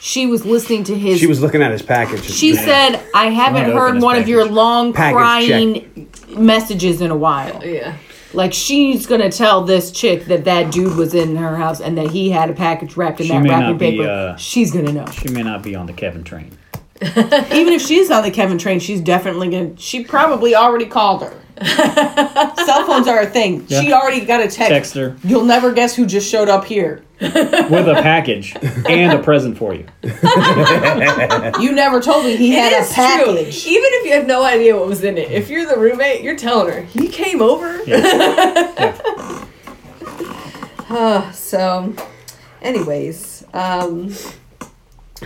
Speaker 1: She was listening to his.
Speaker 5: She was looking at his package.
Speaker 1: She said, "I haven't
Speaker 2: Wanted to open
Speaker 1: heard
Speaker 2: his
Speaker 1: one of your
Speaker 2: package.
Speaker 1: long
Speaker 5: Package check.
Speaker 1: crying messages in a while."
Speaker 4: Yeah.
Speaker 1: Like she's gonna tell this chick that that dude was in her house and that he had a package wrapped in
Speaker 2: She
Speaker 1: that
Speaker 2: may
Speaker 1: wrapping
Speaker 2: not be,
Speaker 1: paper.
Speaker 2: uh,
Speaker 1: she's gonna know.
Speaker 2: She may not be on the Kevin train.
Speaker 1: Even if she's on the Kevin train, she's definitely gonna. She probably already called her. Cell phones are a thing. She
Speaker 2: Yeah.
Speaker 1: already got a text.
Speaker 2: Text her
Speaker 1: You'll never guess who just showed up here.
Speaker 2: with a package and a present for you.
Speaker 1: You never told me he had
Speaker 4: It
Speaker 1: a
Speaker 4: is true. Even
Speaker 1: package.
Speaker 4: if you have no idea what was in it, if you're the roommate, you're telling her he came over. Ah, So, anyways, um,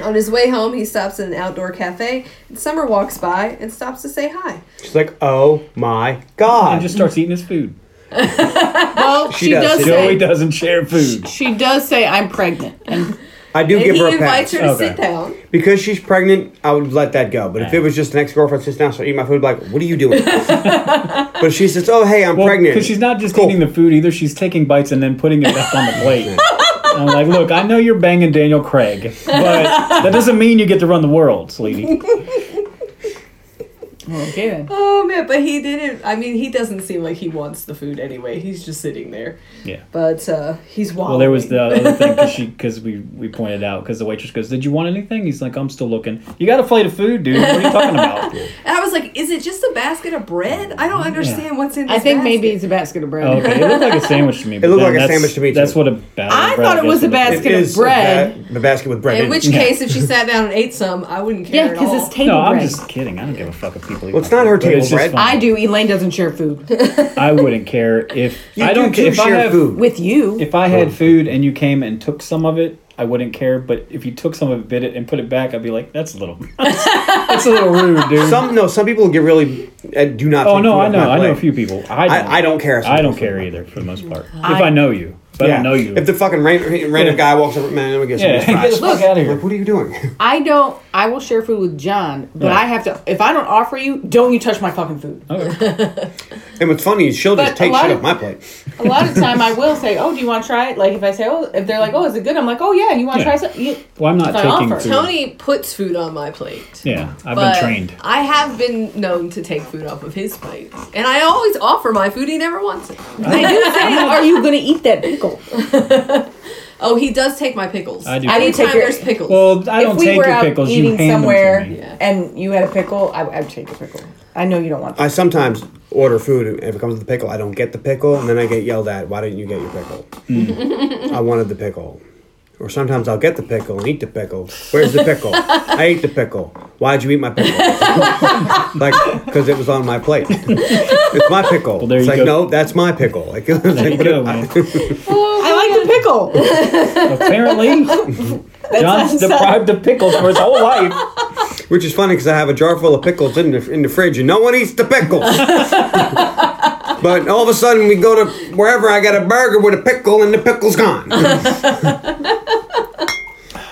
Speaker 4: on his way home, he stops at an outdoor cafe. And Summer walks by and stops to say hi.
Speaker 5: She's like, oh my
Speaker 2: And
Speaker 5: God.
Speaker 2: just starts eating his food.
Speaker 1: Well, she,
Speaker 5: does
Speaker 1: does,
Speaker 5: sit
Speaker 2: Joey
Speaker 1: say
Speaker 2: doesn't share food.
Speaker 1: she does say I'm pregnant, and
Speaker 5: I do
Speaker 4: And
Speaker 5: give
Speaker 4: he
Speaker 5: her a pass.
Speaker 4: invites her to
Speaker 2: Okay.
Speaker 4: sit down.
Speaker 5: Because she's pregnant, I would let that go. But if it was just an ex girlfriend sits down, so eat my food, I'd be like, what are you doing? but if she says, oh, hey, I'm pregnant.
Speaker 2: Because she's not just
Speaker 5: Cool.
Speaker 2: eating the food either. She's taking bites and then putting it back on the plate. And I'm like, look, I know you're banging Daniel Craig, but that doesn't mean you get to run the world, sweetie.
Speaker 1: okay then.
Speaker 4: Oh man, but he didn't. I mean, he doesn't seem like he wants the food anyway. He's just sitting there.
Speaker 2: Yeah.
Speaker 4: But uh, he's wild.
Speaker 2: Well, there was the other thing because she because we we pointed out because the waitress goes, "Did you want anything?" He's like, "I'm still looking." You got a plate of food, dude. What are you talking about?
Speaker 4: And I was like, is it just a basket of bread? I don't understand what's in. This
Speaker 1: I think maybe
Speaker 4: basket.
Speaker 1: it's a basket of bread.
Speaker 2: Oh, okay, it looked like a sandwich to me. but
Speaker 5: looked
Speaker 2: then
Speaker 5: like a
Speaker 2: that's-
Speaker 5: sandwich to me,
Speaker 2: That's
Speaker 5: too.
Speaker 2: what a bag of
Speaker 1: I
Speaker 2: bread
Speaker 1: thought it was
Speaker 2: is
Speaker 1: a
Speaker 2: in
Speaker 1: basket
Speaker 5: It
Speaker 1: of
Speaker 5: is a
Speaker 1: bread.
Speaker 5: ba- the basket with bread in,
Speaker 4: In which
Speaker 5: it.
Speaker 4: case, if she sat down and ate some, I wouldn't care
Speaker 1: Yeah,
Speaker 4: at
Speaker 1: because
Speaker 4: all.
Speaker 1: it's table
Speaker 2: No, I'm
Speaker 1: bread.
Speaker 2: just kidding. I don't give a fuck if people. eat
Speaker 5: Well, it's
Speaker 2: my
Speaker 5: not her
Speaker 2: food, but it's
Speaker 5: table
Speaker 2: just
Speaker 5: bread.
Speaker 2: fine.
Speaker 1: I do. Elaine doesn't share food
Speaker 2: I wouldn't care if
Speaker 5: You
Speaker 2: I
Speaker 5: do
Speaker 2: don't care
Speaker 5: give
Speaker 2: if I
Speaker 5: share
Speaker 2: have
Speaker 5: food.
Speaker 1: with you.
Speaker 2: If I had food and you came and took some of it, I wouldn't care. But if you took some of it, bit it, and put it back, I'd be like, "That's a little, that's, a little rude, dude."
Speaker 5: some no, some people get really uh, do not.
Speaker 2: oh
Speaker 5: take
Speaker 2: no,
Speaker 5: food
Speaker 2: I
Speaker 5: off
Speaker 2: know,
Speaker 5: my
Speaker 2: I know a
Speaker 5: plate.
Speaker 2: few people. I don't,
Speaker 5: I don't care if
Speaker 2: I don't
Speaker 5: someone-
Speaker 2: care either for the most part. if I know you, But I don't know you.
Speaker 5: If the fucking ran- random guy walks over, man, let me get some
Speaker 2: yeah, get
Speaker 5: fries.
Speaker 2: the fuck out of here.
Speaker 5: Like, what are you doing?
Speaker 1: I don't. I will share food with John, but
Speaker 2: Yeah.
Speaker 1: I have to. If I don't offer you, don't you touch my fucking food.
Speaker 2: Okay.
Speaker 5: and what's funny is she'll
Speaker 1: But a
Speaker 5: just take
Speaker 1: lot
Speaker 5: shit
Speaker 1: of-
Speaker 5: off my plate.
Speaker 1: A lot of time, I will say, "Oh, do you want to try it?" Like if I say, "Oh," if they're like, "Oh, is it good?" I'm like, "Oh yeah, you want to
Speaker 2: Yeah.
Speaker 1: try something?" You,
Speaker 2: Well, I'm not
Speaker 1: It's an
Speaker 2: taking
Speaker 1: offer.
Speaker 2: food.
Speaker 4: Tony puts food on my plate.
Speaker 2: yeah, I've
Speaker 4: but
Speaker 2: been trained.
Speaker 4: I have been known to take food off of his plate, and I always offer my food. He never wants it. I do say,
Speaker 1: are you gonna eat that pickle?
Speaker 4: "Oh, he does take my pickles."
Speaker 2: I do
Speaker 1: I do
Speaker 4: Anytime
Speaker 1: take your-
Speaker 4: there's pickles.
Speaker 2: Well, I
Speaker 1: If
Speaker 2: don't
Speaker 1: we
Speaker 2: take
Speaker 1: were
Speaker 2: your
Speaker 1: out
Speaker 2: pickles. You
Speaker 1: eating
Speaker 2: hand
Speaker 1: somewhere
Speaker 2: them to me.
Speaker 4: Yeah.
Speaker 1: and you had a pickle, I, I would take a pickle. I know you don't want.
Speaker 5: I sometimes order food, and if it comes to the pickle, I don't get the pickle, and then I get yelled at, why didn't you get your pickle?
Speaker 1: Mm.
Speaker 5: I wanted the pickle. Or sometimes I'll get the pickle and eat the pickle. Where's the pickle? I ate the pickle. Why'd you eat my pickle? like, because it was on my plate. It's my pickle.
Speaker 2: there
Speaker 5: it's
Speaker 2: you
Speaker 5: like,
Speaker 2: go.
Speaker 5: no, that's my pickle. Like, it's
Speaker 2: There you
Speaker 5: like,
Speaker 2: go, man.
Speaker 1: I like the pickle.
Speaker 2: Apparently, John's deprived of pickles for his whole life.
Speaker 5: which is funny because I have a jar full of pickles in the, in the fridge, and no one eats the pickles. but all of a sudden, we go to wherever I got a burger with a pickle, and the pickle's gone.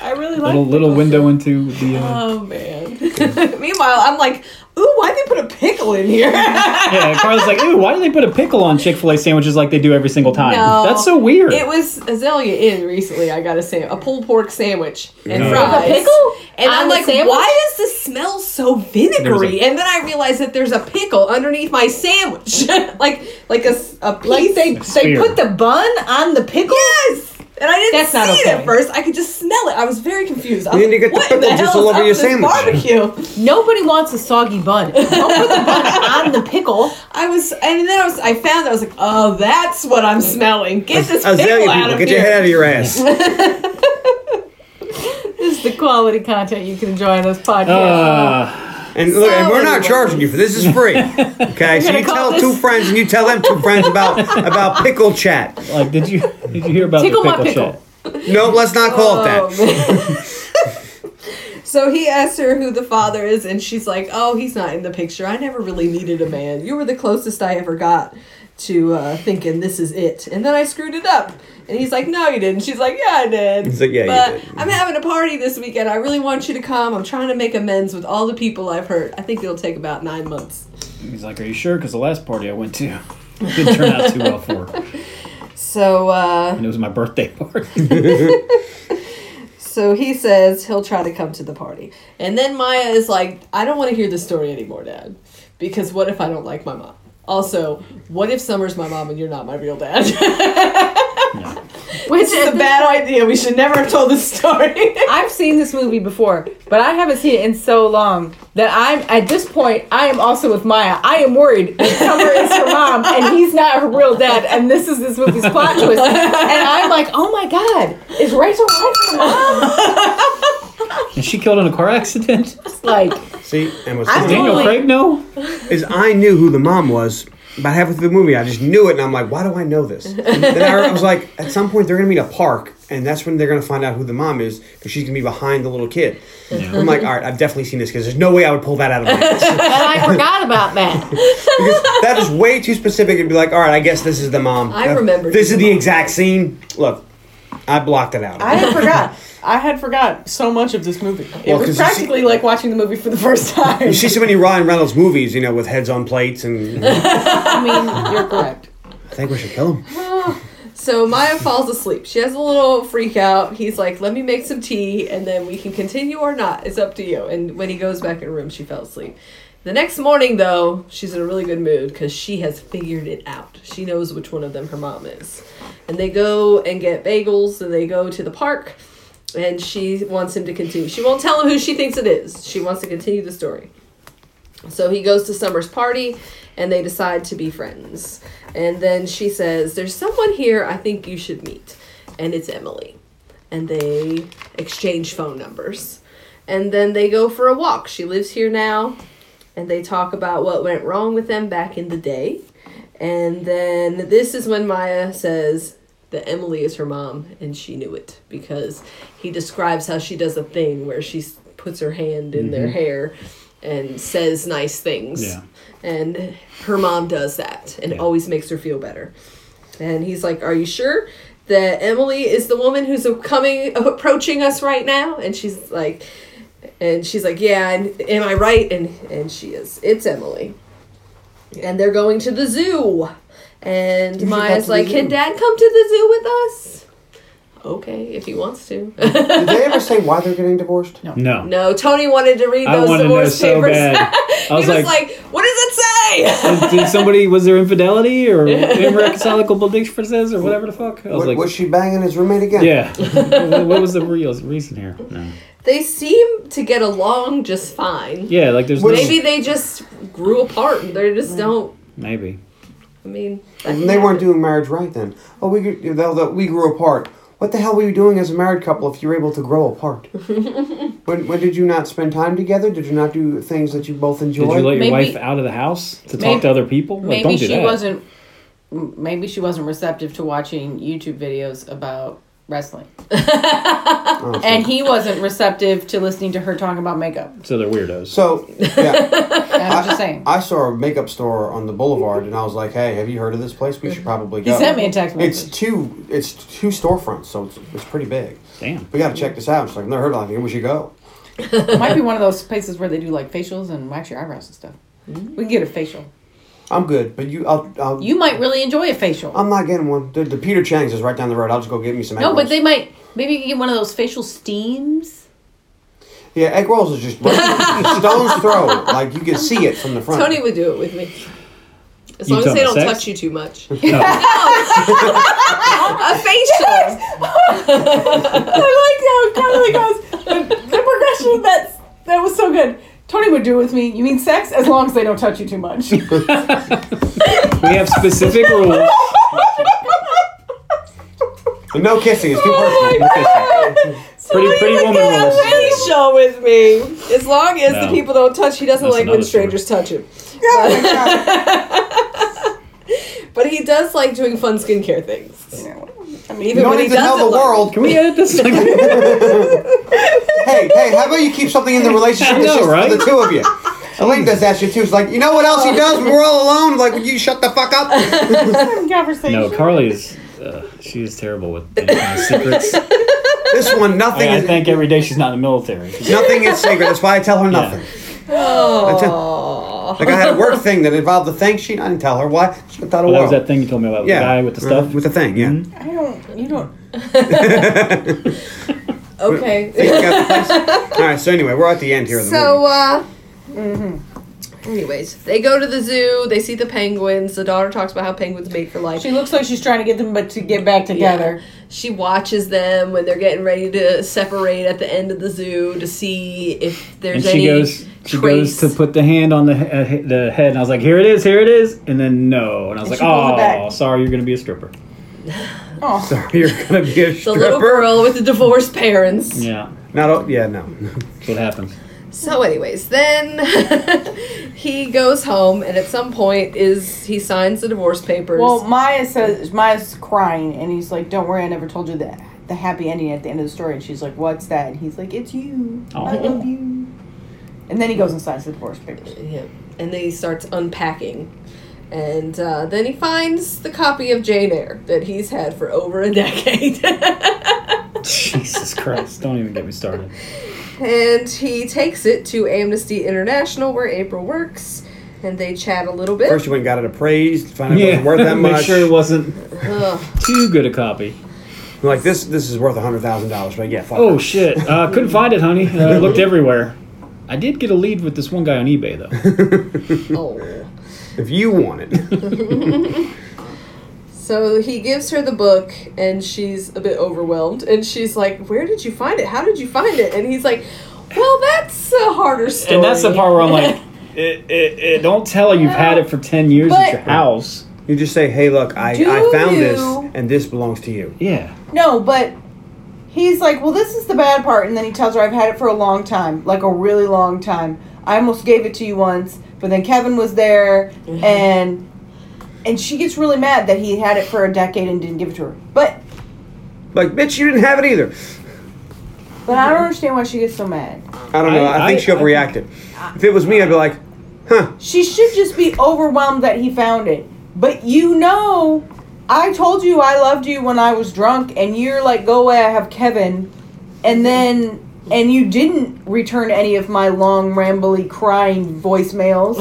Speaker 1: I really like.
Speaker 2: Little little window into the. Uh,
Speaker 4: Oh man. Meanwhile, I'm like, ooh, why'd they put a pickle in here? Oh.
Speaker 2: yeah, Carla's like, ooh, why do they put a pickle on Chick Fil A sandwiches like they do every single time?
Speaker 4: No.
Speaker 2: That's so weird.
Speaker 4: It was Azalea Inn recently. I got a sam a pulled pork sandwich and
Speaker 2: No.
Speaker 4: fries.
Speaker 1: With a pickle?
Speaker 4: And
Speaker 1: On
Speaker 4: I'm
Speaker 1: the
Speaker 4: like,
Speaker 1: sandwich?
Speaker 4: why does this smell so vinegary?
Speaker 2: There's a-
Speaker 4: and then I realized that there's a pickle underneath my sandwich, like like a, s- a piece.
Speaker 1: Like they they
Speaker 2: Spear.
Speaker 1: put the bun on the pickle.
Speaker 4: yes. And I didn't
Speaker 1: That's
Speaker 4: see
Speaker 1: not
Speaker 4: it
Speaker 1: okay.
Speaker 4: at first. I could just smell it. I was very confused. I
Speaker 5: You
Speaker 4: was
Speaker 5: need to get the
Speaker 4: like, what in
Speaker 5: pickle juice
Speaker 4: hell
Speaker 5: all over
Speaker 4: is up
Speaker 5: your
Speaker 4: with this
Speaker 5: sandwich.
Speaker 4: Barbecue.
Speaker 1: Nobody wants a soggy bun. Don't put the bun on the pickle.
Speaker 4: I was, and then I was, I found. I was like, oh, that's what I'm smelling. Get this
Speaker 5: Azalea
Speaker 4: pickle
Speaker 5: people,
Speaker 4: out of
Speaker 5: get
Speaker 4: here.
Speaker 5: your head out of your ass.
Speaker 1: This is the quality content you can enjoy on this podcast.
Speaker 2: Uh,
Speaker 5: And look, and we're not
Speaker 4: Salad.
Speaker 5: charging you for this. This is free. Okay, so
Speaker 1: gonna
Speaker 5: you
Speaker 1: call
Speaker 5: tell
Speaker 1: this-
Speaker 5: two friends, and you tell them two friends about about pickle chat.
Speaker 2: like, did you did you hear about
Speaker 1: Tickle
Speaker 2: the
Speaker 1: my
Speaker 2: pickle,
Speaker 1: pickle.
Speaker 2: shit?
Speaker 5: No, let's not call it
Speaker 4: Oh,
Speaker 5: that.
Speaker 4: so he asks her who the father is, and she's like, "Oh, he's not in the picture. I never really needed a man. You were the closest I ever got to uh, thinking this is it." And then I screwed it up. And he's like, "No, you didn't." She's like, "Yeah, I did."
Speaker 5: He's like, "Yeah, you
Speaker 4: but
Speaker 5: did."
Speaker 4: I'm having a party this weekend. I really want you to come. I'm trying to make amends with all the people I've hurt. I think it'll take about nine months."
Speaker 2: He's like, are you sure? Because the last party I went to didn't turn out too well for, her.
Speaker 4: So. uh...
Speaker 2: and it was my birthday party.
Speaker 4: So he says he'll try to come to the party. And then Maya is like, I don't want to hear this story anymore, Dad. Because what if I don't like my mom? Also, what if Summer's my mom and you're not my real dad?
Speaker 1: Which
Speaker 4: this is a
Speaker 1: at
Speaker 4: bad idea. We should never have told this story.
Speaker 1: I've seen this movie before, but I haven't seen it in so long that I'm at this point. I am also with Maya. I am worried that Summer is her mom and he's not her real dad, and this is this movie's plot twist. And I'm like, oh my god, is Rachel Weisz her mom?
Speaker 2: and she killed in a car accident.
Speaker 1: It's like,
Speaker 5: See, and what's
Speaker 1: I
Speaker 5: funny
Speaker 1: don't-
Speaker 2: Daniel
Speaker 1: Totally.
Speaker 2: Craig, no.
Speaker 5: is I knew who the mom was about halfway through the movie. I just knew it, and I'm like, why do I know this? And I, I was like, at some point they're gonna meet a park, and that's when they're gonna find out who the mom is because she's gonna be behind the little kid. I'm like, all right, I've definitely seen this because there's no way I would pull that out of my ass.
Speaker 1: and I forgot about that.
Speaker 5: Because that is way too specific and be like, all right, I guess this is the mom.
Speaker 4: I
Speaker 5: Uh,
Speaker 4: remembered
Speaker 5: This
Speaker 4: the
Speaker 5: is the
Speaker 4: mom.
Speaker 5: exact scene. Look, I blocked it out.
Speaker 1: I had forgot. I had forgot so much of this movie. It
Speaker 5: Well,
Speaker 1: was
Speaker 5: 'cause you see-
Speaker 1: practically like watching the movie for the first time.
Speaker 5: you see so many Ryan Reynolds movies, you know, with heads on plates, and I
Speaker 1: I mean, you're correct.
Speaker 5: think we should kill him.
Speaker 4: So Maya falls asleep. She has a little freak out. He's like, let me make some tea and then we can continue or not. It's up to you. And when he goes back in the room, she fell asleep. The next morning, though, she's in a really good mood because she has figured it out. She knows which one of them her mom is. And they go and get bagels and they go to the park and she wants him to continue. She won't tell him who she thinks it is. She wants to continue the story. So he goes to Summer's party and they decide to be friends. And then she says, There's someone here I think you should meet. And it's Emily. And they exchange phone numbers. And then they go for a walk. She lives here now. And they talk about what went wrong with them back in the day. And then this is when Maya says that Emily is her mom and she knew it because he describes how she does a thing where she s- puts her hand in their hair and says nice things.
Speaker 2: Mm-hmm. Yeah.
Speaker 4: And her mom does that and
Speaker 2: Yeah.
Speaker 4: always makes her feel better. And he's like, Are you sure? that Emily is the woman who's coming approaching us right now, and she's like, and she's like, yeah, and am I right? And and she is. It's Emily, and they're going to the zoo, and Maya's like, can Dad come to the zoo with us? Okay, if he wants to.
Speaker 5: Did they ever say why they're getting divorced?
Speaker 1: No.
Speaker 2: No.
Speaker 4: no, Tony wanted to read
Speaker 2: I
Speaker 4: those
Speaker 2: wanted to know
Speaker 4: divorce
Speaker 2: so
Speaker 4: papers.
Speaker 2: bad. I was
Speaker 4: he was
Speaker 2: like,
Speaker 4: like, what does it say?
Speaker 2: did somebody was there infidelity or irreconcilable differences or whatever the fuck? I was
Speaker 5: Was,
Speaker 2: like,
Speaker 5: was she banging his roommate again?
Speaker 2: yeah. what what was the real reason here? No.
Speaker 4: they seem to get along just fine.
Speaker 2: Yeah, like there's
Speaker 4: Maybe
Speaker 2: maybe.
Speaker 4: they just grew apart. and They just don't.
Speaker 2: Maybe.
Speaker 4: I mean, that
Speaker 5: And they weren't
Speaker 4: happens.
Speaker 5: doing marriage right then. Oh, we grew- though that we grew apart. What the hell were you doing as a married couple if you were able to grow apart? when, when did you not spend time together? Did you not do things that you both
Speaker 2: Did
Speaker 5: enjoyed?
Speaker 2: you let your
Speaker 1: Maybe-
Speaker 2: wife out of the house to talk
Speaker 1: Maybe-
Speaker 2: to other people? Like,
Speaker 1: maybe
Speaker 2: don't do
Speaker 1: she
Speaker 2: that.
Speaker 1: wasn't. m- Maybe she wasn't receptive to watching YouTube videos about wrestling, and he wasn't receptive to listening to her talking about makeup.
Speaker 2: So they're weirdos.
Speaker 5: so, yeah,
Speaker 1: I'm just saying.
Speaker 5: I saw a makeup store on the boulevard, and I was like, "Hey, have you heard of this place? We should probably
Speaker 1: He
Speaker 5: go."
Speaker 1: sent me a text
Speaker 5: It's
Speaker 1: message.
Speaker 5: two, it's two storefronts, so it's, it's pretty big.
Speaker 2: Damn.
Speaker 5: We got to check this out. It's like, I've never heard of it. I think We should go.
Speaker 1: It might be one of those places where they do like facials and wax your eyebrows and stuff. We can get a facial.
Speaker 5: Mm-hmm. I'm good, but you, I'll, I'll
Speaker 1: You might really enjoy a facial.
Speaker 5: I'm not getting one. The, the Peter Chang's is right down the road. I'll just go get me some. Egg
Speaker 1: no, but
Speaker 5: rolls.
Speaker 1: they might. Maybe you can get one of those facial steams.
Speaker 5: Yeah, egg rolls is just right- stone's throw. Like you can see it from the front.
Speaker 4: Tony would do it with me. As
Speaker 2: You
Speaker 4: long as they don't
Speaker 2: talking about
Speaker 4: touch
Speaker 2: sex?
Speaker 4: you too much.
Speaker 2: No.
Speaker 4: A facial.
Speaker 1: I like how it kind of goes. The, the progression of that that was so good. Tony would do with me. You mean sex? As long as they don't touch you too much.
Speaker 2: we have specific rules.
Speaker 5: But no kissing. It's too
Speaker 1: Oh
Speaker 5: personal.
Speaker 2: Pretty pretty woman rules.
Speaker 4: facial with me. As long as
Speaker 2: No.
Speaker 4: the people don't touch. He doesn't
Speaker 2: That's
Speaker 4: like when
Speaker 2: another story.
Speaker 4: strangers touch him. But he does like doing fun skincare things. I mean, even
Speaker 5: You don't
Speaker 4: when
Speaker 5: need
Speaker 4: he
Speaker 5: to
Speaker 4: does
Speaker 5: tell the
Speaker 4: it, like-
Speaker 5: world.
Speaker 2: Can we edit this? Like,
Speaker 5: hey, hey, how about you keep something in the relationship
Speaker 2: I know,
Speaker 5: that's just
Speaker 2: right?
Speaker 5: for the two of you? Elaine does that shit too. She's like, you know what else he does? When we're all alone. Like, you shut the fuck up.
Speaker 1: Conversation.
Speaker 2: no, Carly is. Uh, she is terrible with any kind of secrets.
Speaker 5: This one, nothing
Speaker 2: I, I
Speaker 5: is
Speaker 2: think every day she's not in the military. She's-
Speaker 5: nothing is sacred. That's why I tell her nothing. I tell- like I had a work thing that involved the thank sheet. I didn't tell her why. She thought
Speaker 2: Well,
Speaker 5: it
Speaker 2: that was that thing you told me about the guy with the stuff. Mm-hmm.
Speaker 5: with the thing. Yeah.
Speaker 1: I don't. You don't.
Speaker 4: Okay.
Speaker 5: All right. So anyway, we're at the end here. Of the
Speaker 4: So,
Speaker 5: movie.
Speaker 4: uh. Anyways, they go to the zoo. They see the penguins. The daughter talks about how penguins mate for life.
Speaker 1: She looks like she's trying to get them, but to get back together.
Speaker 4: She watches them when they're getting ready to separate at the end of the zoo to see if
Speaker 2: and
Speaker 4: there's
Speaker 2: she
Speaker 4: any
Speaker 2: goes, she
Speaker 4: trace.
Speaker 2: goes to put the hand on the he- uh, he- the head, and I was like, "Here it is, here it is," and then no, and I was
Speaker 1: she pulls it
Speaker 2: like, "Oh,
Speaker 1: back."
Speaker 2: sorry, you're gonna be a stripper."
Speaker 1: Oh,
Speaker 5: you're gonna be a
Speaker 4: uh, the little
Speaker 5: stripper.
Speaker 4: girl with the divorced parents.
Speaker 2: Yeah,
Speaker 5: Not all, yeah, no.
Speaker 2: that's what happens.
Speaker 4: So, anyways, then he goes home, and at some point is he signs the divorce papers.
Speaker 1: Well, Maya says Maya's crying, and he's like, "Don't worry, I never told you that the happy ending at the end of the story." And she's like, "What's that?" And he's like, "It's you. I
Speaker 2: Aw.
Speaker 1: love you." And then he goes and signs the divorce papers.
Speaker 4: Yeah. And then he starts unpacking. And uh, then he finds the copy of Jane Eyre that he's had for over a decade.
Speaker 2: Jesus Christ, don't even get me started.
Speaker 4: and he takes it to Amnesty International where April works. And they chat a little bit.
Speaker 5: First you went and got it appraised, find out if it was worth that
Speaker 2: make
Speaker 5: much.
Speaker 2: sure it wasn't
Speaker 4: Ugh.
Speaker 2: too good a copy.
Speaker 5: You're like this, this is worth a hundred thousand dollars. But yeah, fuck.
Speaker 2: Oh
Speaker 5: it.
Speaker 2: shit, uh, couldn't find it, honey. Uh, I looked everywhere. I did get a lead with this one guy on eBay though.
Speaker 4: Oh.
Speaker 5: if you want it,
Speaker 4: So he gives her the book, and she's a bit overwhelmed. And she's like, Where did you find it? How did you find it? And he's like, Well, that's a harder story.
Speaker 2: And that's the part where I'm like, it, it, it, don't tell her you've had it for ten years at
Speaker 1: But-
Speaker 2: your house.
Speaker 5: you just say, "Hey, look, I,
Speaker 1: Do
Speaker 5: I found this,
Speaker 1: you-
Speaker 5: and this belongs to you."
Speaker 2: Yeah.
Speaker 1: No, but he's like, "Well, this is the bad part," and then he tells her, "I've had it for a long time, like a really long time. I almost gave it to you once, but then Kevin was there, and." And she gets really mad that he had it for a decade and didn't give it to her. But
Speaker 5: Like, bitch, you didn't have it either.
Speaker 1: but I don't understand why she gets so mad.
Speaker 5: I don't know. I,
Speaker 2: I- I-
Speaker 5: think she
Speaker 2: I think-
Speaker 5: overreacted. if it was me, I'd be like, "Huh."
Speaker 1: She should just be overwhelmed that he found it. But you know,
Speaker 6: I told you I loved you when I was drunk, and you're like, go away, I have Kevin. And then, and you didn't return any of my long, rambly, crying voicemails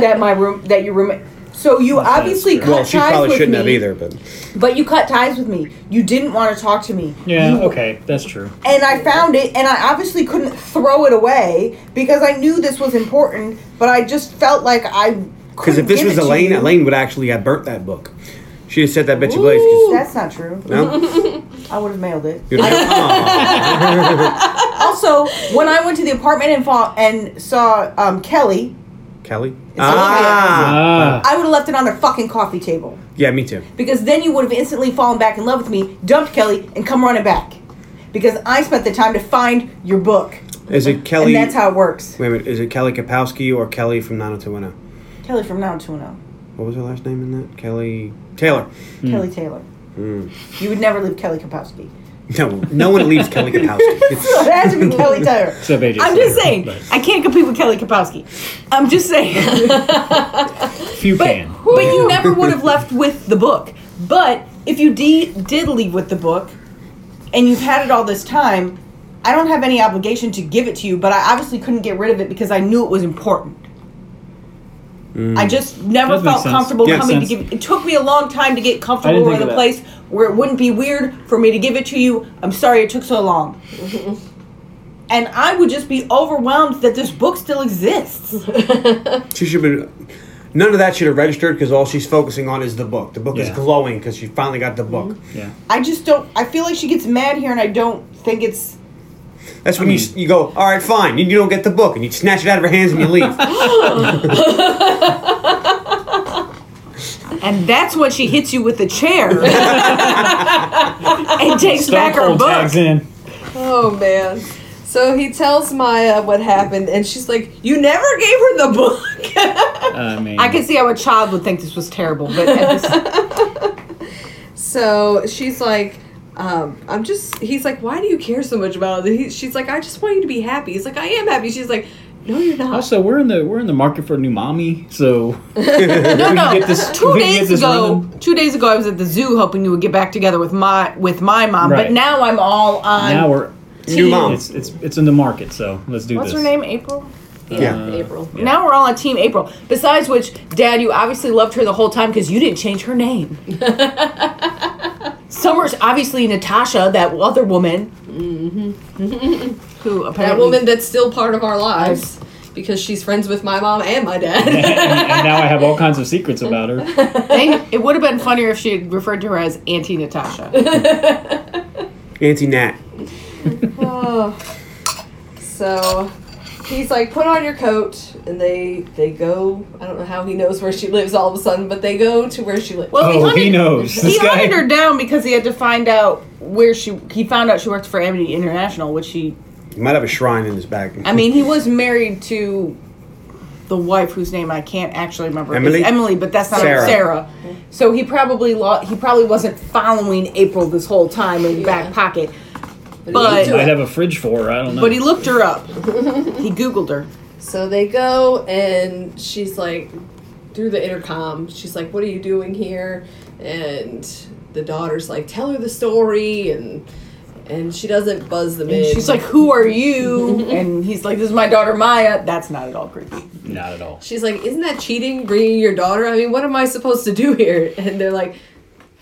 Speaker 6: that my room, that your roommate. So you obviously cut
Speaker 5: Well,
Speaker 6: ties
Speaker 5: she probably
Speaker 6: with
Speaker 5: shouldn't
Speaker 6: me,
Speaker 5: have either, but
Speaker 6: But you cut ties with me. You didn't want to talk to me.
Speaker 2: Yeah,
Speaker 6: You-
Speaker 2: okay, that's true.
Speaker 6: and I found it, and I obviously couldn't throw it away because I knew this was important, but I just felt like I
Speaker 5: because
Speaker 6: because
Speaker 5: if this was Elaine,
Speaker 6: you.
Speaker 5: Elaine would actually have burnt that book. She just said that bitch ablaze. 'cause-
Speaker 6: that's not true.
Speaker 5: No,
Speaker 6: I would have mailed it.
Speaker 5: You're like, "Aw."
Speaker 6: Also, when I went to the apartment and, fo- and saw um, Kelly,
Speaker 5: Kelly.
Speaker 6: Ah.
Speaker 5: Ah,
Speaker 2: Ah,
Speaker 6: I would have left it on her fucking coffee table
Speaker 5: yeah, me too.
Speaker 6: because then you would have instantly fallen back in love with me, dumped Kelly, and come running back because I spent the time to find your book,
Speaker 5: Is it Kelly?
Speaker 6: and that's how it works.
Speaker 5: Wait a minute. Is it Kelly Kapowski or Kelly from 90210?
Speaker 6: Kelly from now to now.
Speaker 5: What was her last name in that? Kelly Taylor.
Speaker 6: Kelly Taylor.
Speaker 5: Hmm.
Speaker 6: You would never leave Kelly Kapowski.
Speaker 5: No, no one leaves Kelly Kapowski. It's-
Speaker 6: it has to be Kelly Taylor.
Speaker 2: Except AJ
Speaker 6: I'm just
Speaker 2: Slater,
Speaker 6: saying,
Speaker 2: but-
Speaker 6: I can't compete with Kelly Kapowski. I'm just saying.
Speaker 2: few
Speaker 6: But,
Speaker 2: can.
Speaker 6: but you never would have left with the book. But if you de- did leave with the book, and you've had it all this time, I don't have any obligation to give it to you. But I obviously couldn't get rid of it because I knew it was important. I just never
Speaker 2: Does make
Speaker 6: felt
Speaker 2: sense.
Speaker 6: comfortable
Speaker 2: Hmm. Yeah.
Speaker 6: coming to
Speaker 2: Makes sense.
Speaker 6: give. It took me a long time to get
Speaker 2: I
Speaker 6: comfortable
Speaker 2: didn't
Speaker 6: with
Speaker 2: think
Speaker 6: a
Speaker 2: of
Speaker 6: place where it wouldn't be weird for me to give it to you. I'm sorry it took so long. and I would just be overwhelmed that this book still exists.
Speaker 5: She should have been. None of that should have registered because all she's focusing on is the book. The book is
Speaker 2: Yeah.
Speaker 5: glowing because she finally got the book.
Speaker 2: Yeah.
Speaker 6: I just don't. I feel like she gets mad here, and I don't think it's.
Speaker 5: That's when you s you go, all right, fine. You, you don't get the book, and you snatch it out of her hands and you leave.
Speaker 6: And that's when she hits you with the chair and takes back her
Speaker 2: Cold
Speaker 6: book.
Speaker 2: tags in.
Speaker 4: Oh man. So he tells Maya what happened, and she's like, "You never gave her the book."
Speaker 2: I mean,
Speaker 6: I can see how a child would think this was terrible, but at this,
Speaker 4: so she's like, um, "I'm just." He's like, "Why do you care so much about it?" He, she's like, "I just want you to be happy." He's like, "I am happy." She's like, "No, you're not."
Speaker 2: also we're in the we're in the market for a new mommy, so
Speaker 6: no, no.
Speaker 2: get this-
Speaker 6: two
Speaker 2: we can get
Speaker 6: days
Speaker 2: this
Speaker 6: ago,
Speaker 2: running.
Speaker 6: two days ago, I was at the zoo hoping you would get back together with my with my mom. But
Speaker 2: Right.
Speaker 6: now I'm all on.
Speaker 2: now we're
Speaker 5: New mom.
Speaker 2: it's it's it's in the market, so let's do
Speaker 6: what's
Speaker 2: this.
Speaker 6: her name? April.
Speaker 5: Yeah.
Speaker 4: April.
Speaker 6: Now we're all on Team April. Besides which, Dad, you obviously loved her the whole time because you didn't change her name. Summer's obviously Natasha, that other woman. Mm-hmm. Who apparently.
Speaker 4: That woman that's still part of our lives because she's friends with my mom and my dad.
Speaker 2: and, and now I have all kinds of secrets about her.
Speaker 6: They- it would have been funnier if she had referred to her as Auntie Natasha.
Speaker 5: Auntie Nat.
Speaker 4: Oh. So he's like, put on your coat, and they they go. I don't know how he knows where she lives all of a sudden, but they go to where she lives.
Speaker 6: Well,
Speaker 2: Oh, he knows.
Speaker 6: He
Speaker 2: This guy.
Speaker 6: hunted her down because he had to find out where she. He found out she worked for Amity International, which she.
Speaker 5: You might have a shrine in his bag.
Speaker 6: I mean, he was married to the wife whose name I can't actually remember. It's
Speaker 5: Emily?
Speaker 6: Emily, but that's not Sarah.
Speaker 5: Sarah.
Speaker 6: So he probably lo- he probably wasn't following April this whole time in the back pocket. But
Speaker 2: I'd have a fridge for her. I don't know.
Speaker 6: but he looked her up. he Googled her.
Speaker 4: So they go, and she's like, through the intercom, she's like, "What are you doing here?" And the daughter's like, "Tell her the story," and and she doesn't buzz them in.
Speaker 6: She's like, "Who are you?" and he's like, "This is my daughter Maya." That's not at all creepy.
Speaker 2: Not at all.
Speaker 4: she's like, "Isn't that cheating? Bringing your daughter? I mean, what am I supposed to do here?" And they're like,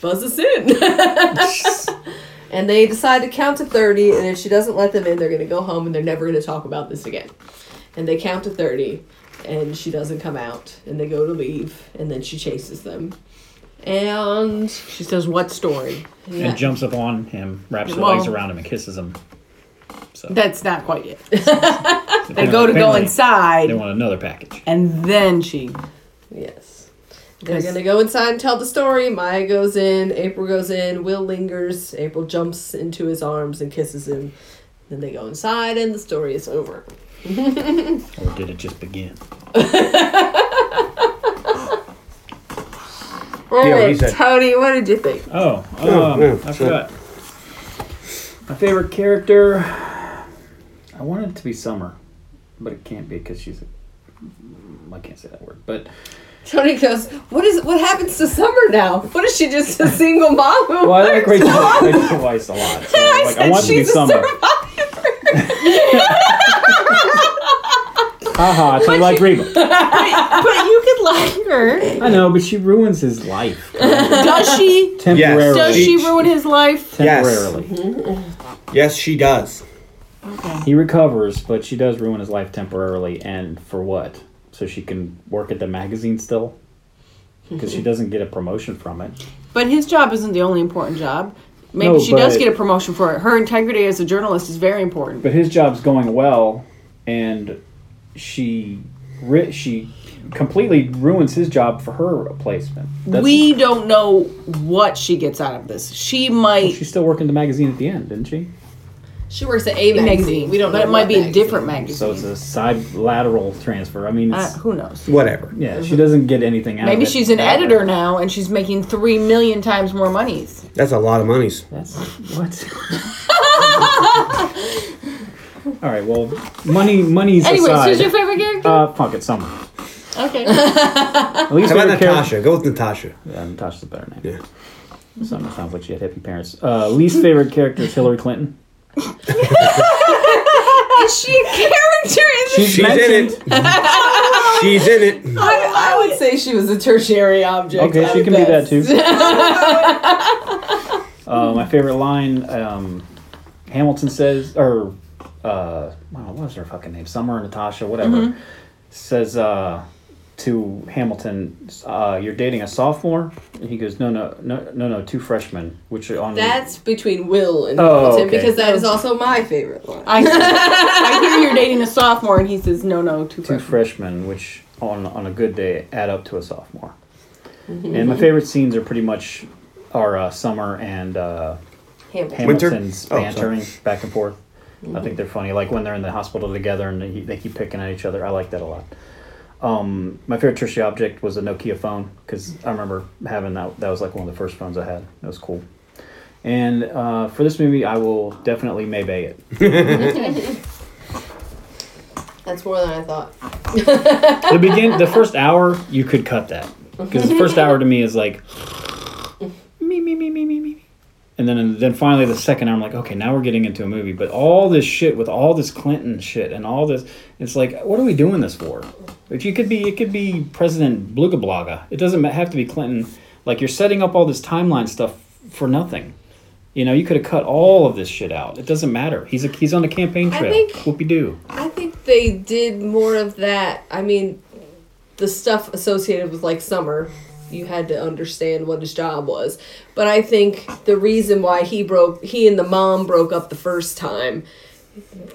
Speaker 4: "Buzz us in." and they decide to count to 30 and if she doesn't let them in they're going to go home and they're never going to talk about this again and they count to 30 and she doesn't come out and they go to leave and then she chases them and
Speaker 6: She says, "What story?"
Speaker 4: yeah,
Speaker 2: And jumps up on him, wraps her
Speaker 6: Well-
Speaker 2: legs around him, and kisses him.
Speaker 6: That's not quite it. They go to go
Speaker 2: They
Speaker 6: inside,
Speaker 2: want another package.
Speaker 6: and then she
Speaker 4: yes they're going to go inside and tell the story maya goes in april goes in will lingers april jumps into his arms and kisses him then they go inside and the story is over
Speaker 2: Or did it just begin?
Speaker 5: Yeah, what he said.
Speaker 4: Oh, tony what did you think
Speaker 2: Oh, um,
Speaker 5: yeah,
Speaker 2: I
Speaker 5: sure.
Speaker 2: forgot. My favorite character. I want it to be Summer, but it can't be because she's. A, I can't say that word, but
Speaker 4: Tony goes, "What is? What happens to Summer now? What is she just a single mom?" who
Speaker 2: Well, I like
Speaker 4: works?"
Speaker 2: Rachel, Rachel Weisz a lot. So, like,
Speaker 4: I
Speaker 2: I
Speaker 4: said
Speaker 2: want to be
Speaker 4: she's a
Speaker 2: summer. Haha, so like Reba.
Speaker 1: but you could like her.
Speaker 2: I know, but she ruins his life
Speaker 1: Does she?
Speaker 2: temporarily.
Speaker 1: Does she ruin his life?
Speaker 5: Yes.
Speaker 2: temporarily?
Speaker 5: Yes, she does.
Speaker 2: He recovers, but she does ruin his life temporarily, and for what? So she can work at the magazine still, because she doesn't get a promotion from it.
Speaker 1: But his job isn't the only important job. Maybe
Speaker 2: No,
Speaker 1: she does
Speaker 2: but-
Speaker 1: get a promotion for it. Her integrity as a journalist is very important.
Speaker 2: But his job's going well, and she ri- she completely ruins his job for her replacement. That's-
Speaker 1: we don't know what she gets out of this. She might
Speaker 2: She's still working the magazine at the end, didn't she?
Speaker 4: She works at a
Speaker 1: be
Speaker 4: magazine.
Speaker 1: magazine.
Speaker 4: We don't know.
Speaker 1: But it might
Speaker 4: what
Speaker 1: be a
Speaker 4: magazine.
Speaker 1: different magazine.
Speaker 2: So it's a side lateral transfer. I mean,
Speaker 1: uh,
Speaker 2: it's,
Speaker 1: who knows?
Speaker 5: Whatever.
Speaker 2: yeah, she doesn't get anything out.
Speaker 1: Maybe
Speaker 2: of it
Speaker 1: she's an
Speaker 2: that way.
Speaker 1: editor now and she's making three million times more monies.
Speaker 5: That's a lot of monies.
Speaker 2: That's what. All right. Well, money, money's
Speaker 1: Anyways,
Speaker 2: aside.
Speaker 1: who's your favorite character?
Speaker 2: uh, fuck it, summer.
Speaker 1: okay.
Speaker 2: At least favorite
Speaker 5: How about
Speaker 2: character.
Speaker 5: Natasha? Go with Natasha.
Speaker 2: Yeah, Natasha's a better name.
Speaker 5: Yeah.
Speaker 2: Summer sounds like she had hippie parents. Uh, least favorite character is Hillary Clinton.
Speaker 4: Is she a character in this?
Speaker 2: She's,
Speaker 5: She's in
Speaker 2: mentioned.
Speaker 5: it. She's in it.
Speaker 4: I, I would say she was a tertiary object.
Speaker 2: Okay,
Speaker 4: at
Speaker 2: she can
Speaker 4: best.
Speaker 2: be that too. uh, my favorite line um, Hamilton says, or uh, wow, what was her fucking name? Summer, Natasha, whatever, says uh, to Hamilton, uh, "You're dating a sophomore," and he goes, "No, no, no, no, no, two freshmen." Which are on
Speaker 4: That's between Will and
Speaker 2: Oh,
Speaker 4: Hamilton
Speaker 2: okay.
Speaker 4: because that is also my favorite one.
Speaker 1: I, I hear you're dating a sophomore and he says, no, no, too
Speaker 2: two
Speaker 1: far.
Speaker 2: freshmen, which on on a good day add up to a sophomore. and my favorite scenes are pretty much are uh, summer and. Uh,
Speaker 4: Hamilton.
Speaker 5: Winter?
Speaker 2: Hamilton's
Speaker 5: Oh, sorry.
Speaker 2: bantering back and forth. I think they're funny. Like when they're in the hospital together and they, they keep picking at each other. I like that a lot. Um, my favorite tertiary object was a Nokia phone because I remember having that. That was like one of the first phones I had. That was cool. And uh, for this movie, I will definitely Maybay it.
Speaker 4: That's more than I thought.
Speaker 2: The begin, the first hour, you could cut that because the first hour to me is like me me me me me me. me. And then, and then finally, the second hour, I'm like, okay, now we're getting into a movie. But all this shit with all this Clinton shit and all this, it's like, what are we doing this for? If you could be, it could be President Blugablaga. It doesn't have to be Clinton. Like you're setting up all this timeline stuff for nothing. You know, you could have cut all of this shit out. It doesn't matter. He's a, he's on a campaign
Speaker 4: I
Speaker 2: trail.
Speaker 4: think-
Speaker 2: Whoopie doo.
Speaker 4: I think they did more of that. I mean, the stuff associated with like summer, you had to understand what his job was. But I think the reason why he broke, he and the mom broke up the first time.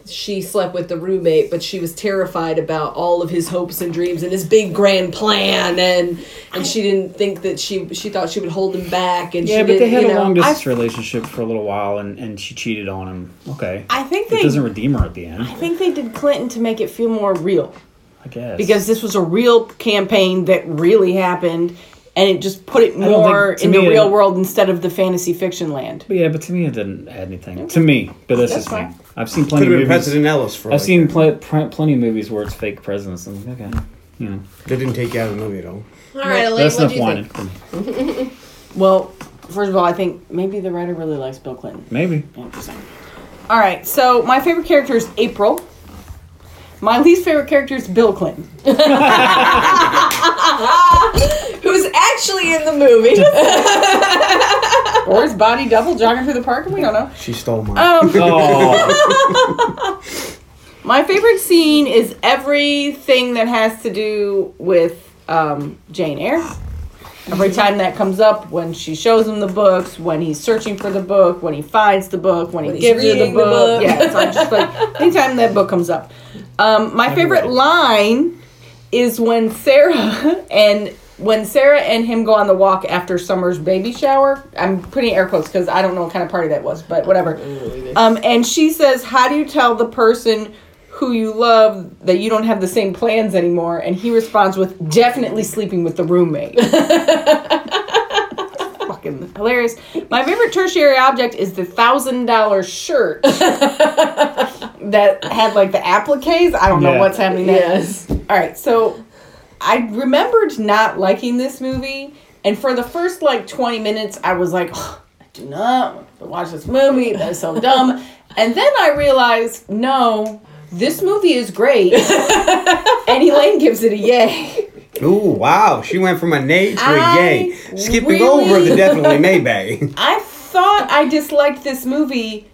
Speaker 4: She slept with the roommate, but she was terrified about all of his hopes and dreams and his big grand plan, and and she didn't think that she she thought she would hold him back, and
Speaker 2: Yeah,
Speaker 4: she
Speaker 2: but they
Speaker 4: didn't,
Speaker 2: had
Speaker 4: you
Speaker 2: a
Speaker 4: know,
Speaker 2: long distance
Speaker 1: I-
Speaker 2: relationship for a little while, and, and she cheated on him. Okay,
Speaker 1: I think
Speaker 2: it
Speaker 1: they,
Speaker 2: doesn't redeem her at the end.
Speaker 1: I think they did Clinton to make it feel more real.
Speaker 2: I guess
Speaker 1: because this was a real campaign that really happened and it just put it
Speaker 2: don't think-
Speaker 1: more
Speaker 2: to
Speaker 1: in
Speaker 2: me,
Speaker 1: the
Speaker 2: it-
Speaker 1: real world instead of the fantasy fiction land.
Speaker 2: but yeah, but to me it didn't add anything. To me, but that's,
Speaker 1: That's
Speaker 2: just
Speaker 1: fine.
Speaker 2: me. I've seen plenty
Speaker 5: Could
Speaker 2: of
Speaker 5: have been
Speaker 2: movies.
Speaker 5: President Ellis for.
Speaker 2: I've
Speaker 5: like
Speaker 2: seen
Speaker 5: that.
Speaker 2: pl- pl- plenty of movies where it's fake presidents. I'm like, okay, you know,
Speaker 5: They didn't take you out of the movie at all.
Speaker 4: All right, Elaine,
Speaker 2: that's
Speaker 4: what do
Speaker 2: enough
Speaker 4: you
Speaker 2: whining.
Speaker 4: think?
Speaker 1: Well, first of all, I think maybe the writer really likes Bill Clinton.
Speaker 2: Maybe
Speaker 1: Interesting. All right,
Speaker 6: Oh,
Speaker 1: so my favorite character is April. My least favorite character is Bill Clinton.
Speaker 4: Who's actually in the movie?
Speaker 1: Or his body double jogging through the park? We don't know.
Speaker 5: She stole mine.
Speaker 2: oh,
Speaker 1: My favorite scene is everything that has to do with um, Jane Eyre. Every
Speaker 4: Mm-hmm.
Speaker 1: time that comes up, when she shows him the books, when he's searching for the book, when he finds the book, when, he
Speaker 4: he's
Speaker 1: gives her the book.
Speaker 4: reading the book.
Speaker 1: Yeah, it's like, just like anytime that book comes up. Um, my favorite
Speaker 2: read it.
Speaker 1: line is when Sarah and when Sarah and him go on the walk after Summer's baby shower. I'm putting air quotes because I don't know what kind of party that was, but whatever. Um, and she says, "How do you tell the person who you love that you don't have the same plans anymore?" And he responds with, "Definitely sleeping with the roommate." Fucking hilarious. My favorite tertiary object is the thousand dollar shirt that had like the appliques. I don't know
Speaker 2: Yeah.
Speaker 1: what's happening there.
Speaker 4: yes.
Speaker 1: All right, so
Speaker 6: I remembered not liking this movie, and for the first like 20 minutes, I was like, "Ugh, I do not want to watch this movie. That's so dumb. And then I realized, no, this movie is great. and Elaine gives it a yay.
Speaker 5: Ooh, wow. She went from a nay to a
Speaker 6: I
Speaker 5: yay, skipping
Speaker 6: really-
Speaker 5: over the definitely maybe.
Speaker 6: I thought I disliked this movie,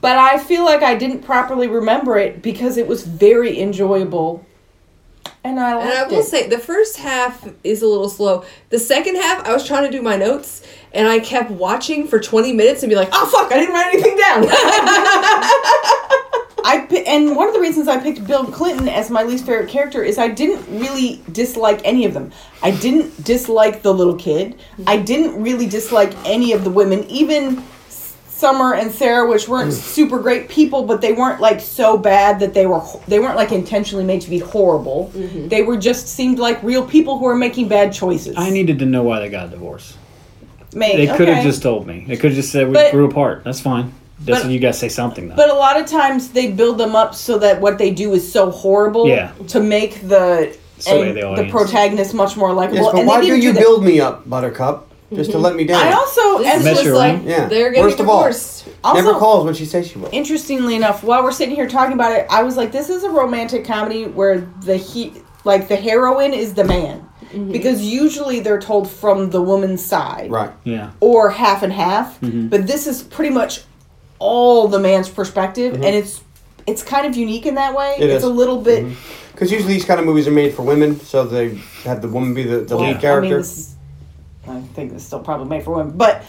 Speaker 6: but I feel like I didn't properly remember it because it was very enjoyable. And I liked
Speaker 4: And I will
Speaker 6: it.
Speaker 4: say the first half is a little slow. The second half, I was trying to do my notes and I kept watching for 20 minutes and be like, oh fuck, I didn't write anything down.
Speaker 6: I pi- and one of the reasons I picked Bill Clinton as my least favorite character is I didn't really dislike any of them. I didn't dislike the little kid. I didn't really dislike any of the women, even S- Summer and Sarah, which weren't super great people, but they weren't like so bad that they were ho- they weren't like intentionally made to be horrible. They were just seemed like real people who were making bad choices.
Speaker 2: I needed to know why they got divorced.
Speaker 6: May-
Speaker 2: They could have
Speaker 6: okay.
Speaker 2: just told me. They could have just said we
Speaker 6: But-
Speaker 2: grew apart. That's fine. That's
Speaker 6: but-
Speaker 2: you guys say something though.
Speaker 6: But a lot of times they build them up so that what they do is so horrible
Speaker 2: Yeah.
Speaker 6: to make the
Speaker 2: Sway
Speaker 6: and
Speaker 2: the
Speaker 6: the,
Speaker 2: audience.
Speaker 6: protagonist much more likable.
Speaker 5: Yes, but
Speaker 6: and they
Speaker 5: why do
Speaker 6: didn't
Speaker 5: you
Speaker 6: that.
Speaker 5: build me up, Buttercup? Just to let me down.
Speaker 6: I also, as
Speaker 2: Mess
Speaker 4: This was
Speaker 2: your
Speaker 4: like,
Speaker 2: room?
Speaker 5: Yeah.
Speaker 4: they're getting
Speaker 5: Worst of all.
Speaker 4: divorced.
Speaker 5: Never
Speaker 6: also-
Speaker 5: calls when she says she will.
Speaker 6: interestingly enough, while we're sitting here talking about it, I was like, this is a romantic comedy where the he like the heroine is the man. Because usually they're told from the woman's side.
Speaker 5: Right. Mm-hmm.
Speaker 2: yeah.
Speaker 6: Or half and half. But this is pretty much all the man's perspective and it's it's kind of unique in that way.
Speaker 5: Mm-hmm. It
Speaker 6: it's
Speaker 5: is.
Speaker 6: a little bit
Speaker 5: Because usually these kind of movies are made for women, so they have the woman be the, the
Speaker 6: Well,
Speaker 5: lead character.
Speaker 6: I mean, this is, I think this is still probably made for women, but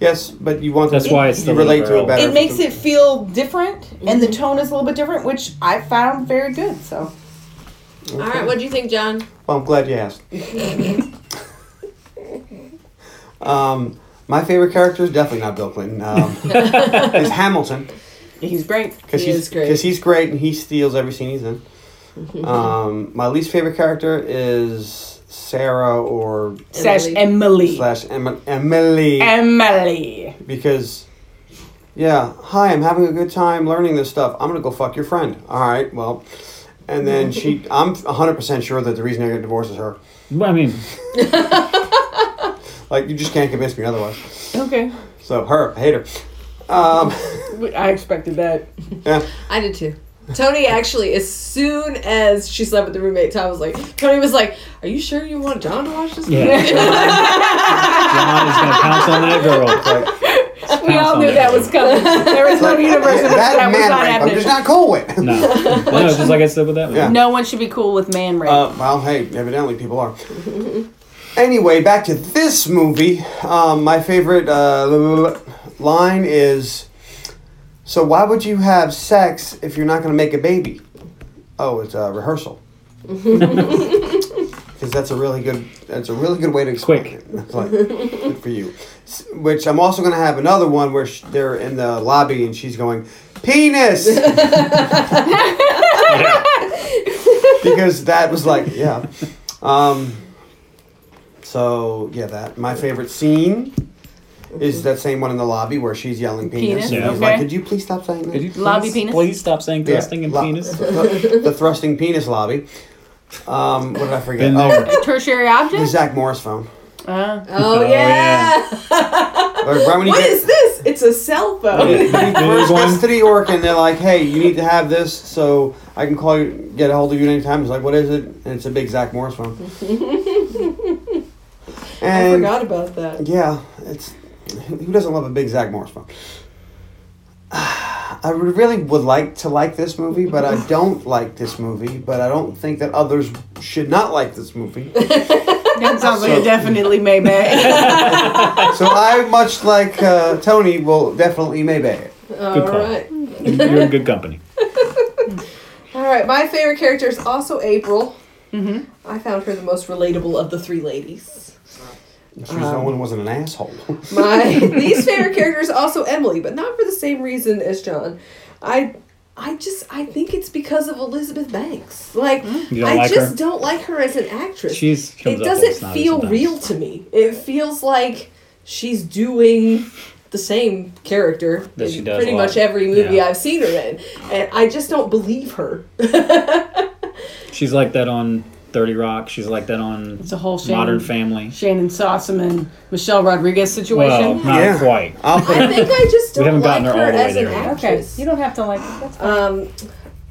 Speaker 5: yes, but you want them
Speaker 2: That's
Speaker 5: to-
Speaker 2: why it's the
Speaker 5: you relate
Speaker 2: little
Speaker 5: to
Speaker 2: girl.
Speaker 5: it better.
Speaker 6: it
Speaker 5: if
Speaker 6: makes
Speaker 5: it's
Speaker 6: it feel different, and the tone is a little bit different, which I found very good. So
Speaker 4: All right, what do you think, John?
Speaker 5: a- Well, I'm glad you asked. um, my favorite character is definitely not Bill Clinton. Um, it's Hamilton.
Speaker 6: he's great. Mm-hmm.
Speaker 5: Because
Speaker 4: He
Speaker 5: he's
Speaker 4: is great.
Speaker 5: Because he's great and he steals every scene he's in. um, my least favorite character is Sarah or
Speaker 6: Slash Emily.
Speaker 5: slash Em- Emily
Speaker 6: Emily.
Speaker 5: because yeah, hi, I'm having a good time learning this stuff. I'm gonna go fuck your friend. All right, well, and then she, I'm 100 percent sure that the reason I got divorced is her.
Speaker 2: But I mean,
Speaker 5: Like you just can't convince me otherwise.
Speaker 6: Okay,
Speaker 5: So her, I hate her. Um,
Speaker 6: I expected that.
Speaker 5: yeah.
Speaker 4: I did too. Tony actually, as soon as she slept with the roommate, Tom was like, Tony was like, Are you sure you want John to watch this?
Speaker 2: yeah.
Speaker 4: movie?"
Speaker 2: John is gonna pounce on that girl.
Speaker 5: Like,
Speaker 6: We
Speaker 2: Pounce
Speaker 6: all
Speaker 2: on
Speaker 6: knew
Speaker 2: that
Speaker 6: that
Speaker 2: girl.
Speaker 6: was coming. There was no universe in which
Speaker 5: that
Speaker 6: that was
Speaker 5: man
Speaker 6: not
Speaker 5: rape, I'm
Speaker 6: happening.
Speaker 5: just not cool with.
Speaker 2: No, no, it's just like I said with that one.
Speaker 5: Yeah.
Speaker 6: No one should be cool with man rape.
Speaker 5: Uh, well, hey, evidently people are. anyway, back to this movie. Um, my favorite uh, line is So, why would you have sex if you're not going to make a baby? Oh, it's a rehearsal. Because that's a really good. That's a really good way to explain
Speaker 2: Quick.
Speaker 5: it. It's like, good for you. S- Which I'm also going to have another one where sh- they're in the lobby and she's going, penis. because that was like, yeah. Um, so yeah, that my favorite scene is that same one in the lobby where she's yelling penis.
Speaker 6: Penis,
Speaker 5: and
Speaker 2: Yeah.
Speaker 5: he's like,
Speaker 6: okay.
Speaker 5: could you please stop saying that?
Speaker 2: Could you
Speaker 6: Lobby
Speaker 2: please-
Speaker 6: penis?
Speaker 2: Please stop saying
Speaker 5: Yeah,
Speaker 2: thrusting and
Speaker 5: lo-
Speaker 2: penis.
Speaker 5: The, the thrusting penis lobby. Um, what did I forget?
Speaker 2: Been
Speaker 5: Oh,
Speaker 2: there.
Speaker 6: Tertiary
Speaker 5: the
Speaker 6: object.
Speaker 5: Zach Morris phone.
Speaker 6: Uh,
Speaker 4: Oh,
Speaker 2: Oh,
Speaker 4: yeah.
Speaker 2: yeah.
Speaker 5: Like, right when you
Speaker 4: What
Speaker 5: get-
Speaker 4: is this? It's a cell phone.
Speaker 5: When he first
Speaker 2: one.
Speaker 5: gets to New York and they're like, hey, you need to have this so I can call you, get a hold of you anytime. He's like, what is it? And it's a big Zach Morris one.
Speaker 4: I
Speaker 5: and
Speaker 4: forgot about that.
Speaker 5: yeah, it's who doesn't love a big Zach Morris one? I would- really would like to like this movie, but I don't like this movie. But I don't think that others should not like this movie.
Speaker 6: that sounds like
Speaker 5: So-
Speaker 6: a definitely maybe.
Speaker 5: so I, much like uh, Tony, will definitely maybe. it.
Speaker 4: All
Speaker 2: call.
Speaker 4: right.
Speaker 2: You're in good company.
Speaker 4: All right. My favorite character is also April. Mm-hmm. I found her the most relatable of the three ladies.
Speaker 5: She's the one who wasn't an asshole.
Speaker 4: My least favorite character is also Emily, but not for the same reason as John. I I just I think it's because of Elizabeth Banks. Like
Speaker 2: Hmm. You don't
Speaker 4: I
Speaker 2: like
Speaker 4: just
Speaker 2: her?
Speaker 4: don't like her as an actress.
Speaker 2: She's she
Speaker 4: it
Speaker 2: comes up all
Speaker 4: doesn't
Speaker 2: snotty
Speaker 4: feel
Speaker 2: sometimes.
Speaker 4: real to me. It feels like she's doing the same character
Speaker 2: That
Speaker 4: in
Speaker 2: she does
Speaker 4: pretty
Speaker 2: a lot.
Speaker 4: much every movie
Speaker 2: Yeah.
Speaker 4: I've seen her in, and I just don't believe her.
Speaker 2: She's like that on Thirty Rock. She's like that on
Speaker 6: It's a whole shame.
Speaker 2: Modern Family.
Speaker 6: Shannon Sossaman, Michelle Rodriguez
Speaker 2: Well,
Speaker 6: situation.
Speaker 2: not
Speaker 5: Yeah.
Speaker 2: quite.
Speaker 5: I'll put
Speaker 4: I think I just
Speaker 2: We
Speaker 4: don't
Speaker 2: haven't gotten
Speaker 4: like her,
Speaker 2: her all the way
Speaker 4: as an
Speaker 2: there yet.
Speaker 6: okay,
Speaker 4: actress.
Speaker 6: you don't have to like it. That's fine.
Speaker 4: Um,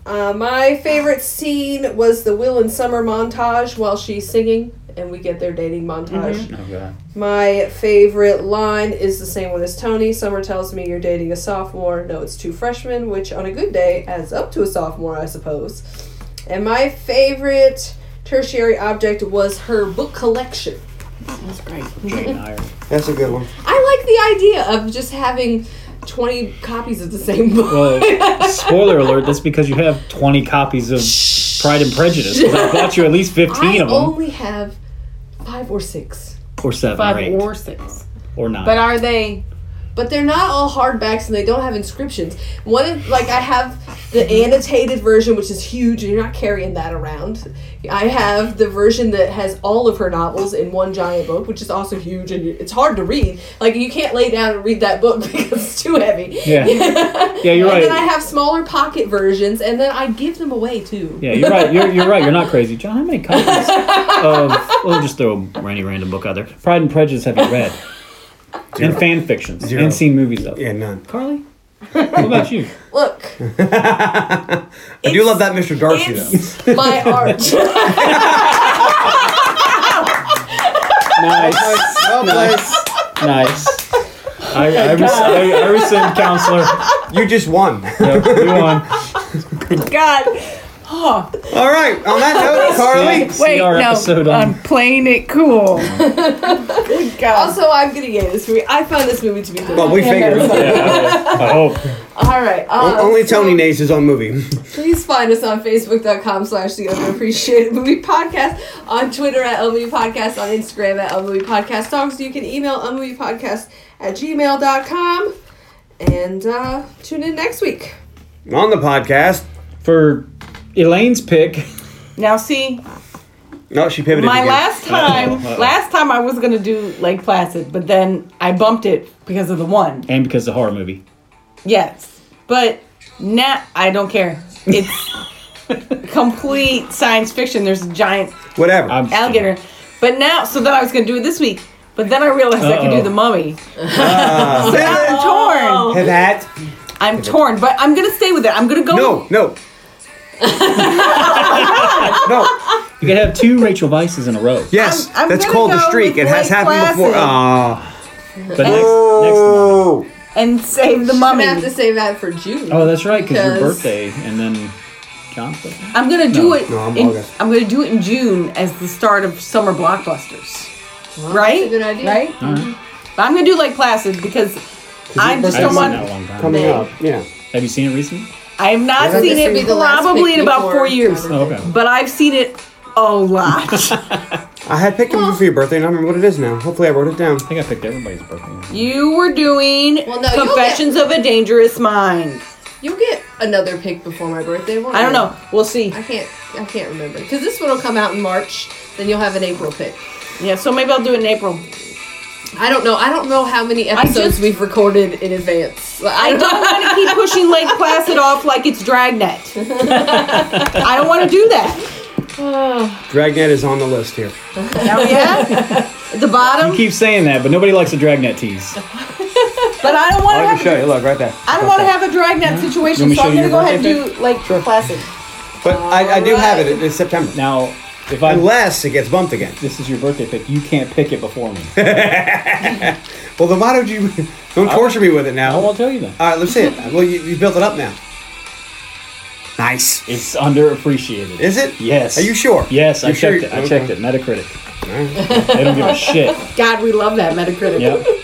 Speaker 4: uh, my favorite scene was the Will and Summer montage while she's singing, and we get their dating montage.
Speaker 2: Oh god.
Speaker 4: My favorite line is the same one as Tony. Summer tells me you're dating a sophomore. No, it's two freshmen, which on a good day adds up to a sophomore, I suppose. And my favorite tertiary object was her book collection.
Speaker 6: That's great.
Speaker 2: Jane Eyre.
Speaker 5: That's a good one.
Speaker 4: I like the idea of just having 20 copies of the same book.
Speaker 2: Well, spoiler alert. That's because you have twenty copies of Pride and Prejudice. 'cause I bought you at least
Speaker 4: I
Speaker 2: fifteen of them,
Speaker 4: only have five or six.
Speaker 2: or seven,
Speaker 6: Five
Speaker 2: or eight,
Speaker 6: or six.
Speaker 2: or nine.
Speaker 6: But are they?
Speaker 4: But they're not all hardbacks and they don't have inscriptions. One of, like I have the annotated version which is huge and you're not carrying that around. I have the version that has all of her novels in one giant book, which is also huge and it's hard to read. Like you can't lay down and read that book because it's too heavy.
Speaker 2: yeah, yeah, you're
Speaker 4: And
Speaker 2: right.
Speaker 4: then I have smaller pocket versions and then I give them away too.
Speaker 2: Yeah, you're right. You're, you're right. You're not crazy, John. How many copies of? We'll just throw any random book out there. Pride and Prejudice have you read? And fan fictions
Speaker 5: Zero.
Speaker 2: and seen movies of.
Speaker 5: Yeah, none.
Speaker 2: Carly, what about you?
Speaker 4: Look,
Speaker 5: I do love that Mr. Darcy though.
Speaker 4: it's my art.
Speaker 2: Nice,
Speaker 5: Well played.
Speaker 2: nice. I, I, res- I, I rescind counselor.
Speaker 5: You just won.
Speaker 2: Yep, we won.
Speaker 6: God. Oh,
Speaker 5: All right. On that note, Carly.
Speaker 2: See
Speaker 6: wait,
Speaker 2: our
Speaker 6: no.
Speaker 2: episode on-
Speaker 6: I'm
Speaker 1: um,
Speaker 6: playing it cool. Good God.
Speaker 4: also, I'm gonna yay this movie. I found this movie to be good.
Speaker 5: Well, we figured.
Speaker 2: Yeah, I hope.
Speaker 4: All right. um,
Speaker 5: Only
Speaker 4: so-
Speaker 5: Tony nays his own movie.
Speaker 4: Please find us on Facebook.com slash the Underappreciated Movie Podcast, on Twitter at Unmovie Podcast, on Instagram at Unmovie Podcast Talks. You can email unmoviepodcast at gmail.com and uh, tune in next week.
Speaker 5: On the podcast.
Speaker 2: For Elaine's pick,
Speaker 6: Now see,
Speaker 5: No, she pivoted.
Speaker 6: my
Speaker 5: again.
Speaker 6: last time, last time I was gonna do Lake Placid, but then I bumped it because of the one.
Speaker 2: and because the horror movie.
Speaker 6: Yes, but nah, I don't care. It's complete science fiction. There's a giant
Speaker 5: Whatever.
Speaker 2: I'm-
Speaker 6: alligator. But now, so then I was gonna do it this week, but then I realized I could do
Speaker 2: Uh-oh.
Speaker 6: the mummy.
Speaker 5: Say Uh, that.
Speaker 6: I'm torn.
Speaker 5: Have that.
Speaker 6: I'm torn, but I'm gonna stay with it. I'm gonna go.
Speaker 5: No, no. no.
Speaker 2: You could have two Rachel Vices in a row.
Speaker 5: Yes,
Speaker 6: I'm- I'm
Speaker 5: that's
Speaker 6: gonna
Speaker 5: called the
Speaker 6: go
Speaker 5: streak.
Speaker 6: with
Speaker 5: It has
Speaker 6: Blake
Speaker 5: happened before.
Speaker 6: Classen.
Speaker 5: Ah.
Speaker 2: But next, next month.
Speaker 5: Oh.
Speaker 6: and save the
Speaker 4: I'm
Speaker 6: mummy.
Speaker 4: going to have to save that for June.
Speaker 2: Oh, that's right, because your
Speaker 4: Because-
Speaker 2: birthday, and then John's birthday.
Speaker 6: I'm gonna do
Speaker 2: No,
Speaker 6: it.
Speaker 5: no, I'm
Speaker 6: in,
Speaker 5: August.
Speaker 6: I'm gonna do it in June as the start of summer blockbusters. right?
Speaker 4: a good idea.
Speaker 6: Right?
Speaker 2: All right.
Speaker 6: But I'm gonna do like Placid because I just
Speaker 2: I haven't
Speaker 6: don't
Speaker 2: seen
Speaker 6: want.
Speaker 2: that in a long time.
Speaker 5: Coming up. Yeah.
Speaker 2: Have you seen it recently?
Speaker 6: I have not seen
Speaker 5: This
Speaker 4: would be
Speaker 6: it
Speaker 4: the last
Speaker 6: probably
Speaker 4: pick
Speaker 6: in about
Speaker 4: before
Speaker 6: four years,
Speaker 4: Tyler.
Speaker 2: Oh, okay.
Speaker 6: but I've seen it a lot.
Speaker 5: I had picked them for your birthday, and I don't remember what it is now. Hopefully, I wrote it down.
Speaker 2: I think I picked everybody's birthday.
Speaker 6: you were doing
Speaker 4: Well, no, you'll
Speaker 6: Confessions of a Dangerous Mind.
Speaker 4: You'll get another pick before my birthday. won't
Speaker 6: Oh. I don't
Speaker 4: you?
Speaker 6: know. We'll see.
Speaker 4: I can't. I can't remember because this one will come out in March. Then you'll have an April pick.
Speaker 6: Yeah, so maybe I'll do it in April.
Speaker 4: I don't know. I don't know how many episodes
Speaker 6: just-
Speaker 4: we've recorded in advance. I
Speaker 6: I don't want to keep pushing Lake Placid off like it's Dragnet. I don't want to do that.
Speaker 5: Dragnet is on the list here.
Speaker 6: Now, yeah, at the
Speaker 2: You
Speaker 6: bottom.
Speaker 2: keep saying that, but nobody likes a dragnet tease.
Speaker 6: But I don't
Speaker 5: I
Speaker 6: want
Speaker 5: can
Speaker 6: to have.
Speaker 5: show you. Look right there.
Speaker 6: I don't want to have a Dragnet situation,
Speaker 2: me
Speaker 6: so
Speaker 2: show
Speaker 6: I'm gonna
Speaker 2: you
Speaker 6: go
Speaker 2: your
Speaker 6: ahead and
Speaker 2: birthday
Speaker 6: do Lake Placid.
Speaker 5: But I, I do have it. It's September.
Speaker 2: Now, if I
Speaker 5: Unless it gets bumped again.
Speaker 2: this is your birthday pick, you can't pick it before me.
Speaker 5: Well, then why don't you? Don't torture me with it
Speaker 2: I
Speaker 5: now. All
Speaker 2: won't tell you then.
Speaker 5: right, let's see it. Well, you, you built it up now. Nice.
Speaker 2: It's underappreciated.
Speaker 5: Is it?
Speaker 2: Yes.
Speaker 5: Are you sure?
Speaker 2: Yes, I
Speaker 5: You sure
Speaker 2: checked
Speaker 5: you-
Speaker 2: it. I checked
Speaker 5: okay.
Speaker 2: it. Metacritic. They don't give a shit.
Speaker 4: God, we love that Metacritic.
Speaker 2: Yep.